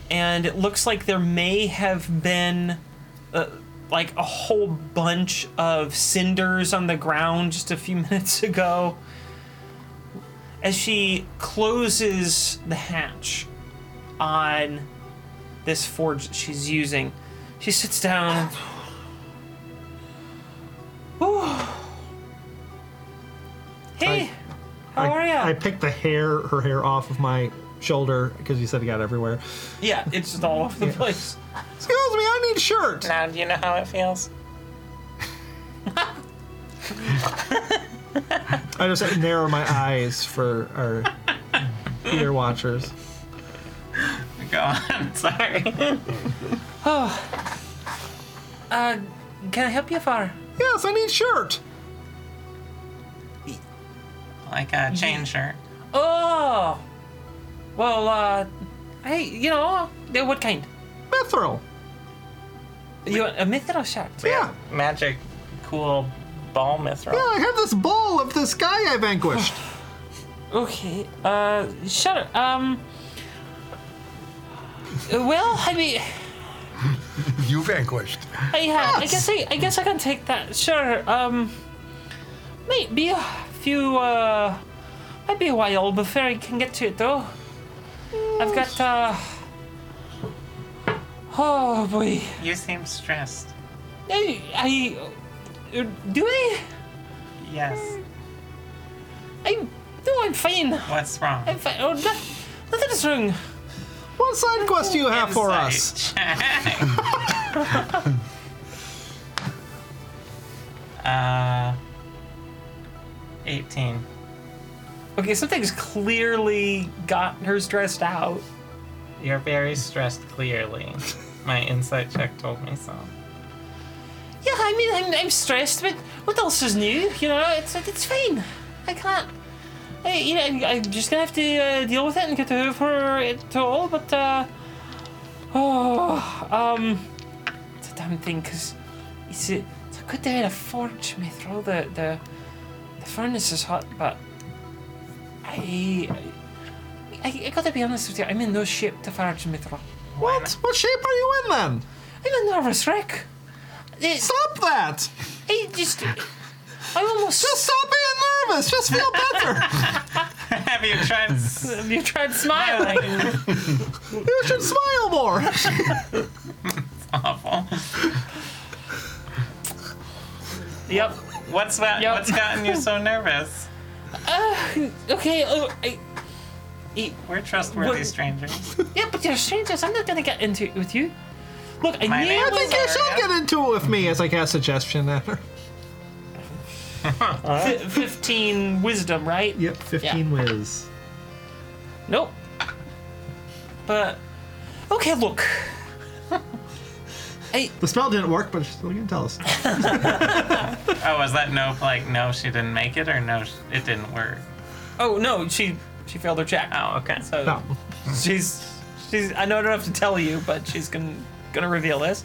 Speaker 1: and it looks like there may have been uh, like a whole bunch of cinders on the ground just a few (laughs) minutes ago. As she closes the hatch on this forge that she's using, she sits down. (sighs) Whew. Hey, how
Speaker 2: I,
Speaker 5: Oh,
Speaker 1: are you?
Speaker 2: I picked the hair, her hair off of my shoulder because you said it got everywhere.
Speaker 1: yeah, it's just all over the place.
Speaker 5: Excuse me, I need a shirt.
Speaker 7: Now, do you know how it feels?
Speaker 5: I just had to narrow my eyes for our ear watchers.
Speaker 3: Go on. (laughs) Sorry.
Speaker 1: Uh, Can I help you, Far?
Speaker 5: Yes, I need shirt.
Speaker 3: Like a Uh, chain shirt.
Speaker 1: Oh! Well, uh, hey, you know, uh, what kind?
Speaker 5: Mithril.
Speaker 1: You want a mithril shirt?
Speaker 5: Yeah.
Speaker 3: Magic, cool ball mithril.
Speaker 5: Yeah, I have this ball of this guy I vanquished.
Speaker 1: Okay, uh, sure, um... uh, Well, I mean,
Speaker 4: You vanquished.
Speaker 1: I, yeah, I guess I, I guess I can take that. Sure, um, maybe a few, uh, might be a while before I can get to it though. I've got, uh, oh boy,
Speaker 3: You seem stressed.
Speaker 1: I, I uh, do I?
Speaker 3: Yes.
Speaker 1: Hmm. I no, I'm fine.
Speaker 3: What's wrong?
Speaker 1: I'm fine. Oh, no, nothing is wrong.
Speaker 5: What side quest do you have for us?
Speaker 3: Insight check. uh, 18.
Speaker 1: Okay, something's clearly got her stressed out.
Speaker 3: You're very stressed, clearly. My insight check told me so.
Speaker 1: Yeah, I mean, I'm, I'm stressed, but what else is new? You know, it's it's fine. I can't. I, you know, I'm, I'm just gonna have to uh, deal with it and get over it all. But uh, oh, um, it's a damn thing, 'cause it's a, it's a good day at a forge, Mithril. The the the furnace is hot, but I. I, I gotta be honest with you, I'm in no shape to forge Mithril.
Speaker 5: What? What shape are you in then?
Speaker 1: I'm a nervous wreck. It-
Speaker 5: Stop that!
Speaker 1: I just. I almost.
Speaker 5: Just stop being nervous. Just feel better.
Speaker 3: Have you
Speaker 1: (laughs)
Speaker 3: tried s-
Speaker 1: You tried smiling.
Speaker 5: you should smile more.
Speaker 3: awful?
Speaker 1: yep.
Speaker 3: What's that?
Speaker 1: Yep.
Speaker 3: What's gotten
Speaker 1: (laughs)
Speaker 3: you so nervous?
Speaker 1: Uh, okay. Oh, I, I-
Speaker 3: We're trustworthy
Speaker 1: What-
Speaker 3: strangers.
Speaker 1: yeah, but you're strangers. I'm not gonna get into it with you. Look, I
Speaker 3: My
Speaker 1: knew
Speaker 3: name
Speaker 1: it
Speaker 5: I think you
Speaker 1: was
Speaker 5: should get into it with me as I cast suggestion at her.
Speaker 1: fi- 15 wisdom, right?
Speaker 5: Yep, 15 whiz.
Speaker 1: Nope. But okay, look. I
Speaker 5: The spell didn't work, but she's still gonna tell us.
Speaker 8: (laughs)
Speaker 3: Oh, was that no? Like no, she didn't make it, or no, sh- it didn't work.
Speaker 1: oh no, she she failed her check.
Speaker 3: Oh, okay.
Speaker 1: So
Speaker 5: No.
Speaker 1: she's she's I know I don't have to tell you, but she's gonna gonna reveal this.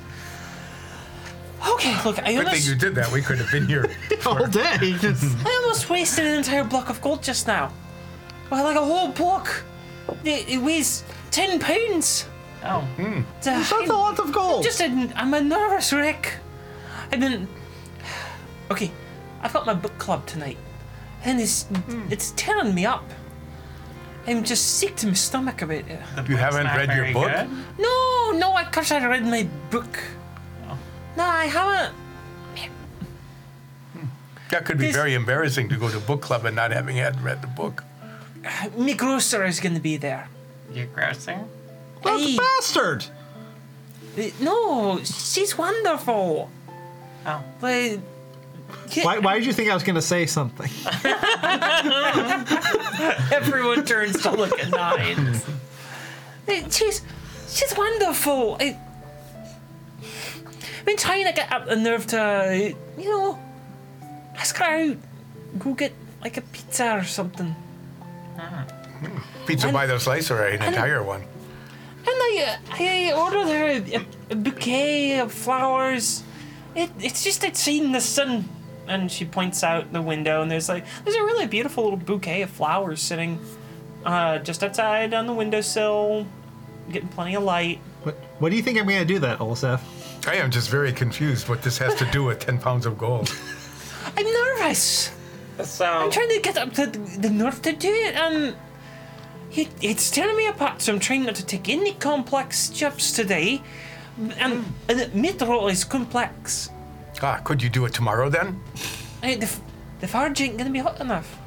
Speaker 1: Okay, look, I
Speaker 4: Good thing
Speaker 1: almost
Speaker 4: you did that. We could have been here.
Speaker 5: All day. (laughs) Just
Speaker 1: I almost wasted an entire block of gold just now. Well, like a whole block. It, it weighs ten pounds.
Speaker 3: Oh,
Speaker 1: It's a-
Speaker 5: that's a lot of gold.
Speaker 1: just a, I'm a nervous wreck. I've been okay. I've got my book club tonight, and it's it's tearing me up. I'm just sick to my stomach about it.
Speaker 3: the
Speaker 4: You
Speaker 3: book's
Speaker 4: haven't
Speaker 3: not
Speaker 4: read your
Speaker 3: very
Speaker 4: book?
Speaker 3: good.
Speaker 1: No, no, I course I read my book. No, I haven't.
Speaker 4: That could be
Speaker 1: This-
Speaker 4: very embarrassing to go to book club and not having had read the book.
Speaker 1: My grocer is going to be there.
Speaker 3: Your grocer.
Speaker 5: That's a
Speaker 1: Hey.
Speaker 5: bastard.
Speaker 1: Uh, No, she's wonderful.
Speaker 3: Oh,
Speaker 1: Like, yeah,
Speaker 5: Why, why did you think I was gonna say something?
Speaker 1: (laughs) Everyone turns to look at nines. Hey, She's she's wonderful. I, I've been trying to get up the nerve to, you know, ask her out, go get like a pizza or something.
Speaker 4: Pizza by the slicer, an entire one.
Speaker 1: And I, I ordered her a, a bouquet of flowers. It, it's just I'd seen the sun. And she points out the window, and there's like there's a really beautiful little bouquet of flowers sitting uh, just outside on the windowsill, getting plenty of light.
Speaker 5: What, what do you think I'm gonna do that, Olsef?
Speaker 4: I am just very confused what this has to do with 10 pounds of gold.
Speaker 1: I'm nervous.
Speaker 3: so
Speaker 1: I'm trying to get up to the, the north to do it, and it, it's tearing me apart. So I'm trying not to take any complex jobs today, and and mithril is complex.
Speaker 4: (laughs) Ah, could you do it tomorrow then?
Speaker 1: Hey, the, f- the forge ain't gonna be hot enough.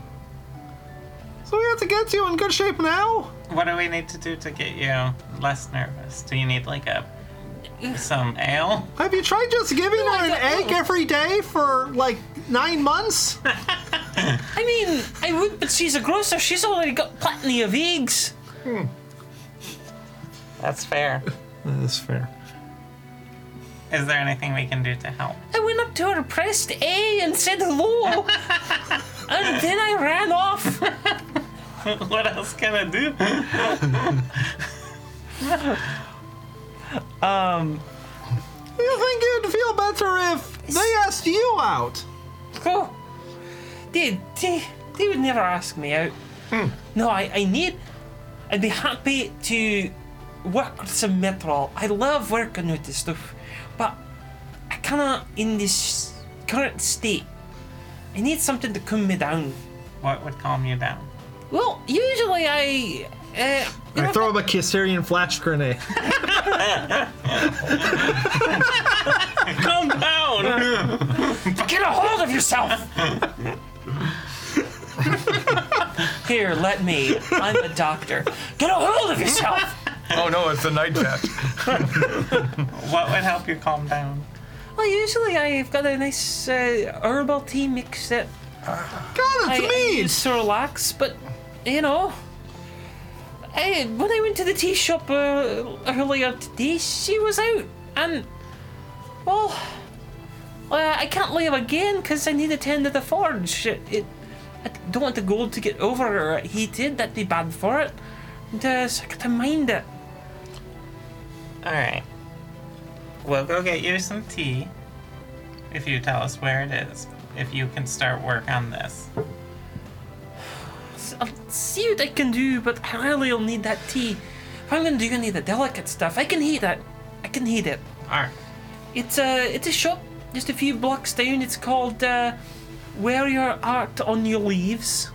Speaker 5: So we have to get you in good shape now.
Speaker 3: what do we need to do to get you less nervous? Do you need like a some ale?
Speaker 5: Have you tried just giving her an
Speaker 1: I don't
Speaker 5: egg
Speaker 8: (laughs)
Speaker 1: know.
Speaker 5: every day for like nine months?
Speaker 1: I mean, I would, but she's a grocer. She's already got plenty of eggs.
Speaker 3: That's fair.
Speaker 9: That's fair.
Speaker 3: Is there anything we can do to help? (laughs)
Speaker 1: I went up to her, pressed A, and said hello. and then I ran off.
Speaker 3: what else can I do?
Speaker 5: You think you'd feel better if they asked you out?
Speaker 1: Oh, they, they, they would never ask me out. No, I, I need. I'd be happy to work with some metal. I love working with this stuff, but I cannot in this current state. I need something to calm me down.
Speaker 3: What would calm you down?
Speaker 1: Well, usually I. Uh, you know,
Speaker 8: I throw him a Kisarian flash grenade.
Speaker 3: Calm down!
Speaker 1: Get a hold of yourself! Here, let me. I'm a doctor. Get a hold of (laughs) yourself!
Speaker 4: Oh no, it's the (laughs) night bat.
Speaker 3: what would help you calm down?
Speaker 1: Well, usually I've got a nice uh, herbal tea mix that
Speaker 5: God,
Speaker 1: I,
Speaker 5: it's
Speaker 1: I
Speaker 5: me!
Speaker 1: use to relax, but, you know. I, when I went to the tea shop uh, earlier today, she was out, and, well, uh, I can't leave again because I need to tend to the forge. It, it, I don't want the gold to get overheated, that'd be bad for it. And, uh, so I gotta mind it.
Speaker 3: Alright. We'll go get you some tea if you tell us where it is. If you can start work on this.
Speaker 1: I'll see what I can do, but I really will need that tea. If I'm gonna do any of the delicate stuff, I can heat it. I can heat it.
Speaker 3: Alright.
Speaker 1: It's a it's a shop just a few blocks down. It's called uh, Wear Your Art on Your Leaves.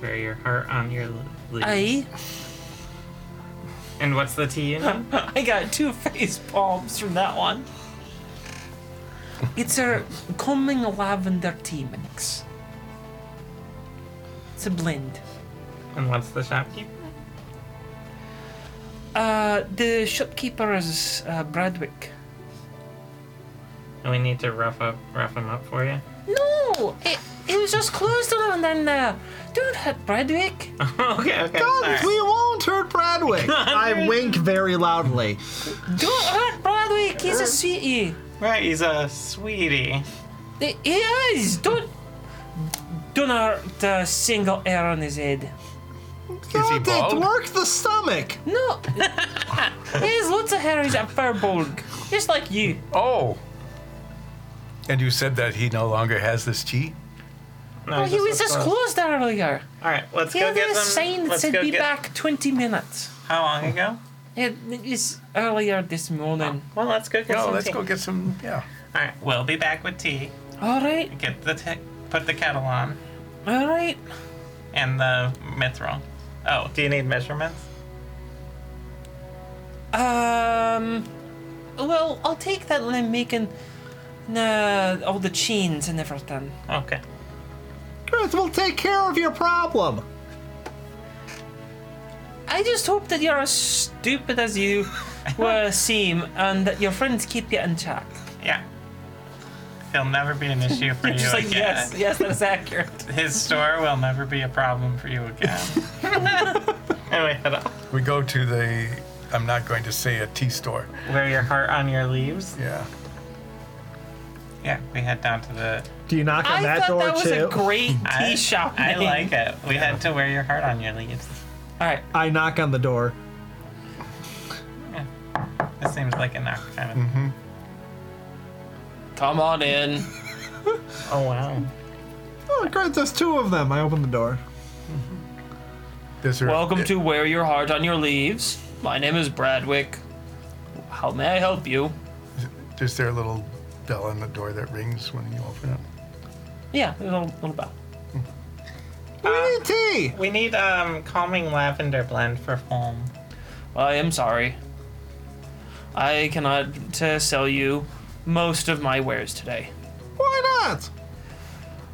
Speaker 3: Wear your heart on your leaves.
Speaker 1: Aye.
Speaker 3: And what's the tea in? it?
Speaker 1: (laughs) I got two face palms from that one. It's a calming lavender tea mix. It's a blend.
Speaker 3: and what's the shopkeeper?
Speaker 1: Uh, the shopkeeper is uh, Bradwick.
Speaker 3: And we need to rough up, rough him up for you. (laughs)
Speaker 1: No, it, it was just closed around and uh, don't hurt Bradwick. (laughs)
Speaker 3: okay, okay.
Speaker 5: God,
Speaker 3: sorry.
Speaker 5: we won't hurt
Speaker 8: (laughs)
Speaker 5: Bradwick!
Speaker 8: I wink very loudly.
Speaker 1: Don't hurt Bradwick. He's a sweetie.
Speaker 3: Right, he's a sweetie.
Speaker 1: He he is. Don't don't hurt a single hair on his head.
Speaker 4: Is he
Speaker 5: God, it
Speaker 4: bald?
Speaker 5: worked the stomach!
Speaker 1: (laughs) No, he has lots of hair. He's a firbolg, just like you.
Speaker 4: Oh. And you said that he no longer has this tea?
Speaker 3: No,
Speaker 1: Oh, he was just closed earlier.
Speaker 3: All right, let's
Speaker 1: He
Speaker 3: go
Speaker 1: had
Speaker 3: get
Speaker 1: a
Speaker 3: them.
Speaker 1: sign that
Speaker 3: let's
Speaker 1: said
Speaker 3: go
Speaker 1: "Be
Speaker 3: get-
Speaker 1: back 20 minutes."
Speaker 3: How long ago?
Speaker 1: It it is earlier this morning.
Speaker 3: Well, let's go get
Speaker 4: No,
Speaker 3: some
Speaker 4: let's
Speaker 3: tea.
Speaker 4: go get some. Yeah.
Speaker 3: All right, we'll be back with tea.
Speaker 1: All right,
Speaker 3: Get the te- put the kettle on
Speaker 1: all right.
Speaker 3: and the mithril. Oh, do you need measurements?
Speaker 1: Um. Well, I'll take that and I'm making uh, all the chains and everything.
Speaker 3: Okay.
Speaker 5: Chris, we'll take care of your problem!
Speaker 1: I just hope that you're as stupid as
Speaker 3: (laughs)
Speaker 1: you were seem and that your friends keep you in check.
Speaker 3: Yeah. He'll never be an issue (laughs) for you
Speaker 1: Just like,
Speaker 3: again.
Speaker 1: yes, yes, that's accurate.
Speaker 3: (laughs) His store will never be a problem for you again. (laughs) anyway, head up.
Speaker 4: We go to the. I'm not going to say a tea store.
Speaker 3: Wear your heart on your leaves.
Speaker 4: Yeah.
Speaker 3: Yeah, we head down to the.
Speaker 8: Do you knock on
Speaker 1: I
Speaker 8: that
Speaker 1: thought
Speaker 8: door
Speaker 1: that was
Speaker 8: too?
Speaker 1: a great
Speaker 3: (laughs) I-
Speaker 1: tea shop.
Speaker 3: I
Speaker 1: name.
Speaker 3: like it. We head to wear your heart on your leaves.
Speaker 1: All right,
Speaker 8: I knock on the door.
Speaker 3: This seems like a knock kind of.
Speaker 1: come on in.
Speaker 3: Oh wow.
Speaker 5: Oh, great, there's two of them. I open the door.
Speaker 4: This or-
Speaker 1: Welcome to Wear Your Heart on Your Leaves. My name is Bradwick. How may I help you?
Speaker 4: Is there a little bell on the door that rings when you open it?
Speaker 1: Yeah, a little, little bell.
Speaker 5: We need tea!
Speaker 3: We need um calming lavender blend for home.
Speaker 1: I am sorry. I cannot uh, sell you most of my wares today.
Speaker 5: Why not?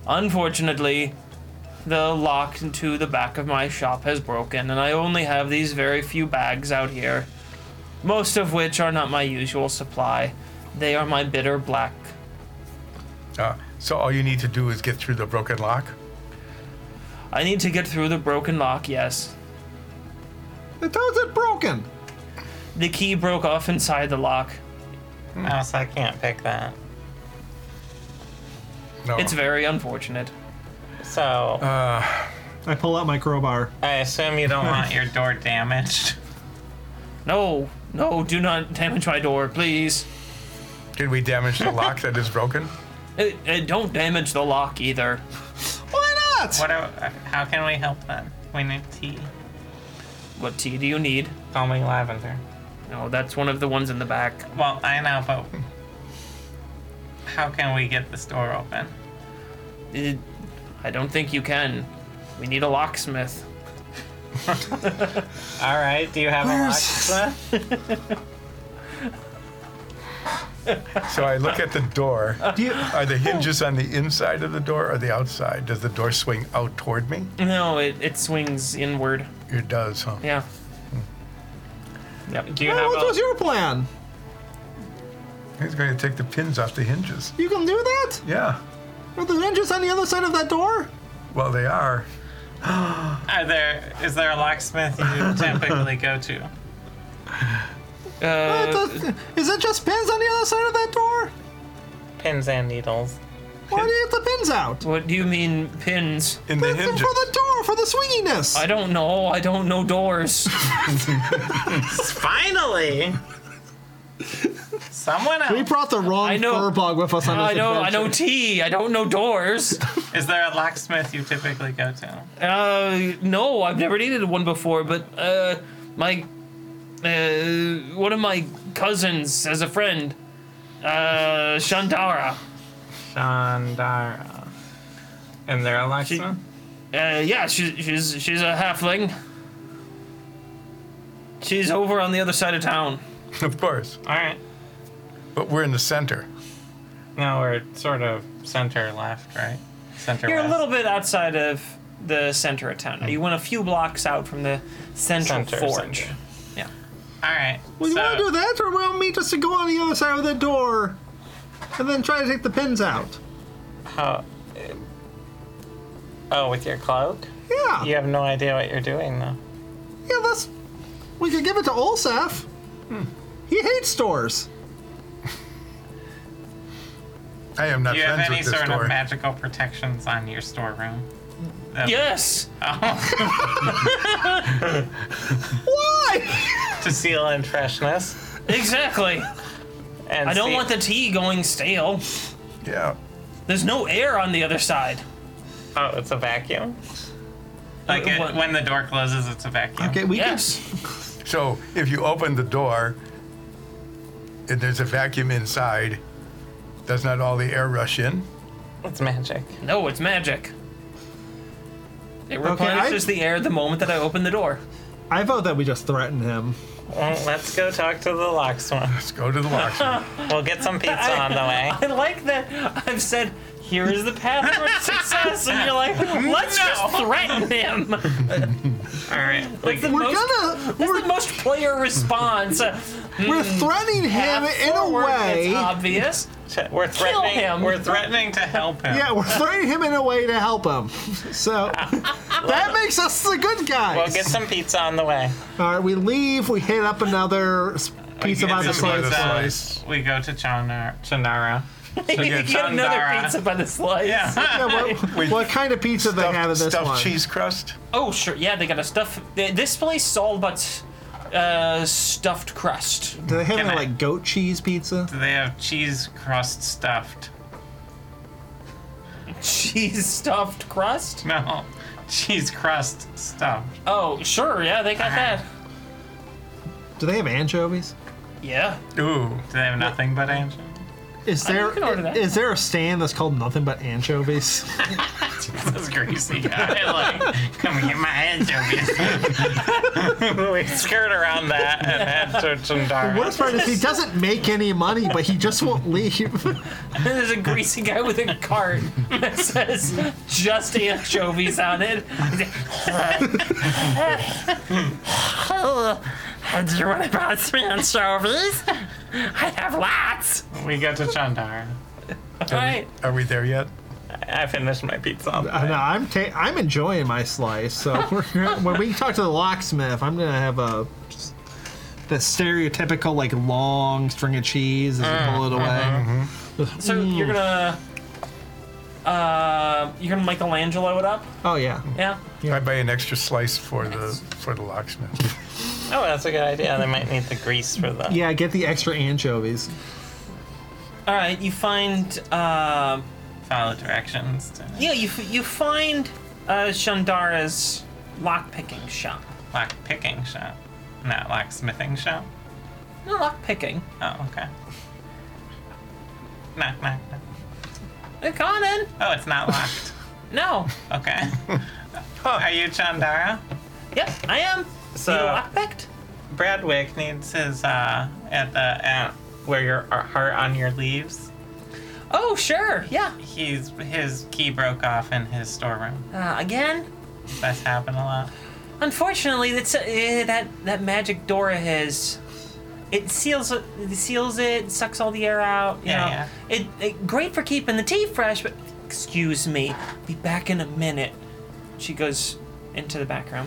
Speaker 1: Unfortunately, the lock into the back of my shop has broken, and I only have these very few bags out here, most of which are not my usual supply. They are my bitter black.
Speaker 4: Uh, So all you need to do is get through the broken lock.
Speaker 1: I need to get through the broken lock, yes.
Speaker 5: The how's it broken?
Speaker 1: The key broke off inside the lock.
Speaker 3: Mouse, I can't pick that.
Speaker 4: No.
Speaker 1: It's very unfortunate.
Speaker 3: So
Speaker 10: I pull out my crowbar.
Speaker 3: I assume you don't (laughs) want your door damaged.
Speaker 1: No, no, do not damage my door, please.
Speaker 4: Did we damage the lock that is broken?
Speaker 1: Uh, uh, don't damage the lock either.
Speaker 5: Why not?
Speaker 3: What? Do, how can we help then? We need tea.
Speaker 1: What tea do you need?
Speaker 3: Call me lavender.
Speaker 1: No, that's one of the ones in the back.
Speaker 3: Well, I know, but how can we get this door open?
Speaker 1: Uh, I don't think you can. We need a locksmith.
Speaker 3: All right. Do you have a locksmith?
Speaker 4: So I look at the door.
Speaker 10: Do you,
Speaker 4: Are the hinges on the inside of the door or the outside? Does the door swing out toward me?
Speaker 1: No, it, it swings inward.
Speaker 4: It does, huh?
Speaker 1: Yeah. Yep.
Speaker 3: Do you
Speaker 5: Well,
Speaker 3: have
Speaker 5: what was
Speaker 3: a,
Speaker 5: your plan?
Speaker 4: He's going to take the pins off the hinges.
Speaker 5: You can do that?
Speaker 4: Yeah.
Speaker 5: Are the hinges on the other side of that door?
Speaker 4: Well, they are.
Speaker 3: are there? Is there a locksmith (laughs) you typically go to?
Speaker 5: What
Speaker 1: Uh,
Speaker 5: the- is it just pins on the other side of that door?
Speaker 3: Pins and needles.
Speaker 5: Why do you have the pins out?
Speaker 1: what do you mean pins?
Speaker 4: In the
Speaker 5: That's for
Speaker 4: hinges.
Speaker 5: the door, for the swinginess.
Speaker 1: I don't know. I don't know
Speaker 5: (laughs)
Speaker 1: doors.
Speaker 3: Finally. Someone
Speaker 5: we
Speaker 3: else.
Speaker 5: brought the wrong
Speaker 1: I know-
Speaker 5: fur bug with us on this
Speaker 1: I know. I
Speaker 5: adventure.
Speaker 1: know tea. I don't know doors.
Speaker 3: Is there a locksmith you typically go to?
Speaker 1: Uh, no, I've never needed one before, but uh, my uh, one of my cousins as a friend, uh, Shandara.
Speaker 3: Shandara. And there a locksmith?
Speaker 1: Uh, yeah, she's she's she's a halfling. She's over on the other side of town.
Speaker 4: Of course.
Speaker 3: All right.
Speaker 4: But we're in the center.
Speaker 3: Now we're sort of center left, right? Center
Speaker 1: You're a
Speaker 3: west.
Speaker 1: little bit outside of the center of town. You went a few blocks out from the central
Speaker 3: Center,
Speaker 1: forge.
Speaker 3: center.
Speaker 1: Yeah.
Speaker 3: All right.
Speaker 5: We
Speaker 3: so,
Speaker 5: want to do that, or we'll meet us to go on the other side of the door, and then try to take the pins out.
Speaker 3: how- oh, with your cloak?
Speaker 5: Yeah,
Speaker 3: You have no idea what you're doing, though.
Speaker 5: yeah. Let's. We could give it to Olsef. He hates doors.
Speaker 4: I am not
Speaker 3: Do you have
Speaker 4: friends
Speaker 3: any
Speaker 4: with this
Speaker 3: sort
Speaker 4: door.
Speaker 3: of magical protections on your storeroom? That-
Speaker 1: Yes.
Speaker 5: Why?
Speaker 3: (laughs) To seal in freshness.
Speaker 1: Exactly.
Speaker 3: And
Speaker 1: I don't
Speaker 3: see-
Speaker 1: want the tea going stale.
Speaker 4: yeah.
Speaker 1: There's no air on the other side.
Speaker 3: Oh, it's a vacuum? Like,
Speaker 1: Uh,
Speaker 3: it,
Speaker 1: what-
Speaker 3: when the door closes, it's a vacuum.
Speaker 5: Okay, we
Speaker 1: Yes.
Speaker 4: So if you open the door and there's a vacuum inside, does not all the air rush in?
Speaker 3: It's magic.
Speaker 1: No, it's magic. It
Speaker 5: Okay, I-
Speaker 1: replenishes the air the moment that I open the door.
Speaker 5: can. I vote that we just threaten him.
Speaker 3: Well, let's go talk to the locksmith.
Speaker 4: Let's go to the locksmith.
Speaker 3: We'll get some pizza on
Speaker 1: (laughs)
Speaker 3: the way.
Speaker 1: I like that I've said, here is the password to success, and you're like, let's just threaten him.
Speaker 3: All right.
Speaker 1: That's the,
Speaker 5: We're
Speaker 1: most,
Speaker 5: gonna.
Speaker 1: that's
Speaker 5: We're,
Speaker 1: the most player response.
Speaker 5: we're threatening him
Speaker 1: Path
Speaker 5: in a
Speaker 1: forward,
Speaker 5: way.
Speaker 1: It's obvious.
Speaker 3: Th- We're threatening.
Speaker 1: him.
Speaker 3: We're threatening to help him.
Speaker 5: Yeah, we're threatening him in a way to help him. So that makes us the good
Speaker 3: We'll
Speaker 5: guys.
Speaker 3: get some pizza on the way.
Speaker 5: All right, we leave. We hit up another s- piece of
Speaker 3: get
Speaker 5: on the
Speaker 3: some
Speaker 5: plate.
Speaker 4: pizza.
Speaker 3: Slice. We go to Chanar- Chanara.
Speaker 1: (laughs) you get another
Speaker 3: Shandara.
Speaker 1: pizza by the slice.
Speaker 5: Yeah, what, what kind of pizza they have in this
Speaker 4: stuffed
Speaker 5: one?
Speaker 4: cheese crust.
Speaker 1: Oh, sure. Yeah, they got a stuff. th- This place is all but uh, stuffed crust. (laughs)
Speaker 5: Do they have any
Speaker 3: I-
Speaker 5: like goat cheese pizza?
Speaker 3: Do (laughs) they have cheese crust stuffed? (laughs)
Speaker 1: Cheese stuffed crust?
Speaker 3: No, cheese crust stuffed.
Speaker 1: Oh, sure. Yeah, they got that.
Speaker 5: Do they have anchovies?
Speaker 1: Yeah.
Speaker 4: Ooh.
Speaker 3: Do they have nothing but angel?
Speaker 5: Is
Speaker 1: you can order
Speaker 5: there
Speaker 1: that.
Speaker 5: is there a stand that's called nothing but (laughs) anchovies?
Speaker 3: (laughs) That's (laughs) greasy guy. Like, come get my anchovies. (laughs) we skirt around that and head to Chandara.
Speaker 5: Worst part is he doesn't make any money, but he just won't leave. (laughs)
Speaker 1: And (laughs) there's a greasy guy with a cart that says just anchovies on it. (laughs) Do you want to buy some anchovies? I have lots.
Speaker 3: We go to Chandara.
Speaker 1: All right.
Speaker 4: Are we there yet?
Speaker 3: I finished my pizza. on
Speaker 5: I know, I'm ta- I'm enjoying my slice. So (laughs) we're gonna- when we talk to the locksmith, I'm gonna have a just the stereotypical like long string of cheese as we pull it away.
Speaker 1: Mm-hmm. So you're gonna uh, you're gonna Michelangelo it up.
Speaker 5: Oh yeah,
Speaker 1: Yeah.
Speaker 4: I buy an extra slice for the for the locksmith.
Speaker 3: Oh, that's a good idea. They might need the grease for that.
Speaker 5: yeah. Get the extra anchovies.
Speaker 1: All right. You find uh,
Speaker 3: Follow directions. To
Speaker 1: yeah you f- you find uh, Shandara's lockpicking shop.
Speaker 3: Lock picking shop, not lock smithing shop.
Speaker 1: No lockpicking.
Speaker 3: Oh, okay. Knock, knock, knock.
Speaker 1: Hey, Come on in.
Speaker 3: Oh, it's not locked.
Speaker 1: No.
Speaker 4: (laughs)
Speaker 3: Okay. Oh, Are you Chandara?
Speaker 1: Yep, I am.
Speaker 3: So-
Speaker 1: you lockpicked.
Speaker 3: Bradwick needs his uh at the at where your uh, heart on your leaves.
Speaker 1: Oh sure. Yeah.
Speaker 3: He's his key broke off in his storeroom.
Speaker 1: Uh, again.
Speaker 3: That's happened a lot.
Speaker 1: Unfortunately, that's uh, that that magic door of his. It seals it seals it, sucks all the air out. You
Speaker 3: Yeah,
Speaker 1: know.
Speaker 3: yeah.
Speaker 1: It, it great for keeping the tea fresh, but excuse me, be back in a minute. She goes into the back room.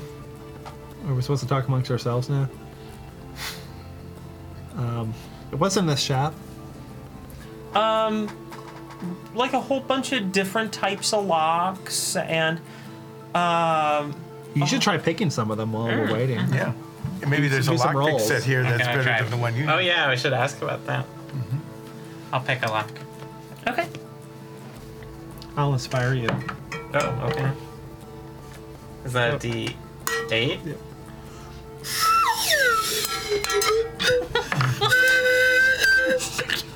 Speaker 5: Are we supposed to talk amongst ourselves now? Um, it wasn't this shop.
Speaker 1: Like a whole bunch of different types of locks and um
Speaker 5: You should try picking some of them while we're waiting.
Speaker 1: (laughs)
Speaker 4: Yeah. And maybe there's a
Speaker 5: Do some
Speaker 4: lockpick
Speaker 5: rolls.
Speaker 4: set here
Speaker 3: I'm
Speaker 4: that's
Speaker 3: gonna
Speaker 4: better
Speaker 3: try.
Speaker 4: than the one you. Mm-hmm.
Speaker 3: Oh yeah, we should ask about that. I'll pick a lock.
Speaker 1: okay.
Speaker 5: I'll inspire you.
Speaker 3: Oh, okay. Is that a D eight?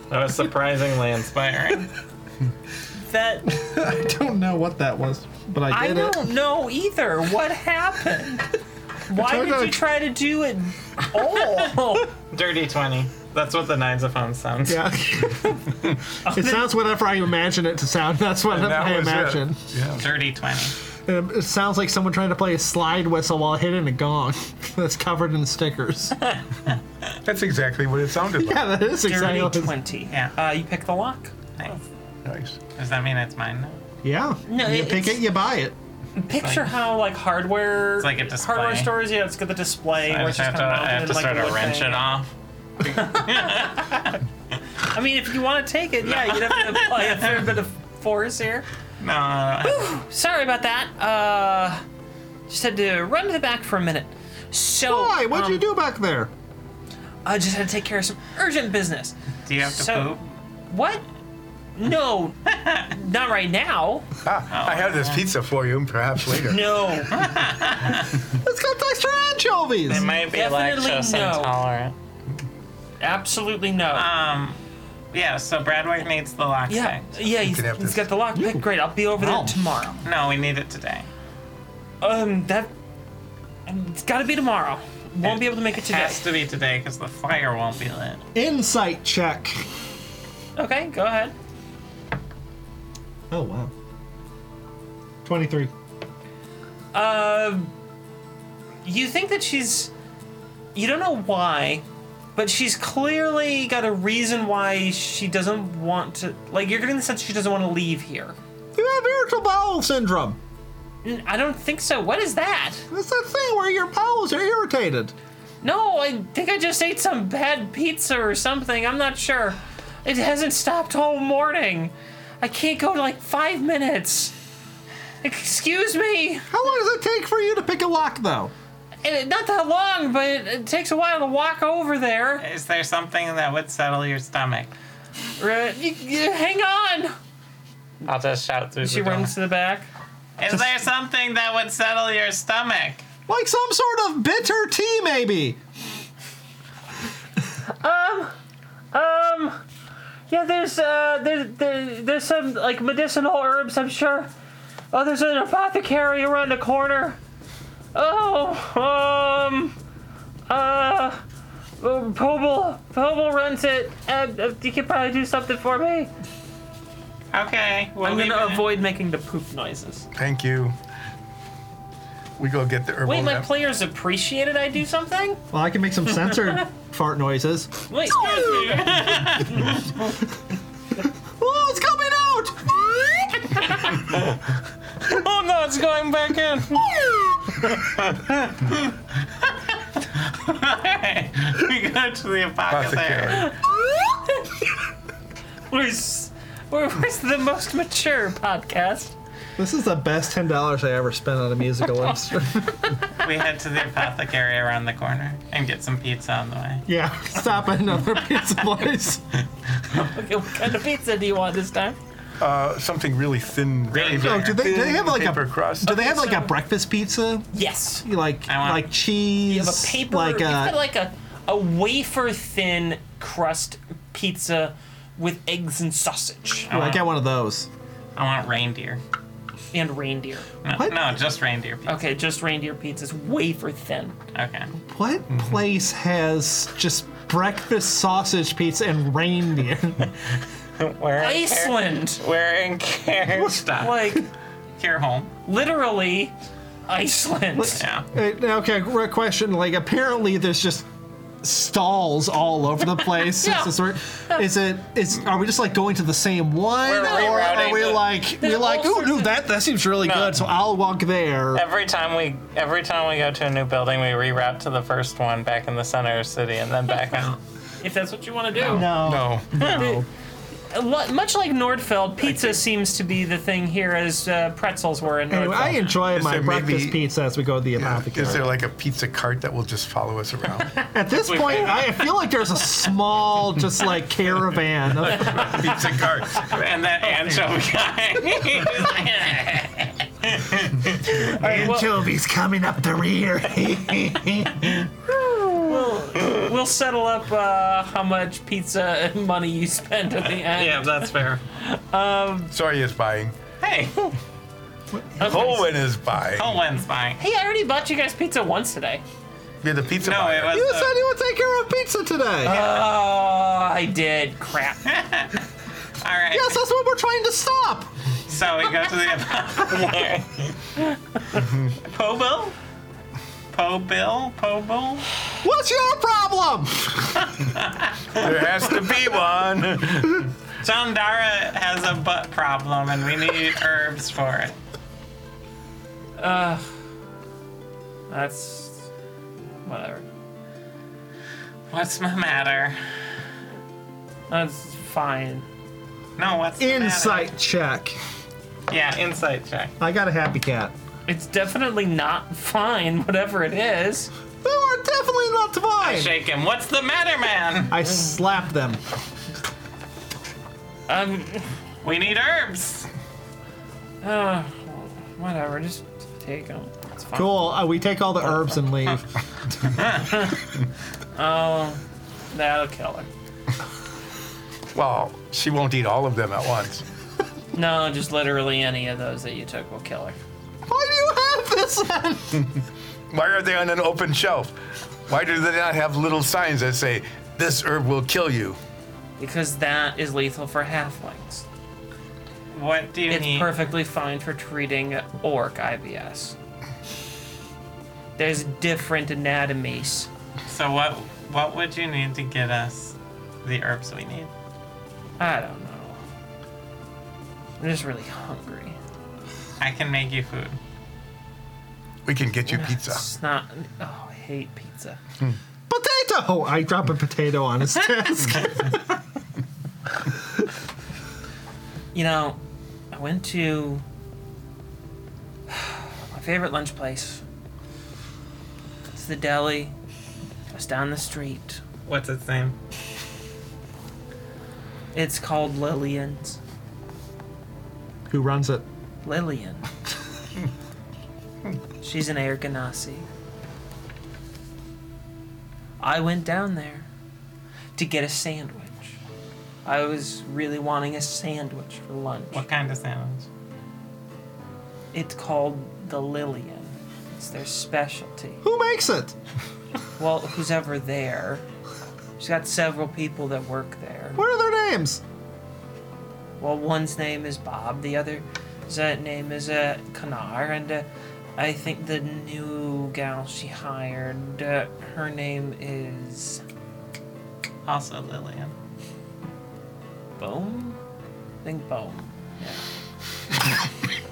Speaker 3: That was surprisingly inspiring.
Speaker 1: That
Speaker 5: (laughs) I don't know what that was, but I
Speaker 1: I
Speaker 5: did it.
Speaker 1: don't know either. What
Speaker 5: (laughs)
Speaker 1: happened? Why
Speaker 5: turned
Speaker 1: did
Speaker 5: out-
Speaker 1: you try to do
Speaker 5: (laughs)
Speaker 1: it all?
Speaker 3: Dirty twenty. That's what the nines of phone sounds.
Speaker 5: (laughs) Yeah. it sounds whatever I imagine it to sound. That's what
Speaker 4: That
Speaker 5: I
Speaker 4: was it.
Speaker 5: imagine.
Speaker 4: Yeah.
Speaker 3: Dirty twenty.
Speaker 5: Um, It sounds like someone trying to play a slide whistle while hitting a gong (laughs) that's covered
Speaker 1: (laughs)
Speaker 5: in stickers.
Speaker 4: That's exactly what it sounded like.
Speaker 5: yeah, that is exactly.
Speaker 1: Dirty
Speaker 5: what it's-
Speaker 1: twenty.
Speaker 3: Yeah.
Speaker 1: Uh, you pick the lock.
Speaker 3: Nice.
Speaker 4: Nice.
Speaker 3: Does that mean it's mine? now?
Speaker 5: Yeah.
Speaker 1: No,
Speaker 5: you
Speaker 1: it-
Speaker 5: pick
Speaker 1: it's-
Speaker 5: it, you buy it.
Speaker 1: Picture how like hardware,
Speaker 3: like a display.
Speaker 1: hardware stores. Yeah, it's got the display.
Speaker 3: I
Speaker 1: where
Speaker 3: just
Speaker 1: it's
Speaker 3: have to,
Speaker 1: kinda
Speaker 3: I have
Speaker 1: mounted
Speaker 3: to
Speaker 1: in, like,
Speaker 3: sort
Speaker 1: a
Speaker 3: of
Speaker 1: wood
Speaker 3: wrench
Speaker 1: thing.
Speaker 3: it off.
Speaker 1: I mean, if you want to take it, yeah, you'd have to
Speaker 3: (laughs)
Speaker 1: apply a fair bit of force here.
Speaker 3: No, I don't-
Speaker 1: Sorry about that. Uh, just had to run to the back for a minute. So
Speaker 5: Why? What'd you
Speaker 1: um,
Speaker 5: do back there?
Speaker 1: I just had to take care of some urgent business.
Speaker 3: do you have to
Speaker 1: So-
Speaker 3: poop?
Speaker 1: What? No, (laughs) not right now.
Speaker 4: Ah, I have this pizza for you, perhaps later.
Speaker 1: No,
Speaker 5: It's got extra
Speaker 3: It
Speaker 5: anchovies.
Speaker 3: might be
Speaker 1: Definitely
Speaker 3: lactose
Speaker 1: no.
Speaker 3: intolerant.
Speaker 1: absolutely no.
Speaker 3: Um, yeah. So Bradwick needs the lock
Speaker 1: yeah, yeah, he's,
Speaker 4: can have
Speaker 1: he's
Speaker 4: this.
Speaker 1: got the lock pick. Great, I'll be over there
Speaker 5: Wow.
Speaker 1: tomorrow.
Speaker 3: picked. No, we need it today.
Speaker 1: Um, that um, it's got to be tomorrow. Won't be able to make it
Speaker 3: It
Speaker 1: today.
Speaker 3: has to be today because the fire won't be lit.
Speaker 5: Insight check.
Speaker 1: Okay, go ahead.
Speaker 5: Oh wow. Twenty-three.
Speaker 1: Um, you think that she's, you don't know why, but she's clearly got a reason why she doesn't want to. Like you're getting the sense she doesn't want to leave here.
Speaker 5: You have irritable bowel syndrome.
Speaker 1: N- I don't think so. What is that?
Speaker 5: It's that thing where your bowels are irritated.
Speaker 1: No, I think I just ate some bad pizza or something. I'm not sure. It hasn't stopped all morning. I can't go like five minutes. Excuse me.
Speaker 5: How long does it take for you to pick a lock, though?
Speaker 1: Eh, Not that long, but it, it takes a while to walk over there.
Speaker 3: Is there something that would settle your stomach?
Speaker 1: Right, y- y- hang on.
Speaker 3: I'll just shout through
Speaker 1: She
Speaker 3: the door.
Speaker 1: runs to the back.
Speaker 3: Is there something that would settle your stomach?
Speaker 5: Like some sort of bitter tea, maybe.
Speaker 1: Um, Yeah, there's uh, there, there, there's some like medicinal herbs, I'm sure. Oh, there's an apothecary around the corner. Oh, um, uh, oh, Pobel, Pobel runs it. Uh, uh, you can probably do something for me.
Speaker 3: Okay. we'll
Speaker 1: I'm
Speaker 3: leave
Speaker 1: gonna
Speaker 3: it.
Speaker 1: avoid making the poop noises.
Speaker 4: Thank you. We go get the herbal.
Speaker 1: Wait, my
Speaker 4: rep-
Speaker 1: players appreciated I do something?
Speaker 5: Well, I can make
Speaker 1: (laughs)
Speaker 5: some censored fart noises.
Speaker 1: Wait,
Speaker 5: Oh, it's coming
Speaker 3: Oh no, it's going back
Speaker 1: (laughs)
Speaker 3: in.
Speaker 7: (laughs) we go to the apocalypse there.
Speaker 4: Prosecutor.
Speaker 1: Where's, where, where's the most mature podcast?
Speaker 5: This is the best ten dollars I ever spent on a
Speaker 1: (laughs)
Speaker 5: musical instrument.
Speaker 7: We head to the apothecary around the corner and get some pizza on the way.
Speaker 5: yeah, stop at another pizza place.
Speaker 1: Okay, what kind of pizza do you want this time?
Speaker 4: Uh, something really thin.
Speaker 7: Really
Speaker 5: Oh, do they, do they have like
Speaker 4: paper
Speaker 5: a
Speaker 4: crust.
Speaker 5: do they have like a breakfast pizza?
Speaker 1: Yes.
Speaker 5: You Like
Speaker 7: I want-
Speaker 5: like cheese,
Speaker 1: You have a paper,
Speaker 5: like uh,
Speaker 1: you've got
Speaker 5: a
Speaker 1: like uh, a, a wafer thin crust pizza with eggs and sausage
Speaker 5: I got one of those.
Speaker 7: I want reindeer.
Speaker 1: and reindeer.
Speaker 7: No,
Speaker 5: What?
Speaker 7: no just reindeer pizza.
Speaker 1: Okay, just reindeer pizza's wafer thin.
Speaker 7: Okay.
Speaker 5: What place has just breakfast sausage pizza and reindeer?
Speaker 3: Where?
Speaker 1: Iceland!
Speaker 3: Where in care?
Speaker 7: Stop.
Speaker 1: Like,
Speaker 7: Care home.
Speaker 1: literally, Iceland.
Speaker 7: Yeah.
Speaker 5: Uh, okay, re- question. Like apparently there's just stalls all over
Speaker 1: (laughs)
Speaker 5: the place.
Speaker 1: Yeah.
Speaker 5: Is, this where- is it is are we just like going to the same one
Speaker 3: We're
Speaker 5: or are
Speaker 3: rerouting
Speaker 5: we
Speaker 3: the-
Speaker 5: like we're
Speaker 1: all
Speaker 5: like ooh
Speaker 1: sorts
Speaker 5: dude
Speaker 1: of-
Speaker 5: that that seems really good so I'll walk there.
Speaker 3: Every time we every time we go to a new building, we reroute to the first one back in the center of the city and then back out.
Speaker 1: If that's what you want to do.
Speaker 5: No.
Speaker 4: No.
Speaker 1: A lot- much like Nordfeld, pizza seems to be the thing here as uh, pretzels were in
Speaker 5: Anyway, I
Speaker 1: Nordfeld.
Speaker 5: enjoy
Speaker 4: Is
Speaker 5: my
Speaker 4: there
Speaker 5: breakfast
Speaker 4: maybe-
Speaker 5: pizza as we go to the apothecary.
Speaker 4: Is there like a pizza cart that will just follow us around?
Speaker 5: At this point, I feel like there's a small, just like caravan. of-
Speaker 4: pizza carts.
Speaker 7: And that anchovy guy.
Speaker 5: Anchovies coming up the (laughs) rear.
Speaker 1: We'll, we'll settle up uh, how much pizza (laughs) and money you spend at the end.
Speaker 7: yeah, that's fair.
Speaker 4: Sorry is buying.
Speaker 7: Hey,
Speaker 4: Colin is buying.
Speaker 3: Oh.
Speaker 7: Colin's buying.
Speaker 1: Hey, I already bought you guys pizza once today.
Speaker 4: Yeah, the pizza
Speaker 7: No,
Speaker 4: buyer.
Speaker 7: it was.
Speaker 5: you
Speaker 7: the-
Speaker 5: said you would take care of pizza today.
Speaker 1: Oh, Uh, I did. Crap.
Speaker 7: all right.
Speaker 5: yes, that's what we're trying to stop.
Speaker 7: So we go to the apothecary.
Speaker 5: (laughs)
Speaker 7: Po Bill? Po Bill? Po Bill?
Speaker 5: What's your problem?
Speaker 4: There has to be one.
Speaker 7: John Dara has a butt problem and we need herbs for it.
Speaker 1: That's whatever.
Speaker 7: What's my matter?
Speaker 1: That's fine.
Speaker 7: No, what's the matter?
Speaker 5: Insight check.
Speaker 7: Yeah, insight check.
Speaker 5: I got a happy cat.
Speaker 1: It's definitely not fine, whatever it is.
Speaker 5: They are definitely not fine.
Speaker 7: Shake him. What's the matter, man?
Speaker 5: I slapped them.
Speaker 1: Um,
Speaker 7: We need herbs.
Speaker 1: uh, whatever. Just take them. It's fine.
Speaker 5: Cool. Uh, we take all the herbs and leave.
Speaker 1: Oh, That'll kill her.
Speaker 4: Well, she won't eat all of them at once.
Speaker 1: No, just literally any of those that you took will kill her.
Speaker 5: (laughs) Why do you have this? then?
Speaker 4: Why are they on an open shelf? Why do they not have little signs that say, this herb will kill you?
Speaker 1: Because that is lethal for halflings.
Speaker 7: What do you
Speaker 1: It's
Speaker 7: need?
Speaker 1: perfectly fine for treating orc IBS. There's different anatomies.
Speaker 7: So what what would you need to get us the herbs we need?
Speaker 1: I don't know. I'm just really hungry.
Speaker 7: I can make you food.
Speaker 4: We can get you pizza.
Speaker 1: It's not. Oh, I hate pizza.
Speaker 5: potato. Oh, I drop a potato on (laughs) his desk.
Speaker 1: You know, I went to (sighs) my favorite lunch place. It's the deli. It's down the street.
Speaker 7: What's its name?
Speaker 1: It's called Lillian's.
Speaker 5: Who runs it?
Speaker 1: Lillian. She's an Air Ganassi. I went down there to get a sandwich. I was really wanting a sandwich for lunch.
Speaker 7: What kind of sandwich?
Speaker 1: It's called the Lillian. It's their specialty.
Speaker 5: Who makes it?
Speaker 1: Well, who's ever there. She's got several people that work there.
Speaker 5: What are their names?
Speaker 1: Well, one's name is Bob, the other's uh, name is uh, Kanar, and uh, I think the new gal she hired, uh, her name is
Speaker 7: Also Lillian.
Speaker 1: Bone? I think Bone. Yeah.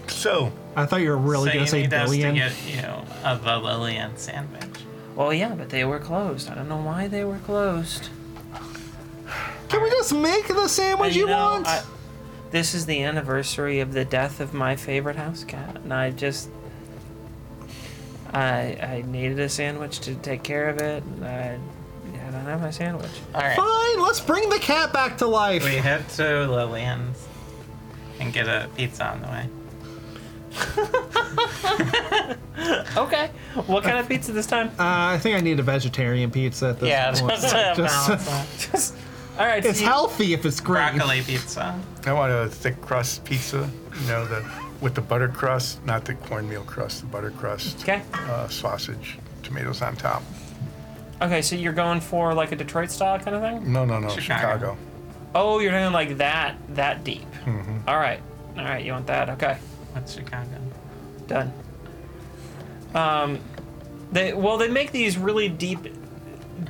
Speaker 4: So,
Speaker 5: I thought you were really
Speaker 3: so
Speaker 5: gonna
Speaker 3: you
Speaker 5: say
Speaker 3: need us to
Speaker 5: billion.
Speaker 3: get you know, a Valillian sandwich.
Speaker 1: Well, yeah, but they were closed. I don't know why they were closed.
Speaker 5: Can we just make the sandwich
Speaker 1: And,
Speaker 5: you,
Speaker 1: know,
Speaker 5: want?
Speaker 1: I- this is the anniversary of the death of my favorite house cat, and I just. I, I needed a sandwich to take care of it, and I, I don't have my sandwich.
Speaker 3: All right,
Speaker 5: Fine, let's bring the cat back to life.
Speaker 3: we head to Lillian's and get a pizza on the way.
Speaker 1: Okay. What (laughs) kind of pizza this time?
Speaker 5: Uh, I think I need a vegetarian pizza at this
Speaker 3: Yeah,
Speaker 5: point.
Speaker 3: just to
Speaker 5: Just-
Speaker 3: balance out.
Speaker 1: (laughs) All right.
Speaker 5: (laughs) it's
Speaker 1: so you-
Speaker 5: healthy if it's great.
Speaker 3: broccoli pizza.
Speaker 4: I want a thick crust pizza, you know, the, with the butter crust, not the cornmeal crust, the butter crust,
Speaker 1: Okay.
Speaker 4: uh, sausage, tomatoes on top.
Speaker 1: Okay, so you're going for like a Detroit style kind of thing?
Speaker 4: No, no, no,
Speaker 3: Chicago.
Speaker 4: Chicago.
Speaker 1: Oh, you're doing like that, that deep. All right. All right, you want that? Okay.
Speaker 3: What's Chicago?
Speaker 1: Done. Um, they well, they make these really deep,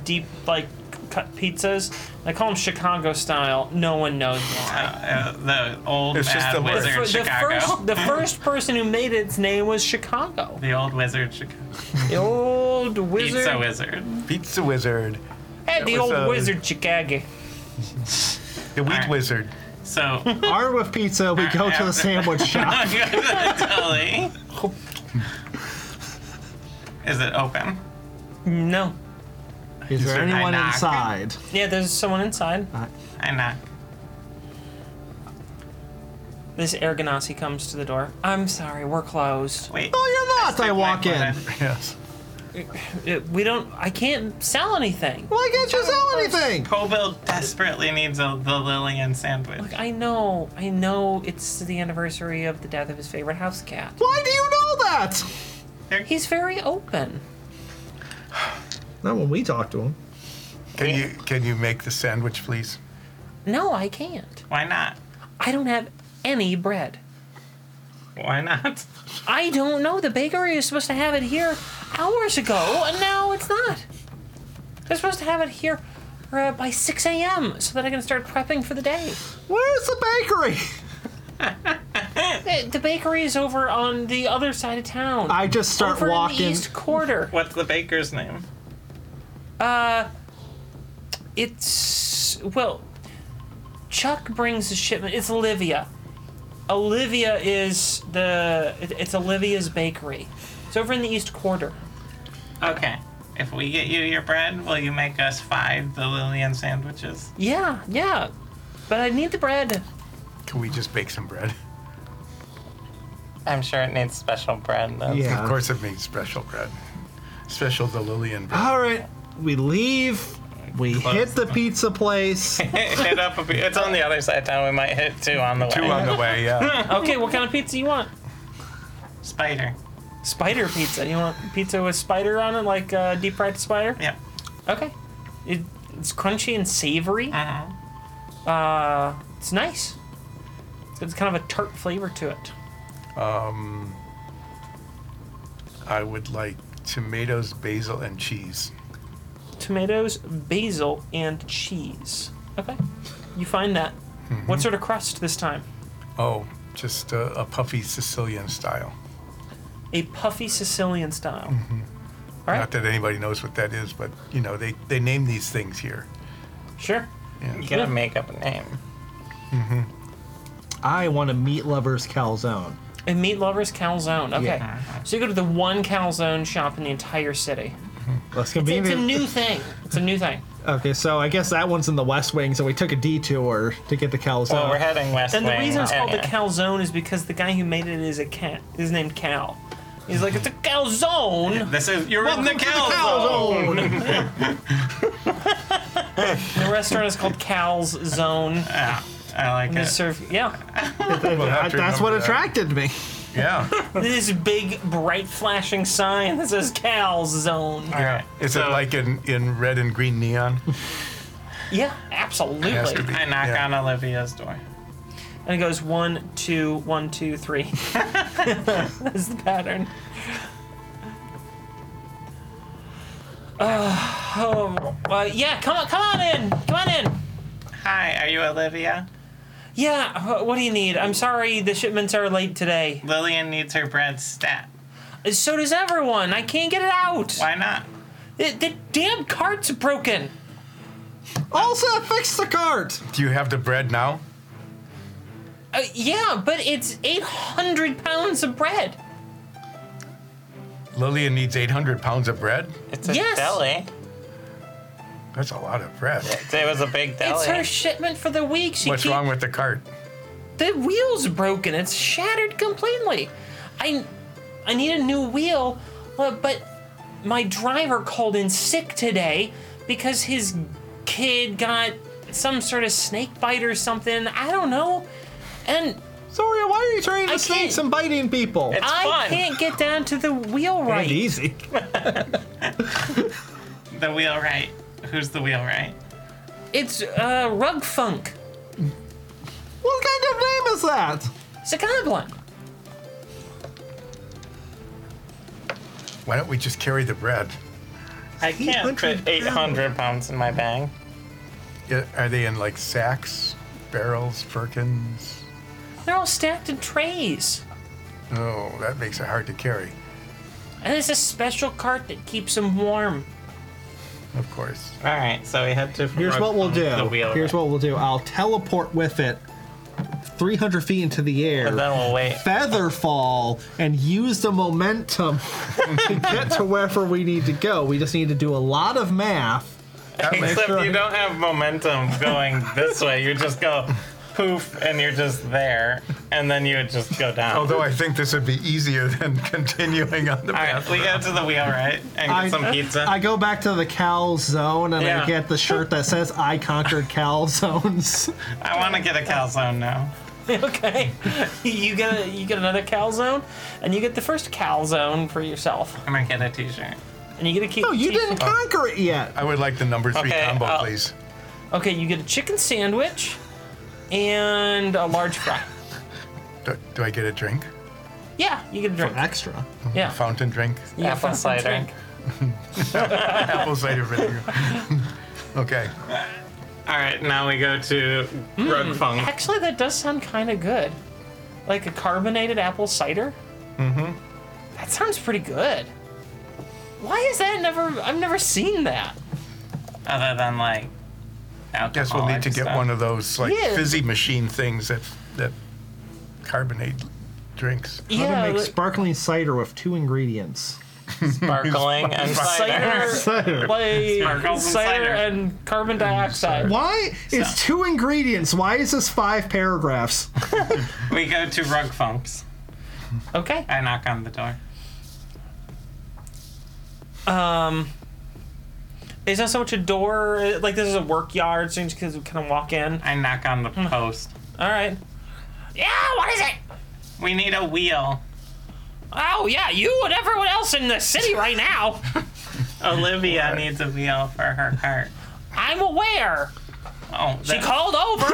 Speaker 1: deep like cut pizzas. They call them Chicago style. No one knows
Speaker 3: Uh,
Speaker 1: why.
Speaker 3: uh, the old
Speaker 4: It's
Speaker 3: mad
Speaker 4: just the word.
Speaker 3: wizard
Speaker 1: For- the
Speaker 3: Chicago.
Speaker 1: first,
Speaker 3: (laughs)
Speaker 1: the first person who made its name was Chicago.
Speaker 3: The old wizard Chicago.
Speaker 1: The old wizard.
Speaker 3: Mm-hmm. Pizza wizard.
Speaker 4: Pizza Wizard,
Speaker 1: Hey, the
Speaker 4: was,
Speaker 1: old
Speaker 4: uh,
Speaker 1: wizard Chicago.
Speaker 4: the Wheat
Speaker 3: Alright.
Speaker 4: Wizard. (laughs)
Speaker 3: So
Speaker 5: Armed with pizza, we go to
Speaker 1: (laughs)
Speaker 5: the sandwich shop.
Speaker 3: Totally. Is it open?
Speaker 1: No.
Speaker 5: Is there
Speaker 3: there- I
Speaker 5: anyone
Speaker 3: knock.
Speaker 5: inside?
Speaker 1: Yeah, there's someone inside.
Speaker 3: I knock.
Speaker 1: This Erganasi comes to the door. I'm sorry, we're closed.
Speaker 3: Wait.
Speaker 5: Oh, you're not. I,
Speaker 3: stick my
Speaker 5: walk
Speaker 3: foot
Speaker 5: in.
Speaker 4: Yes.
Speaker 1: Uh, We don't. I can't sell anything.
Speaker 5: Why can't you sell anything?
Speaker 3: Colville desperately needs a the Lillian sandwich.
Speaker 1: Look, I know, I know it's the anniversary of the death of his favorite house cat.
Speaker 5: Why do you know that?
Speaker 1: He's very open.
Speaker 5: Not when we talk to him.
Speaker 4: Can you can you make the sandwich, please?
Speaker 1: No, I can't.
Speaker 3: Why not?
Speaker 1: I don't have any bread.
Speaker 3: Why not? (laughs)
Speaker 1: I don't know. The bakery is supposed to have it here hours ago, and now it's not. They're supposed to have it here uh, by 6 a.m. so that I can start prepping for the day.
Speaker 5: Where's the bakery?
Speaker 1: Uh, The bakery is over on the other side of town.
Speaker 5: I just start
Speaker 1: over in the
Speaker 5: walking.
Speaker 1: east quarter.
Speaker 3: What's the baker's name?
Speaker 1: It's well, Chuck brings the shipment. It's Olivia. Olivia is the it- it's Olivia's bakery. It's over in the East Quarter.
Speaker 3: Okay. If we get you your bread, will you make us five the Lillian sandwiches?
Speaker 1: Yeah, yeah. But I need the bread.
Speaker 4: Can we just bake some bread? (laughs)
Speaker 3: I'm sure it needs special bread (laughs) though.
Speaker 5: Yeah.
Speaker 4: Of course, it means special bread. Special the Lillian bread.
Speaker 5: All right, we leave. We hit the pizza
Speaker 1: (laughs)
Speaker 5: place.
Speaker 3: Hit up a, it's on the other side of town. We might hit two on the way.
Speaker 4: Two on the way, yeah.
Speaker 1: Okay, what kind of pizza you want?
Speaker 3: Spider.
Speaker 1: Spider pizza. You want pizza with spider on it, like uh, deep fried spider?
Speaker 3: Yep.
Speaker 1: Okay. It, it's crunchy and savory.
Speaker 3: Uh-huh.
Speaker 1: Uh, it's nice. It's kind of a tart flavor to it.
Speaker 4: (laughs) I would like tomatoes, basil, and cheese.
Speaker 1: tomatoes, basil, and cheese. Okay. You find that. What sort of crust this time?
Speaker 4: Oh, just a, a puffy Sicilian style.
Speaker 1: A puffy Sicilian style. All
Speaker 4: Not
Speaker 1: right.
Speaker 4: that anybody knows what that is, but you know they, they name these things here.
Speaker 1: Sure.
Speaker 3: You gotta make up a name.
Speaker 5: I want a meat lover's calzone.
Speaker 1: A meat lover's calzone. Okay.
Speaker 5: Yeah.
Speaker 1: So you go to the one calzone shop in the entire city. It's
Speaker 5: That's
Speaker 1: a
Speaker 5: convenient.
Speaker 1: new thing. It's a new thing.
Speaker 5: okay, so I guess that one's in the West Wing. So we took a detour to get the calzone.
Speaker 3: Well, we're heading west.
Speaker 1: And the
Speaker 3: wing
Speaker 1: reason it's called the
Speaker 3: anyway.
Speaker 1: calzone is because the guy who made it is a cat. Is named Cal. He's like, it's a calzone.
Speaker 3: This is you're in the
Speaker 5: Welcome to
Speaker 3: cow
Speaker 5: calzone. (laughs)
Speaker 1: The restaurant is called Cal's Zone.
Speaker 3: Yeah, I like
Speaker 1: They
Speaker 3: it.
Speaker 1: serve, yeah.
Speaker 4: We'll have to
Speaker 5: That's what
Speaker 4: remember that.
Speaker 5: attracted me.
Speaker 4: Yeah.
Speaker 1: this big bright flashing sign that says Cal's Zone.
Speaker 3: Alright,
Speaker 4: (laughs) Is
Speaker 3: so
Speaker 4: it like in, in red and green neon?
Speaker 1: Yeah,
Speaker 4: Has to
Speaker 1: absolutely.
Speaker 4: be.
Speaker 3: I knock
Speaker 4: Yeah.
Speaker 3: on Olivia's door.
Speaker 1: And it goes one, two, one, two, three. (laughs) That's the pattern. Uh, oh, uh, yeah, come on, come on in, come on in.
Speaker 3: Hi, are you Olivia?
Speaker 1: Yeah, wh- what do you need? I'm sorry, the shipments are late today. Uh,
Speaker 3: Lillian needs her bread stat.
Speaker 1: So does everyone. I can't get it out.
Speaker 3: Why not?
Speaker 1: The, the damn cart's broken.
Speaker 5: Also, fix the cart.
Speaker 4: Do you have the bread now?
Speaker 1: Uh, yeah, but it's 800 pounds of bread.
Speaker 4: Lillian needs 800 pounds of bread?
Speaker 3: It's a
Speaker 1: Yes.
Speaker 3: deli.
Speaker 4: That's a lot of bread.
Speaker 3: It was a big deli.
Speaker 1: It's her shipment for the week. She
Speaker 4: What's
Speaker 1: keep-
Speaker 4: wrong with the cart?
Speaker 1: The wheel's broken. It's shattered completely. I, I need a new wheel, uh, but my driver called in sick today because his kid got some sort of snake bite or something. I don't know. And
Speaker 5: Soria, why are you turning
Speaker 1: I
Speaker 5: to snakes
Speaker 1: can't-
Speaker 5: and biting people?
Speaker 3: It's
Speaker 1: I
Speaker 3: fun.
Speaker 1: can't get down to the wheel right.
Speaker 5: easy.
Speaker 3: The wheelwright. Who's the wheelwright?
Speaker 1: It's uh, Rug Funk.
Speaker 5: What kind of name is that?
Speaker 1: It's a goblin.
Speaker 4: Why don't we just carry the bread?
Speaker 3: I can't fit
Speaker 5: 800
Speaker 3: 800 pounds in my bag.
Speaker 4: Yeah, Are they in like sacks, barrels, firkins?
Speaker 1: They're all stacked in trays.
Speaker 4: Oh, that makes it hard to carry,
Speaker 1: And it's a special cart that keeps them warm.
Speaker 4: of course.
Speaker 3: All right, so we had to.
Speaker 5: Here's what we'll do.
Speaker 3: The wheelwright.
Speaker 5: Here's what we'll do. I'll teleport with it 300 feet into the
Speaker 3: But
Speaker 5: air,
Speaker 3: then
Speaker 5: (laughs)
Speaker 3: we'll wait.
Speaker 5: feather fall, and use the momentum (laughs) to get to wherever we need to go. We just need to do a lot of math.
Speaker 3: Except
Speaker 5: sure.
Speaker 3: you don't have momentum going this way. You just go poof, and you're just there, and then you would just go down.
Speaker 4: Although I think this would be easier than (laughs) continuing on the
Speaker 3: All
Speaker 4: path.
Speaker 3: right, we go to the wheelwright and get
Speaker 5: I-
Speaker 3: some pizza.
Speaker 5: I go back to the Cal Zone and
Speaker 3: Yeah.
Speaker 5: I get the shirt that says "I conquered Cal (laughs) Zones."
Speaker 3: I want to get a calzone now.
Speaker 1: (laughs) okay. You get a, you get another calzone, and you get the first calzone for yourself,
Speaker 3: I'm gonna get a T-shirt.
Speaker 1: and you get a key.
Speaker 5: No, you didn't conquer it yet.
Speaker 4: I would like the number three
Speaker 3: Okay,
Speaker 4: combo,
Speaker 3: I'll-
Speaker 4: please.
Speaker 1: Okay, you get a chicken sandwich, and a large fry.
Speaker 4: Do, do I get a drink?
Speaker 1: Yeah, you get a drink.
Speaker 5: Extra.
Speaker 1: Yeah,
Speaker 4: Fountain drink?
Speaker 1: you get a
Speaker 3: Apple
Speaker 1: fucking
Speaker 3: cider.
Speaker 1: drink.
Speaker 4: Apple cider vinegar. (laughs) okay.
Speaker 3: All right, now we go to Rug Funk.
Speaker 1: Actually, that does sound kind of good, like a carbonated apple cider. Mm-hmm. That sounds pretty good. Why is that never? I've never seen that.
Speaker 3: Other than like,
Speaker 4: Guess
Speaker 3: Oh,
Speaker 4: we'll need to get one of those like
Speaker 1: Yeah.
Speaker 4: fizzy machine things that that carbonate drinks.
Speaker 5: I'm
Speaker 1: yeah,
Speaker 5: gonna make
Speaker 1: like-
Speaker 5: sparkling cider with two ingredients.
Speaker 3: sparkling and cider.
Speaker 1: cider,
Speaker 5: Cider.
Speaker 1: like cider,
Speaker 3: Sparkles and cider.
Speaker 1: and carbon dioxide.
Speaker 5: Why? It's two ingredients. Why is this five paragraphs?
Speaker 3: We go to Rug Funk's.
Speaker 1: Okay.
Speaker 3: I knock on the door.
Speaker 1: It's not so much a door. uh, Like this is a work yard, so you just kind of walk in.
Speaker 3: I knock on the post.
Speaker 1: All right. Yeah. What is it?
Speaker 3: We need a wheel.
Speaker 1: Oh yeah, you and everyone else in the city right now.
Speaker 3: Olivia needs a wheel for her cart.
Speaker 1: I'm aware.
Speaker 3: Oh,
Speaker 1: She called over.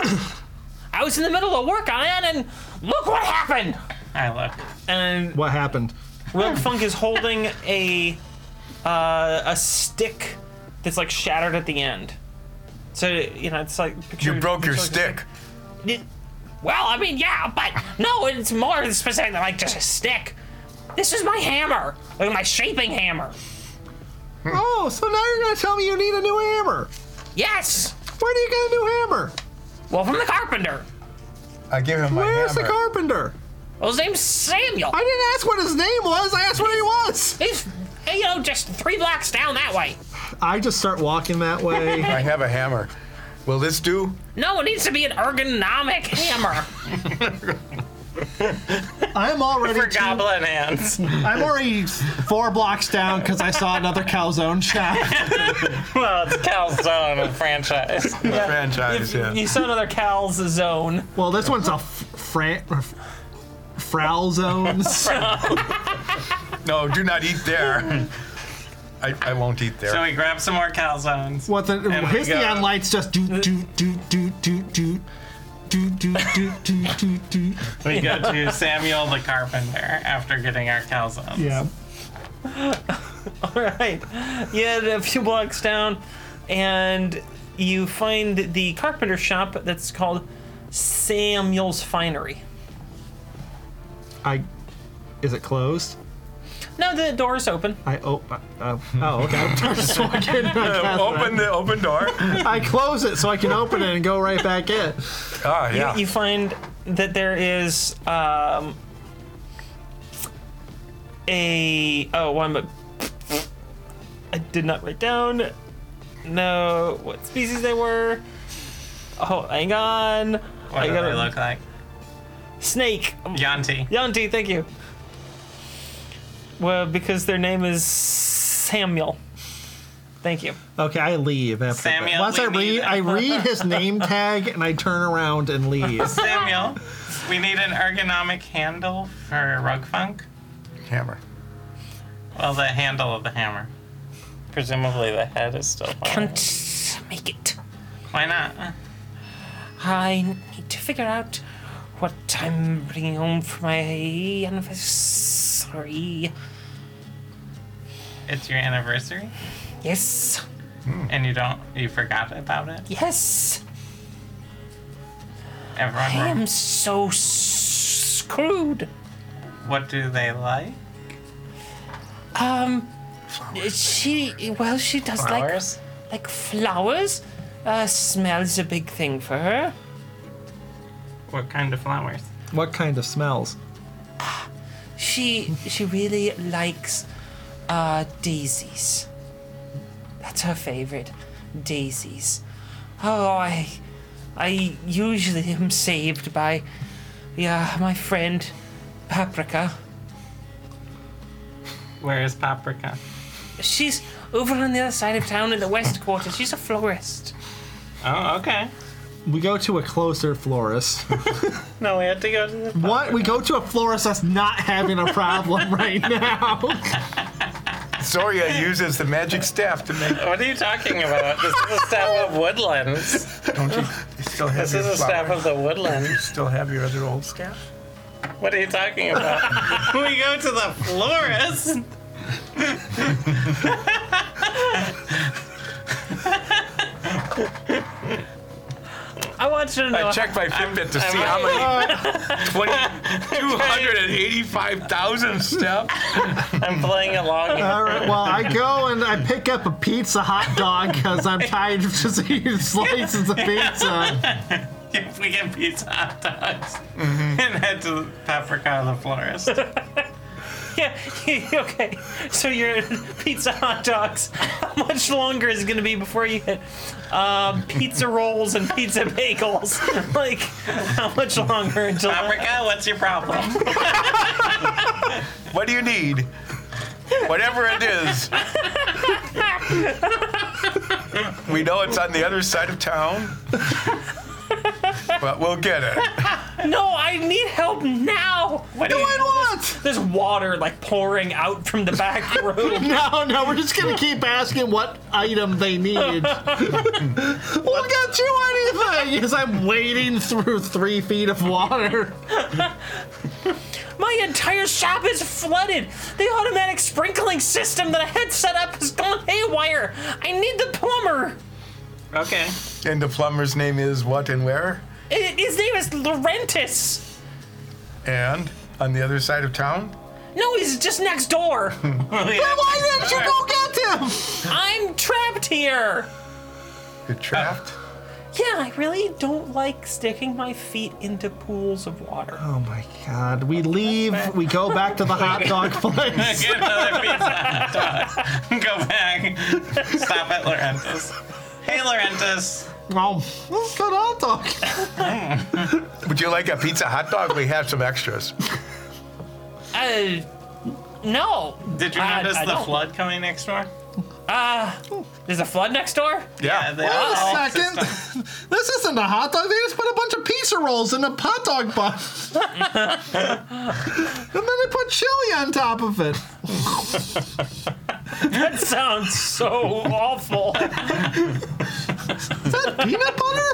Speaker 1: I was in the middle of work on it, and look what happened.
Speaker 3: I look.
Speaker 1: And
Speaker 5: What happened?
Speaker 1: Rug Funk is holding a uh, a stick that's like shattered at the end. So you know, it's like picture,
Speaker 4: You broke your
Speaker 1: picture like a
Speaker 4: stick.
Speaker 1: It- well, I mean, yeah, but no, it's more specific than like just a stick. This is my hammer, like my shaping hammer.
Speaker 5: Oh, so now you're gonna tell me you need a new hammer.
Speaker 1: Yes,
Speaker 5: Where do you get a new hammer?
Speaker 1: well, from the carpenter.
Speaker 4: I give him my
Speaker 5: Where's the
Speaker 4: hammer.
Speaker 5: carpenter?
Speaker 1: Well, his name's Samuel.
Speaker 5: I didn't ask what his name was. I asked what he was.
Speaker 1: He's, you know, just three blocks down that way.
Speaker 5: I just start walking that (laughs) way.
Speaker 4: I have a hammer. Will this do?
Speaker 1: No, it needs to be an ergonomic hammer.
Speaker 5: I'm already
Speaker 3: For goblin (laughs) hands.
Speaker 5: I'm already four blocks down because I saw another calzone shop.
Speaker 3: well, it's calzone
Speaker 1: (laughs)
Speaker 3: franchise.
Speaker 4: Franchise,
Speaker 1: (laughs)
Speaker 4: yeah.
Speaker 1: you saw another Cal's zone. (laughs)
Speaker 5: Well, this one's a f- fran- uh, f- frowl zones. (laughs)
Speaker 4: No, do not eat there. I, I won't eat there.
Speaker 3: So we grab some more calzones.
Speaker 5: What the?
Speaker 3: we
Speaker 5: his
Speaker 3: go.
Speaker 5: neon lights just do do do do do do. Do do do do do do.
Speaker 3: We go to Samuel the carpenter after getting our calzones.
Speaker 5: Yeah.
Speaker 1: All right. Yeah, a few blocks down, and you find the carpenter shop that's called Samuel's Finery.
Speaker 5: I. Is it closed?
Speaker 1: No, the door is open.
Speaker 5: I oh, uh, oh, oh okay. I'm (laughs) just walking.
Speaker 4: Uh, open the open door.
Speaker 5: I close it so I can open it and go right back in.
Speaker 4: Ah, yeah.
Speaker 1: You find that there is um, a oh one, but I did not write down. No, what species they were? Oh, hang on.
Speaker 7: What
Speaker 1: I
Speaker 7: do
Speaker 1: gotta-
Speaker 7: they look like?
Speaker 1: Snake.
Speaker 7: Yanti.
Speaker 1: Yanti, thank you. Well, because their name is Samuel. Thank you.
Speaker 5: Okay, I leave after that.
Speaker 7: Samuel,
Speaker 5: Once
Speaker 7: we
Speaker 5: I read,
Speaker 7: need-
Speaker 5: I read his name tag and I turn around and leave.
Speaker 7: Samuel, we need an ergonomic handle for Rug Funk.
Speaker 4: Hammer.
Speaker 7: Well, the handle of the hammer. Presumably the head is still fine.
Speaker 1: Can't make it.
Speaker 7: Why not?
Speaker 1: I need to figure out what I'm bringing home for my anniversary.
Speaker 7: It's your anniversary,
Speaker 1: Yes,
Speaker 7: and you don't you forgot about it.
Speaker 1: yes, I
Speaker 7: Everyone,
Speaker 1: am so screwed.
Speaker 7: what do they like?
Speaker 1: Um, she well, she does like
Speaker 7: Flowers.
Speaker 1: like flowers. Uh, smells a big thing for her.
Speaker 7: What kind of flowers?
Speaker 5: What kind of smells?
Speaker 1: She she really likes uh, daisies. That's her favorite, daisies. Oh, I I usually am saved by yeah my friend Paprika.
Speaker 7: Where is paprika?
Speaker 1: She's over on the other side of town in the west quarter. She's a florist.
Speaker 7: Oh, okay.
Speaker 5: We go to a closer florist. (laughs)
Speaker 7: No, we have to go to the.
Speaker 5: What? We go to a florist that's not having a problem right (laughs) now.
Speaker 4: Zoria uses the magic staff to make.
Speaker 7: What are you talking about? This is a staff of woodlands.
Speaker 4: Don't you you still have
Speaker 7: This
Speaker 4: your
Speaker 7: is a staff
Speaker 4: flower?
Speaker 7: of the woodlands.
Speaker 4: Still have your other old staff?
Speaker 7: What are you talking about? we go to the florist.
Speaker 1: I want you to know.
Speaker 4: I checked my Fitbit to see
Speaker 7: I'm-
Speaker 4: how many 285,000 steps.
Speaker 7: I'm playing along.
Speaker 5: All right. Well, I go and I pick up a pizza hot dog because I'm tired of just eating (laughs) slices of pizza.
Speaker 7: If we get pizza hot dogs and head to the paprika the florist.
Speaker 1: Yeah, (laughs) okay. So your pizza hot dogs. How much longer is it going to be before you hit uh, pizza rolls and pizza bagels? (laughs) Like, how much longer until?
Speaker 7: paprika, what's your problem?
Speaker 4: What do you need? Whatever it is. We know it's on the other side of town. But we'll get it.
Speaker 1: No, I need help now.
Speaker 7: What do you
Speaker 5: What?
Speaker 1: There's water like pouring out from the (laughs) back room.
Speaker 5: No, no. We're just gonna keep asking what item they need. (laughs) Look at you, (laughs) anything? As I'm wading through three feet of water.
Speaker 1: My entire shop is flooded. The automatic sprinkling system that I had set up has gone haywire. I need the plumber.
Speaker 7: (laughs) Okay.
Speaker 4: And the plumber's name is what and where?
Speaker 1: I- His name is Laurentis.
Speaker 4: And on the other side of town?
Speaker 1: No, he's just next door.
Speaker 5: Why didn't you go get him?
Speaker 1: I'm trapped here.
Speaker 4: You're trapped?
Speaker 1: Yeah, I really don't like sticking my feet into pools of water.
Speaker 5: Oh my god. We leave, we go back to the hot dog place.
Speaker 7: Get another pizza hot dog. (laughs) Go back. Stop at Laurentis. Hey Laurentis.
Speaker 5: Oh, let's go to hot dog. (laughs)
Speaker 4: Would you like a pizza hot dog? We have some extras.
Speaker 1: Uh, no.
Speaker 7: Did you
Speaker 1: I-
Speaker 7: notice
Speaker 1: I
Speaker 7: the
Speaker 1: don't.
Speaker 7: flood coming next door?
Speaker 1: There's a flood next
Speaker 5: (laughs)
Speaker 1: door?
Speaker 7: Yeah, they
Speaker 5: Wait
Speaker 7: all-
Speaker 5: a second. This isn't a hot dog. They just put a bunch of pizza rolls in a hot dog bun. (laughs) and then they put chili on top of it.
Speaker 1: That sounds so
Speaker 5: (laughs)
Speaker 1: awful.
Speaker 5: Is that peanut butter?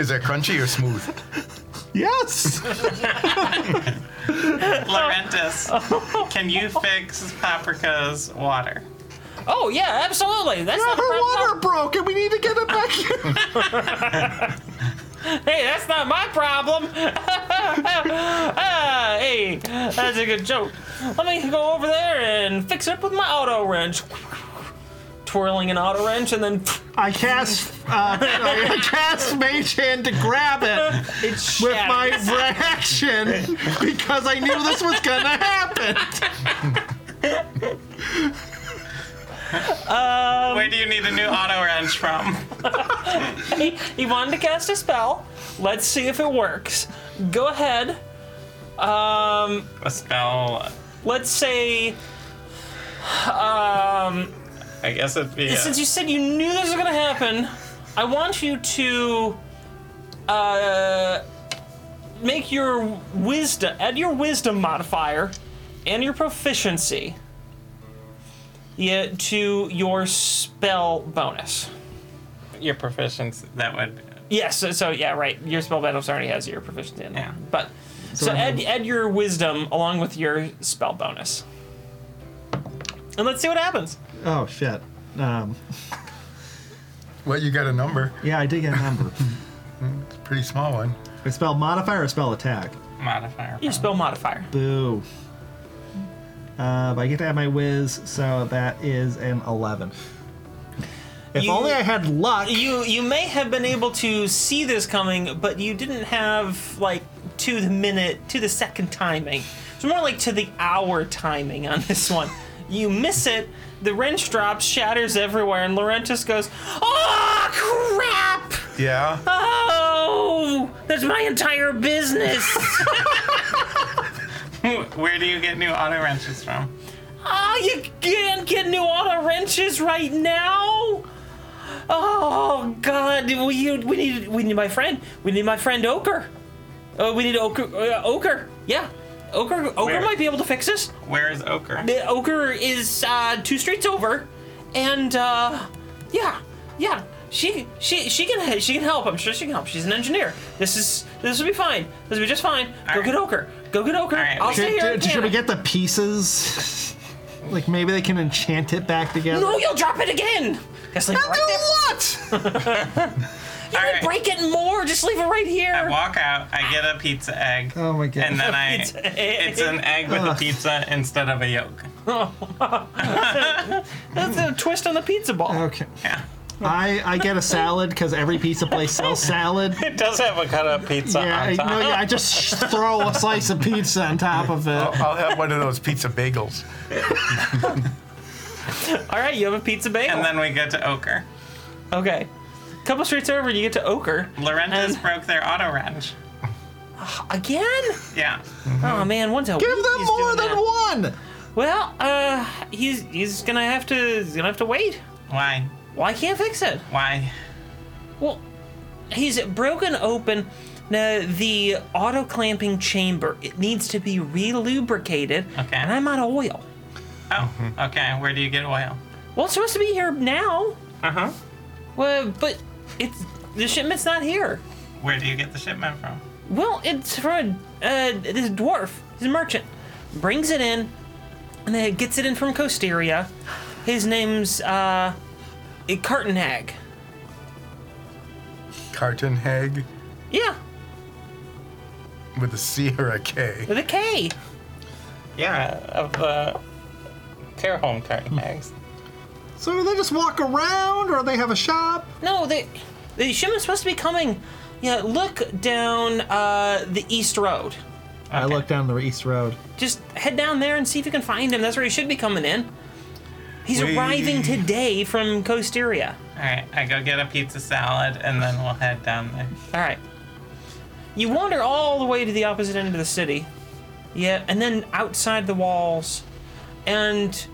Speaker 4: Is it crunchy or smooth?
Speaker 5: Yes.
Speaker 7: (laughs) Laurentis, can you fix paprika's water?
Speaker 1: Oh, yeah, absolutely. That's not a
Speaker 5: Her
Speaker 1: problem.
Speaker 5: water broke and we need to get it back here.
Speaker 1: Hey, that's not my problem. (laughs) Ah, hey, that's a good joke. Let me go over there and fix it up with my auto wrench. Twirling an auto wrench and then (laughs)
Speaker 5: I cast, uh, (laughs) I cast Mage Hand to grab it
Speaker 1: it
Speaker 5: with
Speaker 1: shatters.
Speaker 5: my reaction because I knew this was gonna happen.
Speaker 7: Where do you need a new auto wrench from?
Speaker 1: he, (laughs) he wanted to cast a spell. Let's see if it works. Go ahead. Um,
Speaker 7: A spell.
Speaker 1: let's say
Speaker 7: I guess it'd be.
Speaker 1: since you said you knew this was gonna happen, I want you to uh, make your wisdom add your wisdom modifier and your proficiency yeah, to your spell bonus.
Speaker 7: your proficiency. That would.
Speaker 1: Yes, so, so yeah, right. Your spell bonus already has your proficiency in it.
Speaker 7: Yeah.
Speaker 1: But so, add add your wisdom along with your spell bonus. And let's see what happens.
Speaker 5: Oh shit. Um,
Speaker 4: Well, you got a number.
Speaker 5: yeah, I did get a number.
Speaker 4: It's a pretty small one.
Speaker 5: I spell modifier or spell attack.
Speaker 7: Modifier.
Speaker 1: Your spell modifier.
Speaker 5: Boo. Uh, but I get to add my whiz, so that is an 11. If
Speaker 1: You-
Speaker 5: only I had luck.
Speaker 1: You you may have been able to see this coming, but you didn't have like to the minute, to the second timing. It's more like to the hour timing on this one. You miss it, the wrench drops, shatters everywhere, and Laurentis goes, "Oh crap!"
Speaker 4: Yeah.
Speaker 1: Oh, that's my entire business.
Speaker 7: Where do you get new auto wrenches from?
Speaker 1: oh, you can't get new auto wrenches right now. Oh God, we, you- we need we need my friend. We need my friend Oker. Oh, we need Oker. Uh, Oker, yeah. Oker, Oker
Speaker 7: Where?
Speaker 1: might be able to fix this.
Speaker 7: Where is Ochre?
Speaker 1: The Oker is uh, two streets over, and uh, yeah, yeah. She she she can she can help. I'm sure she can help. She's an engineer. This is this will be fine. This will be just fine. Go
Speaker 7: right.
Speaker 1: get Oker. Go get Oker.
Speaker 7: right,
Speaker 1: I'll
Speaker 7: we-
Speaker 1: stay here.
Speaker 5: should,
Speaker 1: and
Speaker 5: should we
Speaker 1: panic.
Speaker 5: get the pieces? like maybe they can enchant it back together?
Speaker 1: No, you'll drop it again. Just leave it right there.
Speaker 5: what?
Speaker 1: (laughs)
Speaker 7: (laughs)
Speaker 1: You can break it more. Just leave it right
Speaker 7: I
Speaker 1: here.
Speaker 7: walk out. I get a pizza egg.
Speaker 5: Oh my god.
Speaker 7: And then I.
Speaker 1: (laughs) It's an egg.
Speaker 7: It's an egg with a pizza instead of a yolk.
Speaker 1: That's a twist on the pizza ball.
Speaker 5: okay.
Speaker 7: Yeah.
Speaker 5: I, I get a salad because every pizza place sells salad.
Speaker 7: It does have a cut up pizza
Speaker 5: Yeah, I,
Speaker 7: on top.
Speaker 5: no, yeah, I just throw a slice of pizza on top of
Speaker 4: I'll,
Speaker 5: it.
Speaker 4: I'll have one of those pizza bagels.
Speaker 1: All right, you have a pizza bagel.
Speaker 7: And then we get to Ochre.
Speaker 1: okay. Couple streets over, you get to Ochre
Speaker 7: Laurentis
Speaker 1: And-
Speaker 7: broke their auto wrench.
Speaker 1: again.
Speaker 7: Yeah.
Speaker 1: Oh man, one's a
Speaker 5: Give them more than one.
Speaker 1: Well, uh, he's he's gonna have to he's gonna have to wait.
Speaker 7: Why?
Speaker 1: Why can't fix it?
Speaker 7: Why?
Speaker 1: Well, he's broken open uh, the auto clamping chamber. It needs to be relubricated,
Speaker 7: Okay.
Speaker 1: and I'm out of oil.
Speaker 7: Oh, okay. Where do you get oil?
Speaker 1: Well, it's supposed to be here now.
Speaker 7: Uh huh.
Speaker 1: Well, but it's the shipment's not here.
Speaker 7: Where do you get the shipment from?
Speaker 1: Well, it's from uh, this dwarf. He's a merchant. Brings it in, and then gets it in from Costeria. His name's uh, Cartonhag.
Speaker 4: Carton Hag
Speaker 1: Yeah,
Speaker 4: with a C or a K.
Speaker 1: with a K.
Speaker 7: Yeah, of the care home
Speaker 3: Hmm.
Speaker 7: carton eggs.
Speaker 5: So do they just walk around, or they have a shop?
Speaker 1: No, they, the shipment's supposed to be coming. Yeah, look down uh, the east road.
Speaker 5: I look down the east road.
Speaker 1: Just head down there and see if you can find him. That's where he should be coming in. He's
Speaker 4: We-
Speaker 1: arriving today from Costeria.
Speaker 7: All right, I go get a pizza salad and then we'll head down there.
Speaker 1: All right. You wander all the way to the opposite end of the city. Yeah, and then outside the walls, and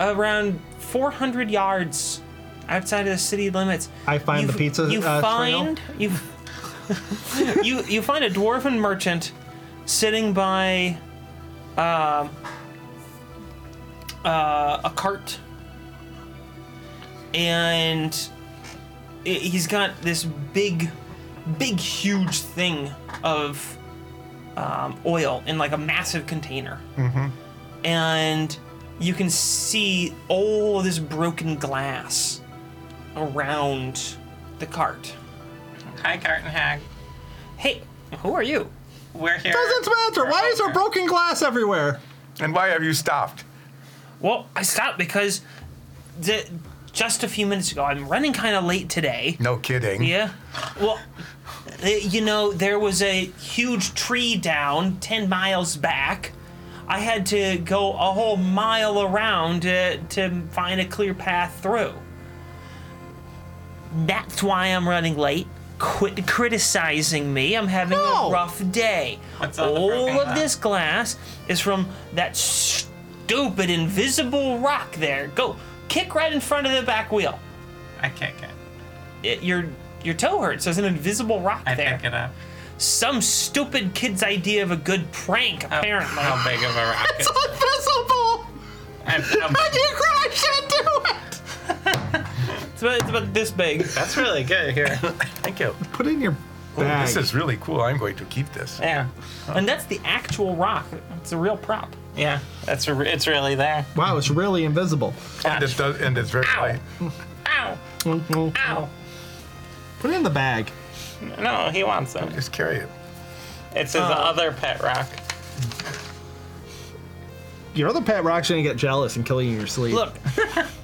Speaker 1: around 400 yards outside of the city limits,
Speaker 5: I find
Speaker 1: you
Speaker 5: the pizza.
Speaker 1: You
Speaker 5: uh, trail.
Speaker 1: find you. (laughs) you you find a dwarven merchant sitting by um, uh, a cart, and i- he's got this big, big, huge thing of um, oil in like a massive container, and you can see all this broken glass around the cart.
Speaker 7: Hi, carton hag.
Speaker 1: Hey, who are you?
Speaker 3: We're here.
Speaker 5: Doesn't matter. Why is there broken glass everywhere?
Speaker 4: And why have you stopped?
Speaker 1: Well, I stopped because the, just a few minutes ago, I'm running kind of late today.
Speaker 4: No kidding.
Speaker 1: Yeah. Well, uh, you know, there was a huge tree down 10 miles back. I had to go a whole mile around to, to find a clear path through. That's why I'm running late. Quit criticizing me. I'm having
Speaker 5: No.
Speaker 1: a rough day.
Speaker 3: What's on the
Speaker 1: All
Speaker 3: broken
Speaker 1: of
Speaker 3: glass?
Speaker 1: this glass is from that stupid invisible rock there. Go kick right in front of the back wheel
Speaker 3: I kick it.
Speaker 1: it, your your toe hurts. There's an invisible rock
Speaker 3: I
Speaker 1: there.
Speaker 3: pick it up.
Speaker 1: Some stupid kid's idea of a good prank,
Speaker 3: Oh,
Speaker 1: apparently.
Speaker 3: How big of a rock
Speaker 7: (laughs)
Speaker 3: is
Speaker 5: It's invisible. How do
Speaker 3: it?
Speaker 5: you cry? I can't do it.
Speaker 1: It's, about, it's about this big.
Speaker 3: That's really good
Speaker 7: (laughs)
Speaker 3: here. Thank you.
Speaker 11: Put it in your
Speaker 4: Ooh,
Speaker 11: bag.
Speaker 4: this is really cool. I'm going to keep this.
Speaker 3: Yeah.
Speaker 1: And that's the actual rock. It's a real prop.
Speaker 3: Yeah. That's re- it's really there.
Speaker 5: Wow, it's really invisible.
Speaker 4: And, it does, and it's very light.
Speaker 3: Ow!
Speaker 5: Mm-mm.
Speaker 3: Ow!
Speaker 5: Mm-hmm. Put it in the bag.
Speaker 3: No, he wants them.
Speaker 4: Just carry it.
Speaker 3: It's
Speaker 7: Oh.
Speaker 3: his other pet rock.
Speaker 5: Your other pet rock's gonna get jealous and kill you in your sleep.
Speaker 1: Look.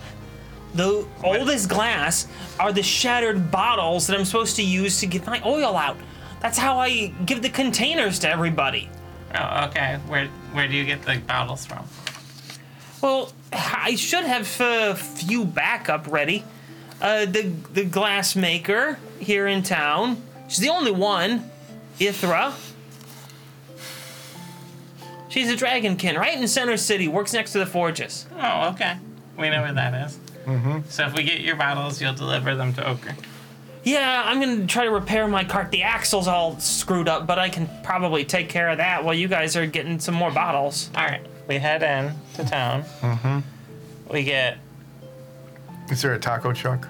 Speaker 3: (laughs)
Speaker 1: the all this glass are the shattered bottles that I'm supposed to use to get my oil out. That's how I give the containers to everybody.
Speaker 3: Oh, okay. Where where do you get the bottles from?
Speaker 1: Well, I should have a few backup ready. Uh, the the glass maker here in town. She's the only one. Ithra. She's a dragonkin, right in Center City. Works next to the forges.
Speaker 3: Oh, okay. We know where that is. So if we get your bottles, you'll deliver them to Ochre.
Speaker 1: Yeah, I'm gonna try to repair my cart. The axle's all screwed up, but I can probably take care of that while you guys are getting some more bottles.
Speaker 3: All right. We head in to town. We get
Speaker 4: Is there a taco truck?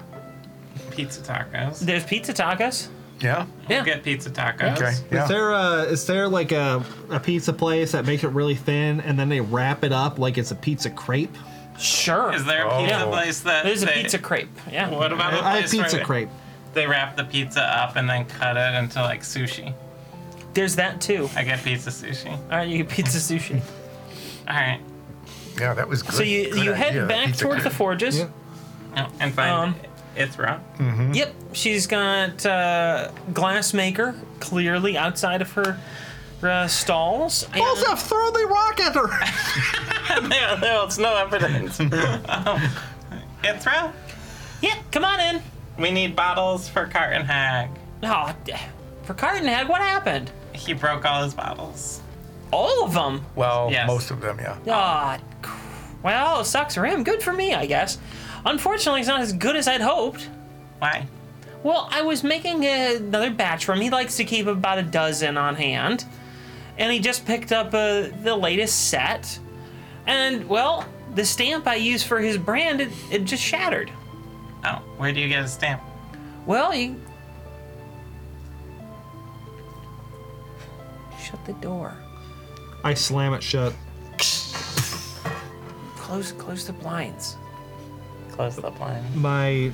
Speaker 3: pizza tacos.
Speaker 1: There's pizza tacos.
Speaker 4: Yeah?
Speaker 1: Yeah.
Speaker 3: We get pizza tacos.
Speaker 4: Okay. Yeah.
Speaker 5: Is there a, is there like a, a pizza place that makes it really thin and then they wrap it up like it's a pizza crepe?
Speaker 1: Sure.
Speaker 3: Is there a
Speaker 4: Oh.
Speaker 3: pizza
Speaker 4: Yeah.
Speaker 3: place that
Speaker 1: There's a
Speaker 3: they-
Speaker 1: pizza crepe. Yeah.
Speaker 3: What about a
Speaker 5: I, I
Speaker 3: place
Speaker 5: pizza
Speaker 3: where
Speaker 5: crepe.
Speaker 3: they wrap the pizza up and then cut it into like sushi?
Speaker 1: There's that too.
Speaker 3: I get pizza sushi. All
Speaker 1: All right, you get pizza sushi.
Speaker 3: right.
Speaker 4: Yeah, that was good.
Speaker 1: So you,
Speaker 4: good
Speaker 1: you
Speaker 4: idea,
Speaker 1: head back
Speaker 4: pizza
Speaker 1: towards the
Speaker 4: crepe.
Speaker 1: forges.
Speaker 5: Yeah.
Speaker 3: Oh, and find
Speaker 1: Um,
Speaker 3: Ithra. (laughs)
Speaker 1: Yep, she's got uh, glassmaker clearly outside of her uh, stalls. And
Speaker 5: Also, throw the rock at her.
Speaker 3: no, no, it's no evidence. um, Ithra,
Speaker 1: yeah, come on in.
Speaker 3: we need bottles for Carton Hag.
Speaker 1: Oh, d- for Carton Head, what happened?
Speaker 3: He broke all his bottles.
Speaker 1: All of them.
Speaker 4: Well,
Speaker 3: Yes.
Speaker 4: most of them, yeah.
Speaker 1: Ah, cr- well, it sucks for him. Good for me, I guess. Unfortunately, it's not as good as I'd hoped.
Speaker 3: Why?
Speaker 1: Well, I was making a, another batch for him. He likes to keep about a dozen on hand. And he just picked up uh, the latest set. And, well, the stamp I used for his brand, it, it just shattered.
Speaker 3: Oh, where do you get a stamp?
Speaker 1: Well, you. Shut the door.
Speaker 5: I slam it shut.
Speaker 1: Close, close the blinds.
Speaker 3: Close the blind.
Speaker 5: My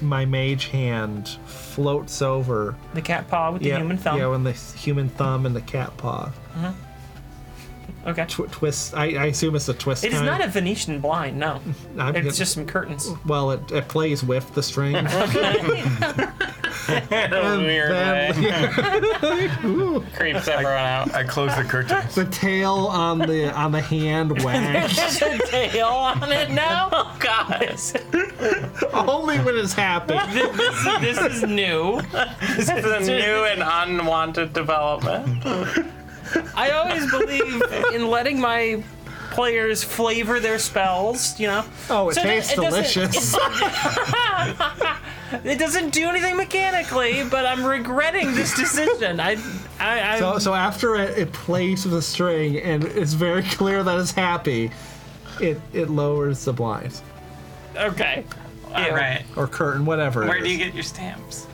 Speaker 5: my mage hand floats over.
Speaker 1: The cat paw with the human thumb.
Speaker 5: Yeah, and the human thumb and the cat paw.
Speaker 1: okay.
Speaker 5: Tw- twist. I, I assume it's a twist.
Speaker 1: It is not a Venetian blind,
Speaker 5: (laughs)
Speaker 1: no.
Speaker 5: I'm gonna-
Speaker 1: It's just some
Speaker 5: (laughs)
Speaker 1: curtains.
Speaker 5: Well, it, it plays with the string. (laughs)
Speaker 3: (laughs)
Speaker 5: And
Speaker 3: Weird
Speaker 5: then-
Speaker 3: way. (laughs) Creeps everyone (laughs) out.
Speaker 4: I closed the
Speaker 1: (laughs)
Speaker 4: curtains.
Speaker 5: the tail on the on the hand wags. (laughs)
Speaker 1: There's a tail on it now? Oh, God.
Speaker 5: Only when it's happened.
Speaker 1: Th- this, is- this is new. This is
Speaker 3: It's a new and unwanted development.
Speaker 1: I always believe in letting my players flavor their spells. You know.
Speaker 5: Oh, it
Speaker 1: So it-
Speaker 5: tastes
Speaker 1: it doesn't-
Speaker 5: delicious. (laughs)
Speaker 1: It doesn't do anything mechanically, but I'm regretting this decision. I, I, I
Speaker 5: So, so after it, it plays with the string and it's very clear that it's happy, it it lowers the blinds
Speaker 1: okay.
Speaker 3: (laughs) All
Speaker 1: Ew.
Speaker 3: right.
Speaker 5: or curtain, whatever. it
Speaker 3: Where do
Speaker 5: is.
Speaker 3: you get your stamps?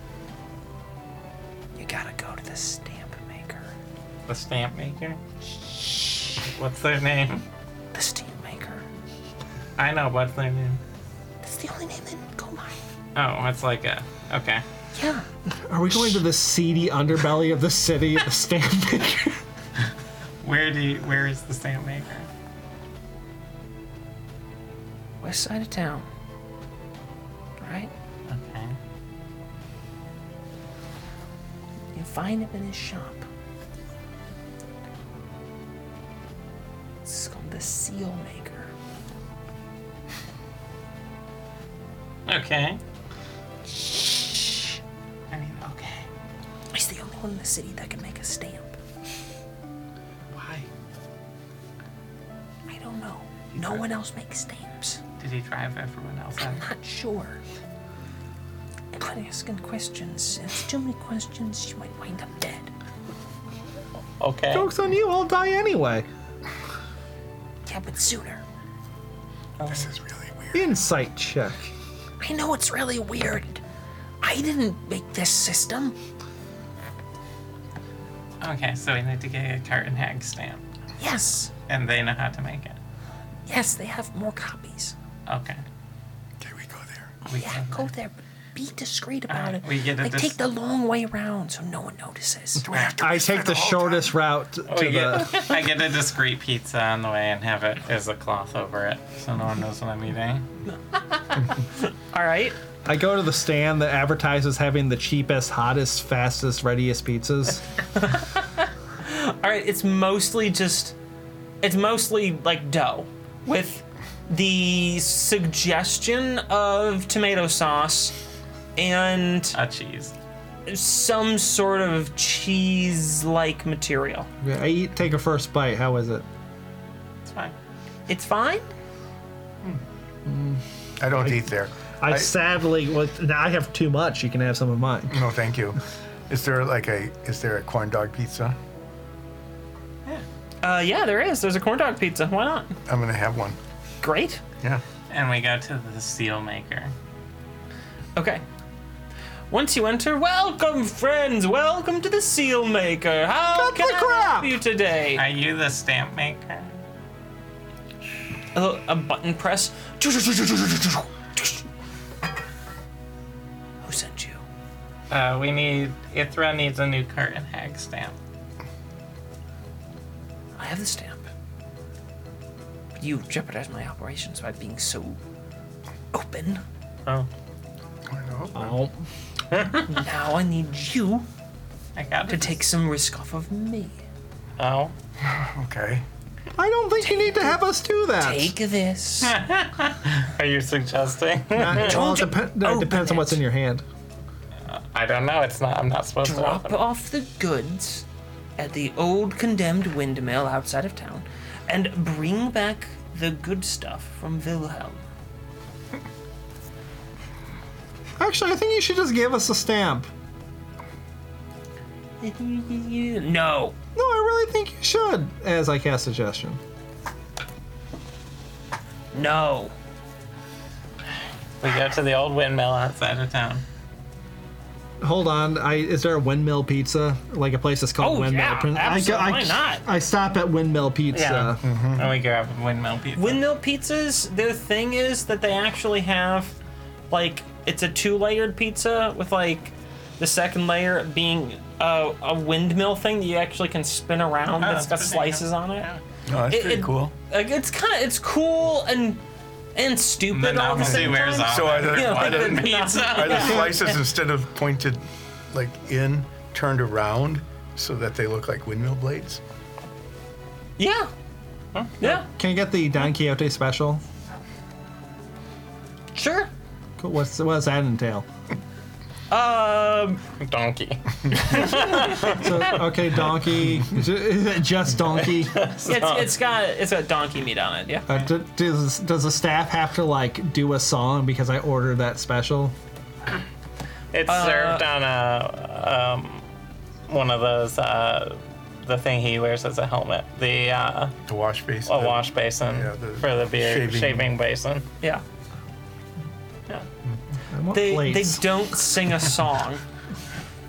Speaker 1: You gotta go to the stamp maker.
Speaker 3: The stamp maker. What's their name?
Speaker 1: The stamp maker.
Speaker 3: I know what's their name.
Speaker 1: That's the only name in Go Mine.
Speaker 3: Oh, it's like a okay.
Speaker 1: Yeah.
Speaker 5: Are we going to the seedy underbelly of the city, (laughs) the stamp maker?
Speaker 3: Where do you, where is the stamp maker?
Speaker 1: West side of town. Right?
Speaker 3: Okay.
Speaker 1: You find him in his shop. This is called the Seal Maker.
Speaker 3: Okay. I mean, okay.
Speaker 1: He's the only one in the city that can make a stamp.
Speaker 3: Why
Speaker 1: I don't know. No one else makes stamps.
Speaker 3: did he drive everyone else out?
Speaker 1: Not sure. Quit asking questions. If it's too many questions, you might wind up dead.
Speaker 3: Okay.
Speaker 5: Joke's on you, I'll die anyway.
Speaker 1: Yeah, but sooner.
Speaker 4: This is really weird.
Speaker 5: Insight check.
Speaker 1: I know it's really weird. I didn't make this system.
Speaker 3: Okay, so we need to get a tartan hag stamp,
Speaker 1: Yes.
Speaker 3: and they know how to make it.
Speaker 1: Yes, they have more copies.
Speaker 3: Okay.
Speaker 4: Can we go there?
Speaker 3: We
Speaker 1: Yeah,
Speaker 3: can-
Speaker 7: uh,
Speaker 1: go there. Be discreet about
Speaker 3: Alright,
Speaker 1: it.
Speaker 3: we get a
Speaker 1: like,
Speaker 3: dis-
Speaker 1: take the long way around so no one
Speaker 7: (laughs)
Speaker 1: notices.
Speaker 4: Do we have to
Speaker 5: I
Speaker 4: waste
Speaker 5: take the
Speaker 4: whole
Speaker 5: shortest route to
Speaker 3: We
Speaker 5: the.
Speaker 3: Oh, get, (laughs) I get a discreet pizza on the way and have it as a cloth over it, so no one knows what I'm eating.
Speaker 1: All right.
Speaker 5: I go to the stand that advertises having the cheapest, hottest, fastest, readiest pizzas.
Speaker 1: All right, it's mostly just it's mostly like dough with the suggestion of tomato sauce and
Speaker 3: A cheese.
Speaker 1: some sort of cheese-like material.
Speaker 5: Yeah, I eat, take a first bite. How is it?
Speaker 3: It's fine.
Speaker 1: It's fine.
Speaker 4: time? I don't eat there.
Speaker 5: I, sadly, well, I have too much. You can have some of mine.
Speaker 4: No, thank you. Is there like a is there a corn dog pizza?
Speaker 1: Uh, yeah, there is. There's a corn dog pizza. Why not?
Speaker 4: I'm gonna have one.
Speaker 1: Great.
Speaker 4: Yeah.
Speaker 3: And we go to the seal maker.
Speaker 1: Okay. Once you enter, welcome, friends. Welcome to the Seal Maker. How can
Speaker 5: the
Speaker 1: I
Speaker 5: crap!
Speaker 1: help you today?
Speaker 3: Are you the stamp maker?
Speaker 1: a, a button press. Who sent you?
Speaker 3: Uh, we need Ithra needs a new curtain hag stamp.
Speaker 1: I have the stamp. But you jeopardized my operations by being so open.
Speaker 3: Oh,
Speaker 4: I know.
Speaker 5: Oh,
Speaker 1: Now I need you
Speaker 3: I got
Speaker 1: to
Speaker 3: it.
Speaker 1: take some risk off of me.
Speaker 3: Oh,
Speaker 4: Okay.
Speaker 5: I don't think you need to have us do that.
Speaker 1: Take this.
Speaker 3: are you (laughs) suggesting?
Speaker 5: Uh, well, it
Speaker 1: Don't
Speaker 5: depen- no, it
Speaker 1: open
Speaker 5: depends on what's
Speaker 1: it.
Speaker 5: in your hand.
Speaker 3: I don't know. It's not. I'm not supposed to.
Speaker 1: Drop
Speaker 3: Open.
Speaker 1: off the goods at the old condemned windmill outside of town and bring back the good stuff from Wilhelm. (laughs)
Speaker 5: Actually, I think you should just give us a stamp.
Speaker 1: no.
Speaker 5: No, I really think you should. As I cast suggestion.
Speaker 1: No.
Speaker 3: We go to the old windmill outside of town.
Speaker 5: Hold on, I is there a windmill pizza? Like a place that's called
Speaker 1: Oh,
Speaker 5: Windmill?
Speaker 1: yeah,
Speaker 5: Prin- I go- I,
Speaker 1: absolutely, why not?
Speaker 5: I stop at Windmill Pizza.
Speaker 3: And we grab a windmill pizza.
Speaker 1: Windmill pizzas, their thing is that they actually have, like, it's a two layered pizza with, like, the second layer being a, a windmill thing that you actually can spin around that's got
Speaker 3: that's pretty cool.
Speaker 1: slices on it.
Speaker 4: No, that's
Speaker 1: It-
Speaker 4: pretty
Speaker 1: it-
Speaker 4: cool.
Speaker 1: Like, it's kind of, it's cool and and stupid all
Speaker 3: The
Speaker 1: at the
Speaker 3: novelty
Speaker 1: same
Speaker 3: wears
Speaker 1: time.
Speaker 3: off.
Speaker 4: So are the,
Speaker 1: Ah. (laughs) Yeah,
Speaker 4: are
Speaker 1: like
Speaker 4: the,
Speaker 1: the
Speaker 4: are
Speaker 1: pizza. (laughs)
Speaker 4: the slices instead of pointed like in turned around so that they look like windmill blades?
Speaker 1: Yeah. Yeah,
Speaker 5: Can you get the Don Quixote special?
Speaker 1: sure.
Speaker 5: Cool, What's what does that entail?
Speaker 1: Um,
Speaker 3: Donkey.
Speaker 5: So, okay, donkey. Is it- is it just donkey?
Speaker 1: it's, it's got it's got donkey meat on it. Yeah.
Speaker 5: Uh, d- does does the staff have to like do a song because I ordered that special?
Speaker 3: It's served on a um, one of those uh, the thing he wears as a helmet. The uh,
Speaker 4: The wash base.
Speaker 3: a wash basin
Speaker 4: yeah, the
Speaker 3: for the beer
Speaker 4: shaving-
Speaker 3: shaving, basin.
Speaker 1: Yeah.
Speaker 5: I want
Speaker 1: They, they
Speaker 5: plates.
Speaker 1: don't sing a song,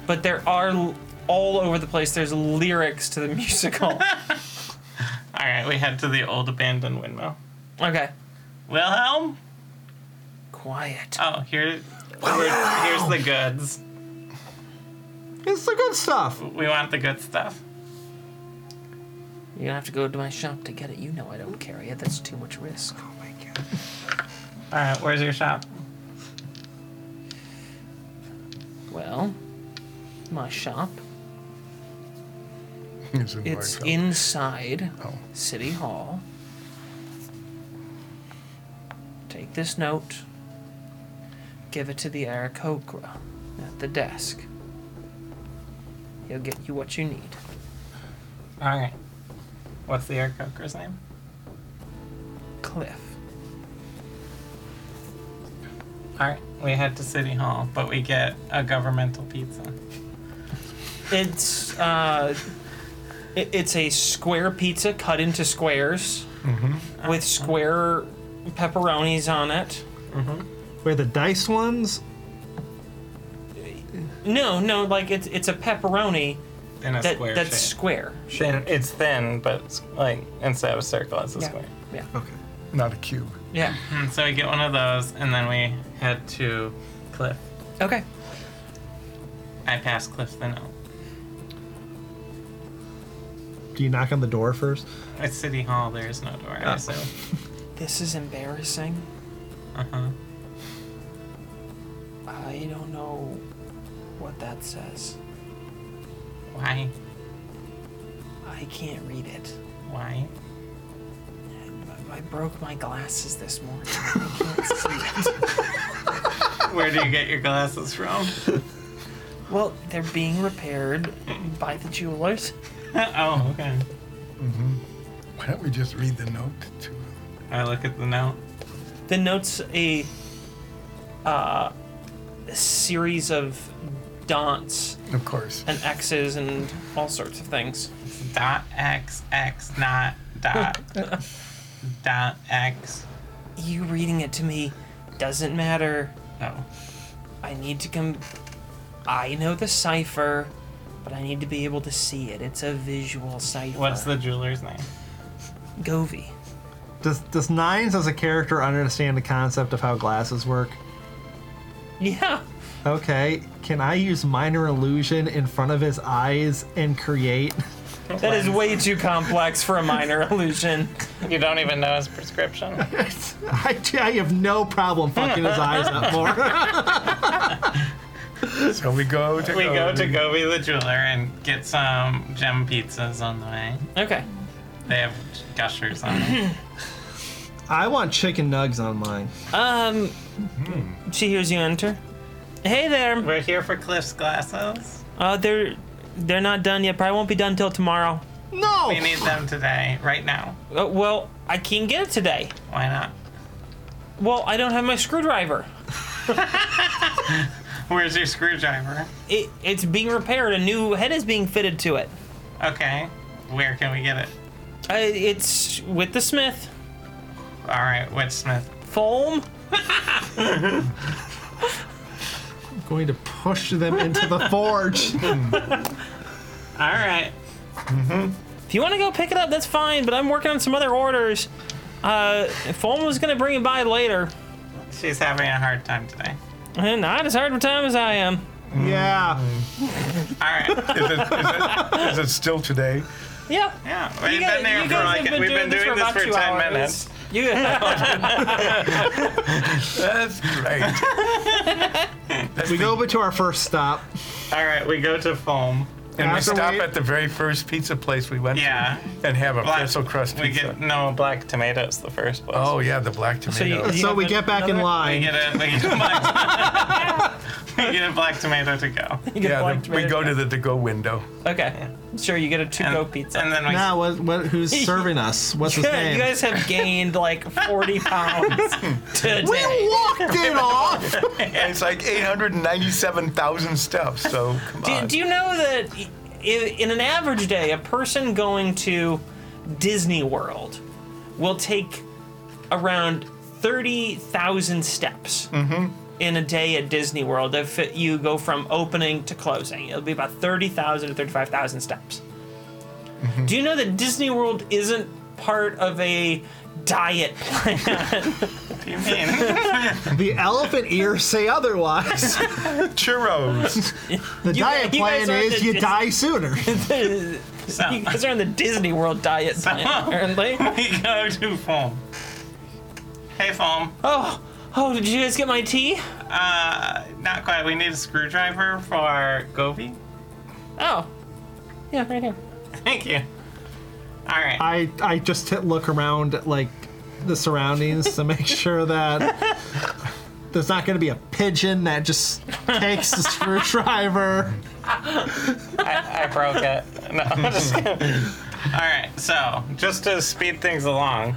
Speaker 1: but there are l- all over the place. There's lyrics to the (laughs) musical.
Speaker 3: All right, we head to the old abandoned windmill.
Speaker 1: Okay,
Speaker 3: Wilhelm.
Speaker 1: quiet.
Speaker 3: Oh, here. we're- Here's the goods.
Speaker 5: It's the good stuff.
Speaker 3: We want the good stuff.
Speaker 1: You're gonna have to go to my shop to get it. You know I don't carry it. That's too much risk.
Speaker 3: All right, where's your shop?
Speaker 1: Well, my shop.
Speaker 4: It's in
Speaker 1: It's
Speaker 4: Marshall.
Speaker 1: inside
Speaker 4: Oh.
Speaker 1: City Hall. Take this note. Give it to the Aarakocra at the desk. He'll get you what you need.
Speaker 3: All right. What's the air coker's name?
Speaker 1: Cliff.
Speaker 3: All right, we head to City Hall, but we get a governmental pizza.
Speaker 1: It's uh, it, it's a square pizza cut into squares with square pepperonis on it.
Speaker 5: Wait, the dice ones?
Speaker 1: No, no, like it's it's a pepperoni
Speaker 3: In a
Speaker 1: that
Speaker 3: square
Speaker 1: that's
Speaker 3: shape.
Speaker 1: square.
Speaker 3: Thin, it's thin, but like instead of a circle, it's a square.
Speaker 1: Yeah.
Speaker 5: Okay.
Speaker 4: Not a cube.
Speaker 1: Yeah.
Speaker 3: And so we get one of those, and then we head to Cliff.
Speaker 1: Okay.
Speaker 3: I pass Cliff the note.
Speaker 5: Do you knock on the door first?
Speaker 3: At City Hall, there is no door. I assume.
Speaker 1: This is embarrassing.
Speaker 3: Uh huh.
Speaker 1: I don't know what that says.
Speaker 3: Why?
Speaker 1: I can't read it.
Speaker 3: Why?
Speaker 1: I broke my glasses this morning. I can't see it.
Speaker 3: Where do you get your glasses from? (laughs)
Speaker 1: Well, they're being repaired by the jewelers.
Speaker 3: oh, okay.
Speaker 4: Why don't we just read the note to
Speaker 3: I look at the note.
Speaker 1: The note's a uh, series of dots
Speaker 4: Of course.
Speaker 1: and X's and all sorts of things.
Speaker 3: Dot X X not dot dot X.
Speaker 1: You reading it to me doesn't matter.
Speaker 3: Oh.
Speaker 1: I need to come. I know the cipher, but I need to be able to see it. It's a visual cipher.
Speaker 3: What's the jeweler's name?
Speaker 1: Govi?
Speaker 5: Does does Nines as a character understand the concept of how glasses work?
Speaker 1: Yeah.
Speaker 5: Okay, can I use minor illusion in front of his eyes and create?
Speaker 1: (laughs)
Speaker 5: (laughs)
Speaker 1: That is way too complex for a minor illusion.
Speaker 3: You don't even know his prescription.
Speaker 5: I, I have no problem fucking his eyes up more. (laughs)
Speaker 4: So we go to um,
Speaker 3: we go to
Speaker 4: Gobi.
Speaker 3: Gobi the jeweler and get some gem pizzas on the way.
Speaker 1: Okay.
Speaker 3: They have gushers on them.
Speaker 5: I want chicken nugs on mine.
Speaker 1: Um,
Speaker 3: Hmm.
Speaker 1: she hears you enter. Hey there.
Speaker 3: (laughs) We're here for Cliff's glasses.
Speaker 1: Uh, they're they're not done yet. Probably won't be done till tomorrow.
Speaker 5: No!
Speaker 3: We need them today, right now.
Speaker 1: Uh, well, I can't get it today.
Speaker 3: Why not?
Speaker 1: Well, I don't have my screwdriver.
Speaker 3: Where's your screwdriver?
Speaker 1: It, it's being repaired. A new head is being fitted to it.
Speaker 3: Okay. Where can we get it?
Speaker 1: Uh, it's with the smith.
Speaker 3: All right, Smith.
Speaker 1: Foam.
Speaker 5: I'm going to push them into the
Speaker 1: (laughs)
Speaker 5: forge.
Speaker 1: Mm-hmm.
Speaker 3: All right.
Speaker 1: If you want to go pick it up, that's fine. But I'm working on some other orders. Uh, Foam was gonna bring it by later.
Speaker 3: She's having a hard time today.
Speaker 1: And not as hard of a time as I am.
Speaker 5: yeah.
Speaker 3: All (laughs) right.
Speaker 4: Is it, is, it, is it still today?
Speaker 1: Yeah.
Speaker 3: Yeah, we've
Speaker 1: You
Speaker 3: been
Speaker 1: guys,
Speaker 3: there
Speaker 1: you
Speaker 3: for
Speaker 1: guys
Speaker 3: like
Speaker 1: have been
Speaker 3: we've
Speaker 1: doing
Speaker 3: been
Speaker 1: this for
Speaker 3: doing this
Speaker 1: about
Speaker 3: for,
Speaker 1: two
Speaker 3: ten
Speaker 1: hours.
Speaker 3: minutes.
Speaker 1: You. (laughs)
Speaker 4: That's great.
Speaker 5: We go over to our first stop.
Speaker 3: All right, we go to foam.
Speaker 4: And we
Speaker 5: After
Speaker 4: stop
Speaker 5: we-
Speaker 4: at the very first pizza place we went
Speaker 3: Yeah.
Speaker 4: to and have a pretzel crust
Speaker 3: We
Speaker 4: pizza.
Speaker 3: get no black tomatoes the first place.
Speaker 4: oh, yeah, the black tomato.
Speaker 1: you-
Speaker 5: So we get back in
Speaker 1: another-
Speaker 3: we
Speaker 5: line.
Speaker 3: get a we get a black we get a black (laughs) tomato to go.
Speaker 1: You
Speaker 4: yeah,
Speaker 1: black
Speaker 4: the- we
Speaker 1: tomato.
Speaker 4: go to the to go window.
Speaker 1: Okay. Sure, you get a two
Speaker 3: And,
Speaker 1: go pizza.
Speaker 3: and then we
Speaker 5: Now, what,
Speaker 1: (laughs)
Speaker 5: what, who's serving us? What's his
Speaker 1: yeah, (laughs)
Speaker 5: name?
Speaker 1: you guys have gained like
Speaker 5: (laughs)
Speaker 1: 40 pounds today.
Speaker 5: we walked
Speaker 4: (laughs)
Speaker 5: it off!
Speaker 4: And it's like 897,000 steps, so come
Speaker 1: do,
Speaker 4: on.
Speaker 1: do you know that i- in an average day, a person going to Disney World will take around 30,000 steps
Speaker 5: Mm-hmm.
Speaker 1: in a day at Disney World if it- you go from opening to closing. It'll be about 30,000 to 35,000 steps.
Speaker 5: Mm-hmm.
Speaker 1: Do you know that Disney World isn't part of a diet plan?
Speaker 3: do you mean?
Speaker 5: (laughs) The elephant ears say
Speaker 1: (laughs)
Speaker 5: otherwise.
Speaker 4: Churros.
Speaker 5: The
Speaker 1: You-
Speaker 5: diet
Speaker 1: you guys
Speaker 5: plan
Speaker 1: are
Speaker 5: is
Speaker 1: the
Speaker 5: you
Speaker 1: Dis-
Speaker 5: die
Speaker 1: (laughs)
Speaker 5: sooner.
Speaker 1: (laughs) you guys are on the Disney World diet plan, apparently.
Speaker 3: (laughs) we go to Foam. Hey, Foam.
Speaker 1: Oh, oh, did you guys get my tea?
Speaker 3: Uh, not quite. We need a screwdriver for Gobi. (laughs)
Speaker 1: Oh, yeah, right here.
Speaker 3: Thank you. All right.
Speaker 5: I I just hit look around at like the surroundings
Speaker 1: (laughs)
Speaker 5: to make sure that there's not going to be a pigeon that just
Speaker 1: (laughs)
Speaker 5: takes the screwdriver.
Speaker 3: I broke it. (laughs) No, I'm just kidding. All right, so just to speed things along,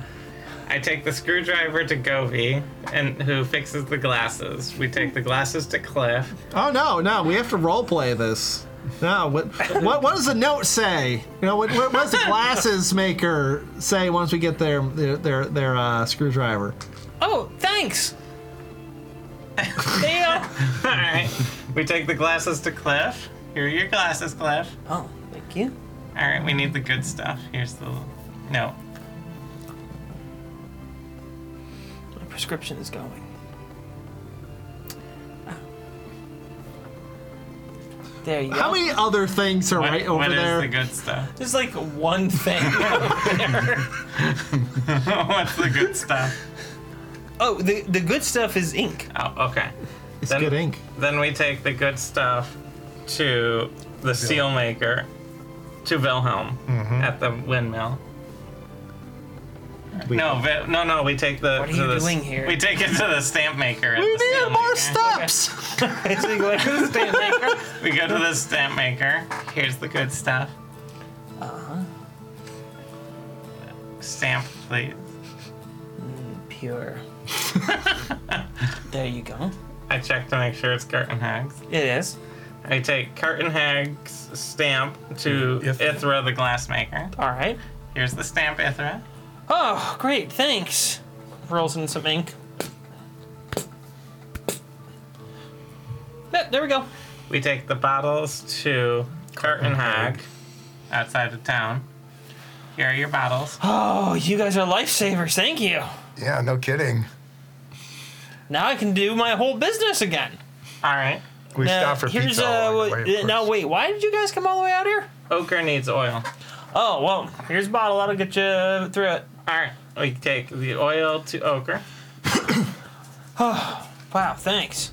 Speaker 3: I take the screwdriver to Govey, and who fixes the glasses. We take the glasses to Cliff.
Speaker 5: Oh no, no, we have to role play this. No, what what what does the note say? You know, what what, what does the glasses maker say once we get their their their, their uh, screwdriver?
Speaker 1: Oh, thanks. (laughs) there you go.
Speaker 3: All right, we take the glasses to Cliff. Here are your glasses, Cliff.
Speaker 1: Oh, thank you.
Speaker 3: All right, we need the good stuff. Here's the no.
Speaker 1: My prescription is going. There you
Speaker 5: How
Speaker 1: go.
Speaker 5: many other things are
Speaker 3: What,
Speaker 5: right over
Speaker 3: what is
Speaker 5: there?
Speaker 3: the good stuff? (laughs)
Speaker 1: There's like one thing. over there.
Speaker 3: What's the good stuff?
Speaker 1: (laughs) oh, the the good stuff is ink.
Speaker 3: Oh, okay.
Speaker 5: it's
Speaker 3: then-
Speaker 5: good ink.
Speaker 3: Then we take the good stuff to the seal maker, to Wilhelm
Speaker 5: Mm-hmm.
Speaker 3: at the windmill.
Speaker 5: We-
Speaker 3: No, Vi- no, no. We take the.
Speaker 1: What are
Speaker 3: to
Speaker 1: you
Speaker 3: the s-
Speaker 1: doing here?
Speaker 3: We take it to the stamp maker. At
Speaker 5: We
Speaker 3: the seal
Speaker 5: need more
Speaker 3: maker.
Speaker 1: (laughs)
Speaker 5: steps.
Speaker 1: It's like, who's the maker?
Speaker 3: We go to the stamp maker. Here's the good stuff. Uh-huh. Stamp, please.
Speaker 1: Pure. there you go.
Speaker 3: I check to make sure it's Curtin Hags.
Speaker 1: It is.
Speaker 3: I take Curtin Hags stamp to
Speaker 4: If-
Speaker 3: Ithra the glassmaker.
Speaker 1: All right.
Speaker 3: Here's the stamp, Ithra.
Speaker 1: Oh, great, thanks. Rolls in some ink. Yeah, there we go.
Speaker 3: We take the bottles to Curtin Hag outside of town. Here are your bottles.
Speaker 1: Oh, you guys are lifesavers. Thank you.
Speaker 4: yeah, no kidding.
Speaker 1: Now I can do my whole business again.
Speaker 3: All right.
Speaker 4: We
Speaker 1: Now,
Speaker 4: stopped for
Speaker 1: here's
Speaker 4: pizza.
Speaker 1: uh,
Speaker 4: along the
Speaker 1: what-
Speaker 4: way, of
Speaker 1: now
Speaker 4: course.
Speaker 1: wait, why did you guys come all the way out here?
Speaker 3: Ochre needs oil.
Speaker 1: Oh well, here's a bottle. That'll get you through it.
Speaker 3: All right. We take the oil to Ochre.
Speaker 1: Wow, thanks.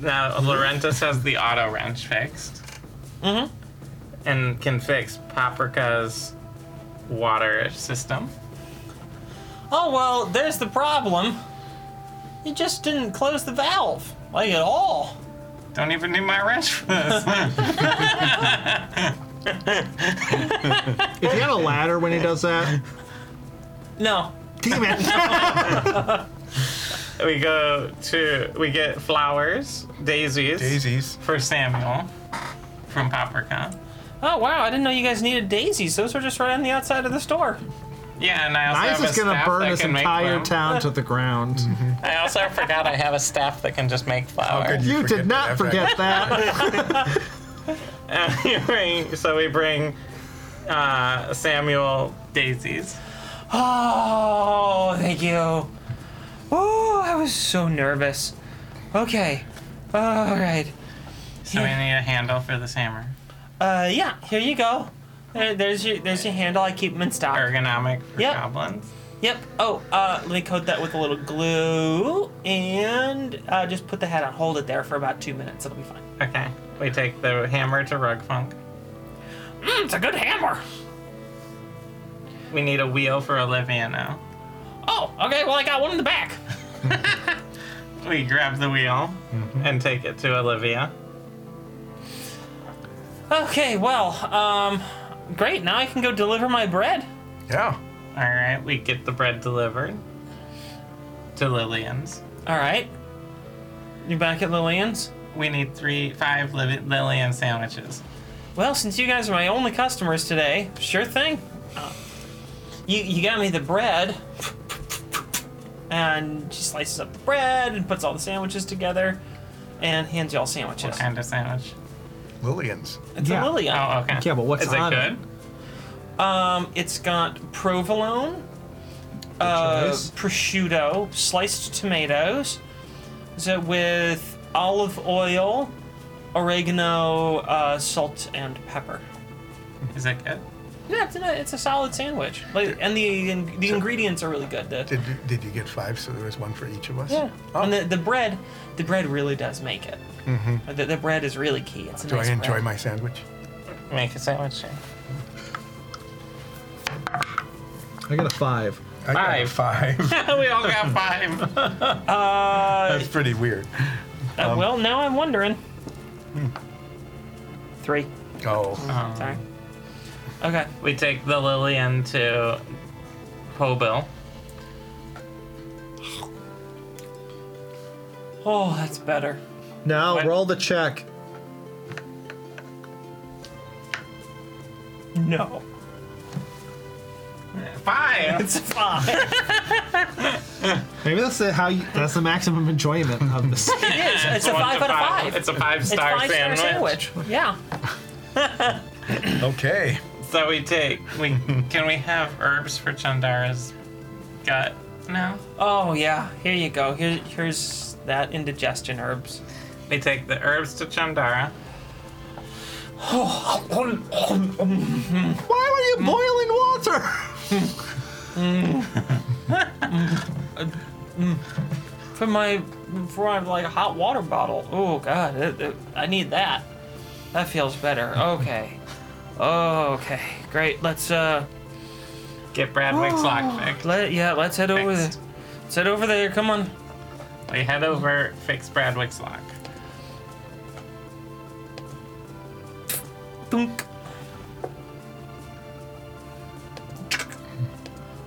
Speaker 3: Now Laurentis has the auto wrench fixed.
Speaker 5: Mm-hmm.
Speaker 1: Mhm.
Speaker 3: And can fix Paprika's water system.
Speaker 1: Oh well, there's the problem. You just didn't close the valve, like at all.
Speaker 3: Don't even need my wrench for
Speaker 5: (laughs)
Speaker 3: this.
Speaker 5: If he had a ladder when he does
Speaker 3: (laughs)
Speaker 5: that,
Speaker 1: No.
Speaker 5: damn it.
Speaker 3: we go to we get flowers, daisies,
Speaker 4: Daisies.
Speaker 3: for Samuel from Paprika.
Speaker 1: Oh wow, I didn't know you guys needed daisies. Those were just right on the outside of the store.
Speaker 3: Yeah, and I also
Speaker 5: Nice
Speaker 3: have a
Speaker 5: is gonna
Speaker 3: staff
Speaker 5: burn
Speaker 3: that
Speaker 5: this
Speaker 3: can make
Speaker 5: entire
Speaker 3: them.
Speaker 5: town to the
Speaker 3: (laughs)
Speaker 5: ground.
Speaker 3: I also forgot I have a staff that can just make flowers.
Speaker 4: You
Speaker 5: You
Speaker 4: forget
Speaker 5: did not
Speaker 4: that
Speaker 5: forget
Speaker 4: fact.
Speaker 5: that.
Speaker 3: (laughs) We bring- so we bring uh, Samuel daisies.
Speaker 1: Oh, thank you. Oh, I was so nervous. Okay. All right.
Speaker 3: So we need a handle for this hammer.
Speaker 1: Uh, yeah. Here you go. There, there's your there's your handle. I keep them in stock.
Speaker 3: Ergonomic for
Speaker 1: Yep.
Speaker 3: goblins.
Speaker 1: Yep. Oh, uh, let me coat that with a little glue and uh, just put the head on. Hold it there for about two minutes. It'll be fine.
Speaker 3: Okay. We take the hammer to Rugfunk.
Speaker 1: Mm, it's a good hammer.
Speaker 3: We need a wheel for Olivia now.
Speaker 1: Oh, okay. Well, I got one in the back.
Speaker 3: We grab the wheel
Speaker 5: Mm-hmm.
Speaker 3: and take it to Olivia.
Speaker 1: Okay. Well, um, great. Now I can go deliver my bread.
Speaker 4: Yeah.
Speaker 3: All right, we get the bread delivered to Lillian's.
Speaker 1: All right. You back at Lillian's?
Speaker 3: We need three, five Liv- Lillian sandwiches.
Speaker 1: Well, since you guys are my only customers today, sure thing. Uh, you you got me the bread, and she slices up the bread and puts all the sandwiches together, and hands you all sandwiches.
Speaker 3: What kind of sandwich?
Speaker 4: Lillian's.
Speaker 1: It's a
Speaker 5: Yeah.
Speaker 1: Lillian.
Speaker 3: Oh, okay.
Speaker 5: Yeah, but what's
Speaker 3: is it
Speaker 5: on
Speaker 3: good?
Speaker 5: it?
Speaker 1: Um, it's got provolone, uh,
Speaker 5: choice.
Speaker 1: prosciutto, sliced tomatoes, so with olive oil, oregano, uh, salt, and pepper.
Speaker 3: Is that good?
Speaker 1: Yeah, it's a, it's a solid sandwich. Like, and the in- the ingredients are really good. The,
Speaker 4: Did you, did you get five? So there was one for each of us.
Speaker 1: yeah,
Speaker 4: Oh,
Speaker 1: and the, the bread, the bread really does make it. Mm-hmm. The, the bread is really key. It's a
Speaker 4: do I
Speaker 1: nice
Speaker 4: enjoy
Speaker 1: bread.
Speaker 4: my sandwich?
Speaker 3: Make a sandwich. Shane.
Speaker 5: I got a five.
Speaker 4: I got a
Speaker 3: (laughs)
Speaker 4: five. (laughs)
Speaker 3: we all
Speaker 5: (laughs)
Speaker 3: got five.
Speaker 1: Uh,
Speaker 4: That's pretty weird.
Speaker 1: uh, well, now I'm wondering. Three.
Speaker 4: Oh,
Speaker 3: Um.
Speaker 1: Sorry. Okay.
Speaker 3: We take the Lillian to Hobill.
Speaker 1: Oh, that's better.
Speaker 12: Now
Speaker 3: What?
Speaker 12: roll the check.
Speaker 1: No.
Speaker 3: Five.
Speaker 1: It's fine.
Speaker 5: Maybe that's the, how you, that's the maximum enjoyment of
Speaker 3: (laughs)
Speaker 5: this.
Speaker 1: it is. It's a
Speaker 3: One
Speaker 1: five
Speaker 3: to
Speaker 1: out of five.
Speaker 3: It's a five
Speaker 1: It's
Speaker 3: star
Speaker 1: five-star
Speaker 3: sandwich.
Speaker 1: Yeah.
Speaker 4: okay.
Speaker 3: So we take. We can we have herbs for Chandara's gut now?
Speaker 1: Oh yeah. Here you go. Here, here's that indigestion (sighs) herbs.
Speaker 3: We take the herbs to Chandara.
Speaker 5: Why were you boiling water? (laughs)
Speaker 1: For my, for my like hot water bottle. Oh god, it- it- I need that. That feels better. Okay. Okay. Great. Let's uh.
Speaker 3: Get Bradwick's lockpick.
Speaker 1: Let yeah. Let's head over there.
Speaker 3: Fixed.
Speaker 1: Let's head over there. Come on.
Speaker 3: We head over, fix Bradwick's lock.
Speaker 1: Thunk.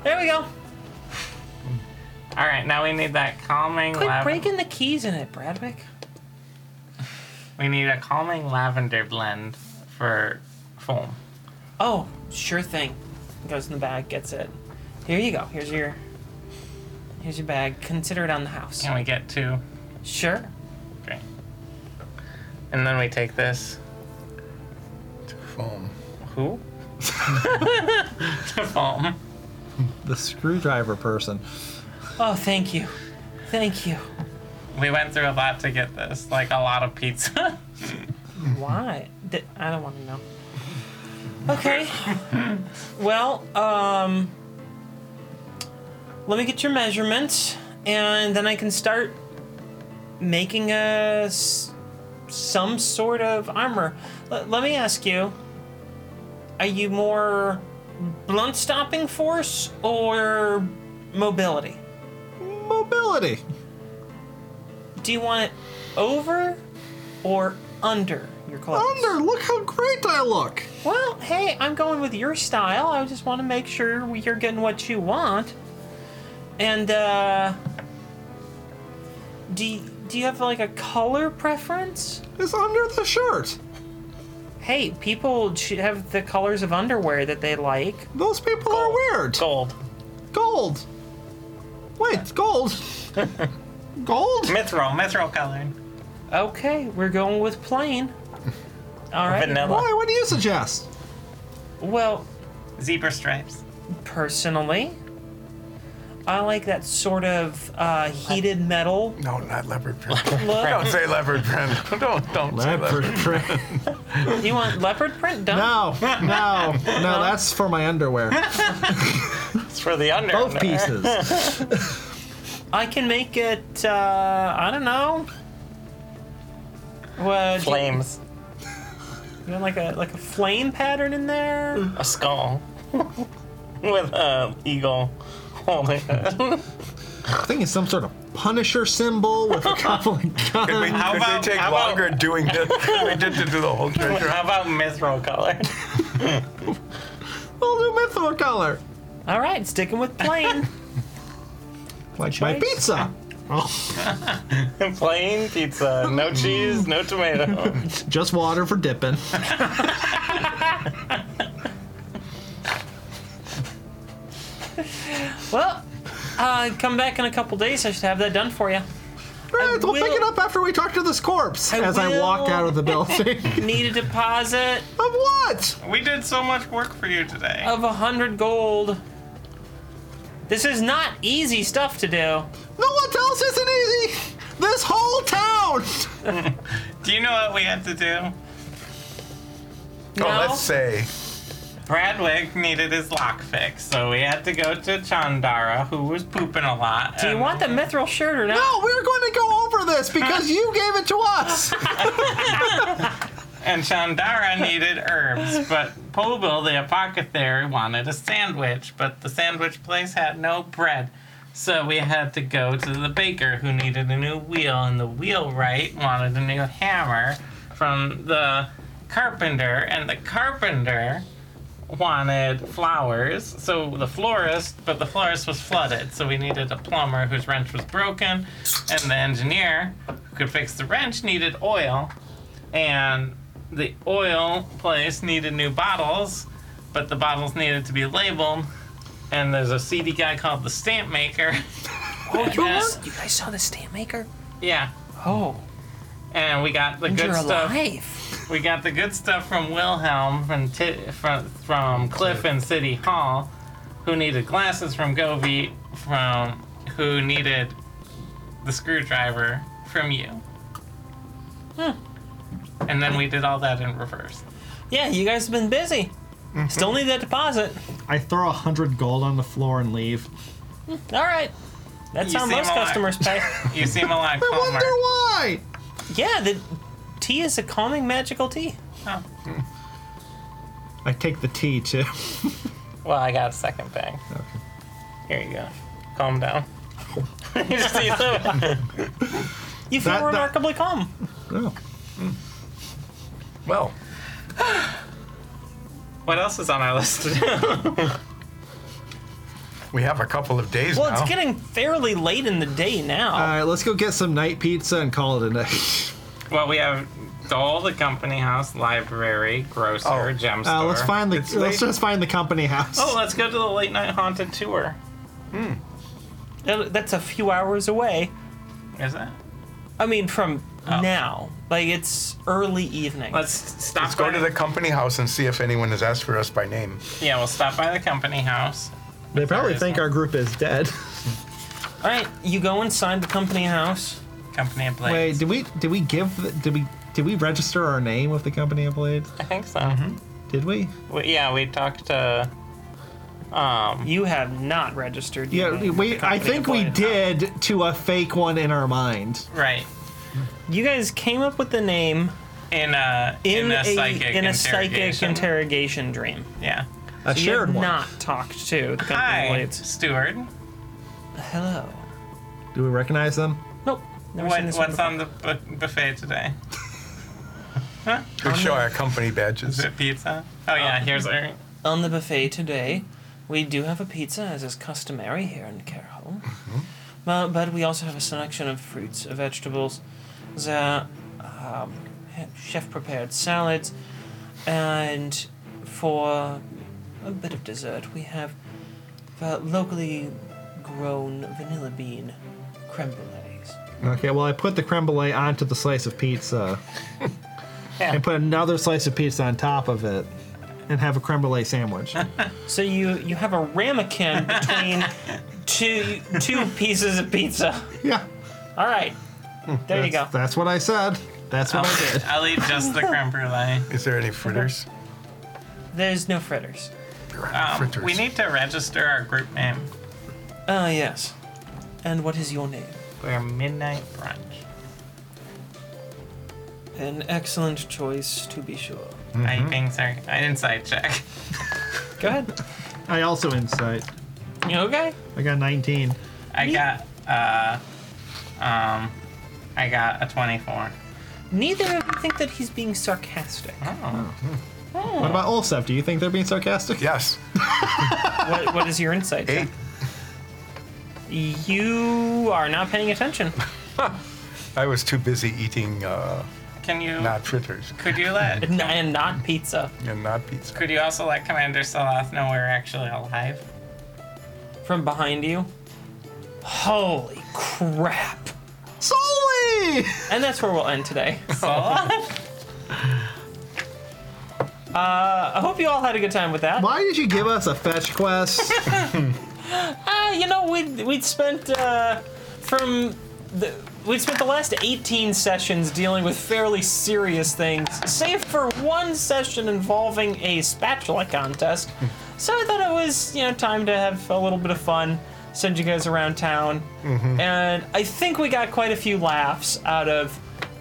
Speaker 1: There we go.
Speaker 3: All right, now we need that calming.
Speaker 1: Quit
Speaker 3: lav-
Speaker 1: breaking the keys in it, Bradwick.
Speaker 3: We need a calming lavender blend for foam.
Speaker 1: Oh, sure thing. Goes in the bag, gets it. Here you go. Here's your. Here's your bag. Consider it on the house.
Speaker 3: Can we get two?
Speaker 1: Sure.
Speaker 3: Great. And then we take this.
Speaker 4: Foam.
Speaker 3: Who? (laughs) to foam.
Speaker 12: The screwdriver person.
Speaker 1: Oh, thank you. Thank you.
Speaker 3: We went through a lot to get this, like a lot of pizza. (laughs)
Speaker 1: Why? Th- I don't want to know. Okay. well, um, let me get your measurements, and then I can start making a s- some sort of armor. L- let me ask you: Are you more blunt stopping force or mobility?
Speaker 5: Mobility.
Speaker 1: Do you want it over or under your clothes?
Speaker 5: Thunder, look how great I look.
Speaker 1: Well, hey, I'm going with your style. I just want to make sure we- you're getting what you want. And uh do you, do you have like a color preference?
Speaker 5: It's under the shirt.
Speaker 1: Hey, people should have the colors of underwear that they like.
Speaker 5: Those people are weird.
Speaker 3: Gold.
Speaker 5: Gold. Wait, gold. (laughs) gold?
Speaker 3: Mithril. Mithril colored.
Speaker 1: Okay, we're going with plain. All right.
Speaker 3: Vanilla.
Speaker 5: Why? What do you suggest?
Speaker 1: Well,
Speaker 3: Zebra stripes.
Speaker 1: personally, I like that sort of uh, heated metal
Speaker 4: No, not leopard print.
Speaker 1: look.
Speaker 4: (laughs) don't say leopard
Speaker 3: (laughs)
Speaker 4: print. Don't don't say
Speaker 5: (laughs)
Speaker 4: leopard.
Speaker 5: print.
Speaker 1: You want leopard print? Don't.
Speaker 5: No, no, no. That's for my (laughs) underwear.
Speaker 3: It's for the under.
Speaker 5: Both pieces. (laughs)
Speaker 1: I can make it. Uh, I don't know. What? do you-
Speaker 3: Flames.
Speaker 1: you want like a like a flame pattern in
Speaker 5: Mm.
Speaker 1: there.
Speaker 3: A skull. (laughs) With a eagle holding
Speaker 4: (laughs)
Speaker 3: it.
Speaker 5: I think it's some sort of Punisher symbol with a couple of
Speaker 4: Could
Speaker 5: guns.
Speaker 4: we,
Speaker 3: How
Speaker 4: could
Speaker 3: about-
Speaker 4: we take
Speaker 3: how about-
Speaker 4: longer
Speaker 3: (laughs)
Speaker 4: doing this? than we did to do the whole treasure.
Speaker 3: How about mithril colored?
Speaker 5: We'll do mithril color,
Speaker 1: All right, sticking with
Speaker 5: (laughs)
Speaker 1: plain.
Speaker 5: like my
Speaker 1: choice.
Speaker 5: pizza.
Speaker 3: (laughs)
Speaker 5: Oh.
Speaker 3: Plain pizza. No
Speaker 4: Mm.
Speaker 3: cheese, no tomato.
Speaker 5: Just water for dipping.
Speaker 1: well, uh, come back in a couple days. I should have that done for you.
Speaker 5: Eh, we'll pick
Speaker 1: will-
Speaker 5: it up after we talk to this corpse.
Speaker 1: I
Speaker 5: as I walk
Speaker 1: will-
Speaker 5: out
Speaker 1: (laughs)
Speaker 5: of the building. of
Speaker 1: Need a deposit
Speaker 5: what?
Speaker 3: (laughs) We did so much work for you today.
Speaker 1: of a hundred gold. This is not easy stuff to do.
Speaker 5: No one tells us it easy. This whole town.
Speaker 3: Do you know what we have to do?
Speaker 1: No?
Speaker 4: Oh, let's say.
Speaker 3: Bradwick needed his lock fixed, so we had to go to Chandara, who was pooping a lot.
Speaker 1: Do you want the mithril shirt or not?
Speaker 5: No, we were going to go over this because you gave it to us.
Speaker 3: And Chandara needed herbs, but Pobil, the apothecary, wanted a sandwich, but the sandwich place had no bread. So we had to go to the baker who needed a new wheel, and the wheelwright wanted a new hammer from the carpenter, and the carpenter wanted flowers. So the florist, but the florist was flooded, so we needed a plumber whose wrench was broken, and the engineer who could fix the wrench needed oil, and the oil place needed new bottles, but the bottles needed to be labeled. And there's a seedy guy called the stamp maker. (laughs)
Speaker 1: Oh, you,
Speaker 3: Yeah.
Speaker 1: you guys saw the stamp maker?
Speaker 3: yeah.
Speaker 1: Oh,
Speaker 3: And we got the good
Speaker 1: you're
Speaker 3: stuff.
Speaker 1: alive.
Speaker 3: We got the good stuff from Wilhelm from Ti from from Cliff and City Hall, who needed glasses from Govey, from who needed the screwdriver from you.
Speaker 5: Hmm.
Speaker 3: And then we did all that in reverse.
Speaker 1: Yeah, you guys have been busy. Still need that deposit.
Speaker 5: I throw a hundred gold on the floor and leave.
Speaker 1: All right. That's
Speaker 3: You
Speaker 1: how
Speaker 3: seem
Speaker 1: most
Speaker 3: alive.
Speaker 1: customers pay.
Speaker 5: (laughs)
Speaker 3: You seem a lot
Speaker 5: I
Speaker 3: calmer.
Speaker 5: wonder why.
Speaker 1: yeah, the tea is a calming magical tea.
Speaker 3: Oh.
Speaker 5: I take the tea too.
Speaker 3: Well, I got a second bag. Here you go. Calm down. You just see some-
Speaker 1: You feel
Speaker 5: That- that-
Speaker 1: remarkably calm.
Speaker 5: Oh.
Speaker 4: Well,
Speaker 3: what else is on our list?
Speaker 4: we have a couple of days
Speaker 1: Well,
Speaker 4: now.
Speaker 1: it's getting fairly late in the day now.
Speaker 5: All right, let's go get some night pizza and call it a night.
Speaker 3: (laughs) well, we have Dole, the company house, library, grocer,
Speaker 4: Oh.
Speaker 3: gem store.
Speaker 5: Uh, let's find the
Speaker 4: It's
Speaker 5: let's
Speaker 4: late.
Speaker 5: just find the company house.
Speaker 3: Oh, let's go to the late night haunted tour.
Speaker 1: Uh, That's a few hours away.
Speaker 3: Is it?
Speaker 1: I mean, from
Speaker 5: Oh.
Speaker 1: now. Like, it's early evening.
Speaker 3: Let's stop.
Speaker 4: Let's go
Speaker 3: by-
Speaker 4: to the company house and see if anyone has asked for us by name.
Speaker 3: Yeah, we'll stop by the company house.
Speaker 5: they probably
Speaker 3: is
Speaker 5: think
Speaker 3: one.
Speaker 5: our group is dead.
Speaker 1: All right, you go inside the company house.
Speaker 3: Company of Blades.
Speaker 5: Wait, did we did we give the- did we did we register our name with the company of blades?
Speaker 3: I think so.
Speaker 5: Did we?
Speaker 3: We- yeah, we talked to. Um,
Speaker 1: You have not registered. your
Speaker 5: Yeah,
Speaker 1: name
Speaker 5: we.
Speaker 1: with the
Speaker 5: I
Speaker 1: company
Speaker 5: think we
Speaker 1: appointed.
Speaker 5: did to a fake one in our mind.
Speaker 3: right.
Speaker 1: You guys came up with the name
Speaker 3: In a in,
Speaker 1: in,
Speaker 3: a, psychic
Speaker 1: in a psychic
Speaker 3: interrogation.
Speaker 1: interrogation dream.
Speaker 3: yeah.
Speaker 5: A
Speaker 1: You
Speaker 5: shared
Speaker 1: have
Speaker 5: one.
Speaker 1: not talked to the company
Speaker 3: Hi,
Speaker 1: blades.
Speaker 3: steward.
Speaker 1: Hello.
Speaker 5: Do we recognize them?
Speaker 1: Nope. Never
Speaker 3: What,
Speaker 1: seen this
Speaker 3: what's
Speaker 1: one
Speaker 3: on the bu- buffet today?
Speaker 4: We show our company badges.
Speaker 3: Um, Is it pizza? Oh yeah, here's our.
Speaker 1: before. on the buffet today. We do have a pizza, as is customary here in Care Home. Well, but we also have a selection of fruits, of vegetables, the um, chef prepared salads, and for a bit of dessert, we have uh, locally grown vanilla bean creme brulees.
Speaker 5: Okay. Well, I put the creme brulee onto the slice of pizza, and put another slice of pizza on top of it, and have a creme brulee sandwich.
Speaker 1: So you you have a ramekin between two two pieces of pizza.
Speaker 5: yeah.
Speaker 1: All right, there you go.
Speaker 5: That's what I said. That's what I did.
Speaker 3: I'll eat just
Speaker 1: (laughs)
Speaker 3: the creme brulee.
Speaker 4: Is there any fritters?
Speaker 1: There's no fritters.
Speaker 4: There are no
Speaker 3: Um,
Speaker 4: fritters.
Speaker 3: we need to register our group name.
Speaker 1: Ah yes. And what is your name?
Speaker 3: We're midnight brunch.
Speaker 1: An excellent choice to be sure.
Speaker 3: Are you being sar- I inside check.
Speaker 1: Go ahead.
Speaker 5: I also insight.
Speaker 1: You okay?
Speaker 5: I got 19.
Speaker 3: I got uh, um, I got a twenty-four.
Speaker 1: Neither of you think that he's being sarcastic.
Speaker 3: Oh,
Speaker 5: What about Olsef? Do you think they're being sarcastic?
Speaker 3: (laughs)
Speaker 4: Yes.
Speaker 1: What, what is your insight?
Speaker 4: Eight.
Speaker 1: You are not paying attention.
Speaker 4: I was too busy eating uh,
Speaker 3: can you?
Speaker 4: not fritters
Speaker 3: Could you let?
Speaker 1: N- And not pizza
Speaker 4: and not pizza.
Speaker 3: Could you also let Commander Saloth know we're actually alive?
Speaker 1: from behind you. Holy crap.
Speaker 5: Solar Yay!
Speaker 1: And that's where we'll end today. Uh, I hope you all had a good time with that.
Speaker 5: Why did you give us a fetch quest?
Speaker 1: Uh, you know, we'd, we'd spent uh, from the, we'd spent the last 18 sessions dealing with fairly serious things, save for one session involving a spatula contest. So I thought it was you know time to have a little bit of fun, send you guys around town, and I think we got quite a few laughs out of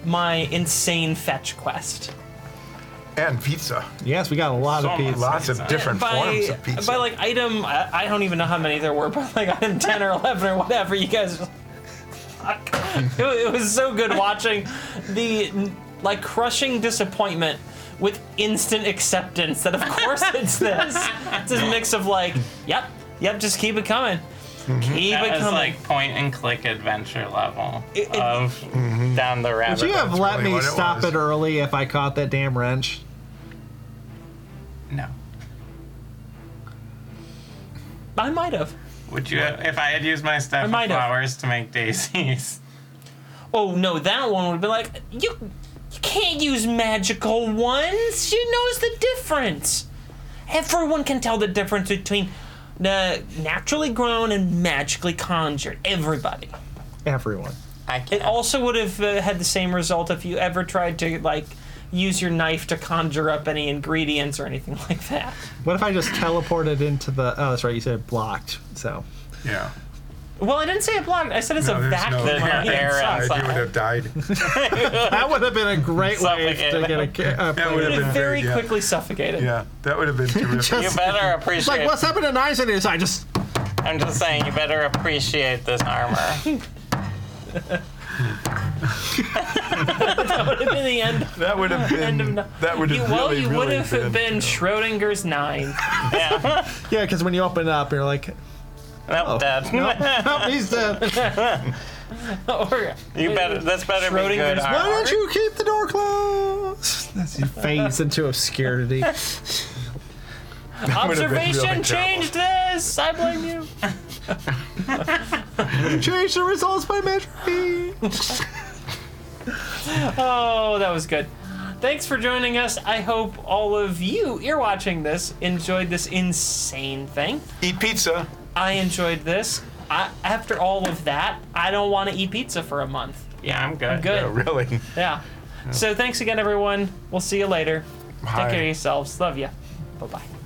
Speaker 1: my insane fetch quest.
Speaker 4: And pizza.
Speaker 5: yes, we got a lot
Speaker 7: So
Speaker 5: of
Speaker 7: much.
Speaker 5: pizza.
Speaker 4: Lots of different forms
Speaker 1: by,
Speaker 4: of pizza.
Speaker 1: by like item I, I don't even know how many there were (laughs) but like item 10 or 11 or whatever you guys Fuck. (laughs) it, wa- it was so good watching the like crushing disappointment with instant acceptance
Speaker 4: (laughs)
Speaker 1: that of course it's this it's a mix of like yep yep just keep it coming
Speaker 4: Mm-hmm.
Speaker 1: keep
Speaker 7: That
Speaker 1: it
Speaker 7: was
Speaker 1: coming
Speaker 7: like point and click adventure level
Speaker 1: It- it-
Speaker 7: of down the rabbit.
Speaker 5: Would you have
Speaker 4: That's
Speaker 5: let
Speaker 4: really
Speaker 5: me
Speaker 4: what it
Speaker 5: stop
Speaker 4: was.
Speaker 5: it early if I caught that damn wrench?
Speaker 7: no.
Speaker 1: I might have
Speaker 7: Would you have, if I had used my stuff
Speaker 1: might
Speaker 7: of
Speaker 1: have.
Speaker 7: flowers to make daisies?
Speaker 1: oh no that one would have been like you you can't use magical ones she knows the difference everyone can tell the difference between the naturally grown and magically conjured everybody
Speaker 5: Everyone.
Speaker 7: I
Speaker 1: it
Speaker 7: can't.
Speaker 1: also would have uh, had the same result if you ever tried to like use your knife to conjure up any ingredients or anything (laughs) like that
Speaker 5: What if I just teleported into the? Oh, that's right. You said blocked. So
Speaker 4: yeah.
Speaker 1: well i didn't say it blocked i said it's
Speaker 4: No,
Speaker 1: a
Speaker 4: there's
Speaker 1: vacuum
Speaker 4: no-
Speaker 1: on the
Speaker 7: There is.
Speaker 4: I
Speaker 1: inside.
Speaker 4: you would
Speaker 1: (laughs)
Speaker 4: have died.
Speaker 5: that would have been a great way to
Speaker 7: Suffocate.
Speaker 5: get a. ca- a
Speaker 4: That
Speaker 5: plate
Speaker 4: would
Speaker 1: It
Speaker 5: of-
Speaker 1: would've
Speaker 4: have been
Speaker 1: very
Speaker 4: great, yeah.
Speaker 1: quickly suffocated
Speaker 4: Yeah, that would have
Speaker 1: (laughs)
Speaker 4: been terrific.
Speaker 7: You
Speaker 5: Just-
Speaker 7: better
Speaker 5: It's (laughs)
Speaker 7: appreciate.
Speaker 5: like what's happening to Nice and his? I just
Speaker 7: I'm just saying, you better appreciate this armor.
Speaker 1: that would have been the end
Speaker 4: that
Speaker 1: (laughs)
Speaker 4: would have been. That would
Speaker 1: You-
Speaker 4: have
Speaker 1: well,
Speaker 4: really,
Speaker 1: you would
Speaker 4: really
Speaker 1: have been,
Speaker 4: (laughs) been
Speaker 1: Schrodinger's
Speaker 4: (laughs)
Speaker 1: nine. (laughs)
Speaker 7: Yeah,
Speaker 5: yeah, because when you open it up, you're like,
Speaker 7: nope, dead.
Speaker 5: oh, he's dead.
Speaker 1: or
Speaker 7: (laughs) you better. That's better be good
Speaker 1: Schrodinger's-
Speaker 5: Why
Speaker 7: armor.
Speaker 5: don't you keep the door closed? That's he fades into obscurity.
Speaker 4: would've been
Speaker 1: observation
Speaker 4: really
Speaker 1: changed this. I blame you.
Speaker 5: Change the results by measure.
Speaker 1: Oh, that was good. Thanks for joining us. I hope all of you, you're watching this, enjoyed this insane thing.
Speaker 4: Eat pizza. (laughs)
Speaker 1: I enjoyed this. I, after all of that, I don't want to eat pizza for a month.
Speaker 7: Yeah, I'm good.
Speaker 1: Good.
Speaker 4: Yeah, really.
Speaker 1: Yeah. So thanks again, everyone. We'll see you later. Take
Speaker 4: Hi.
Speaker 1: care of yourselves. Love you. Bye bye.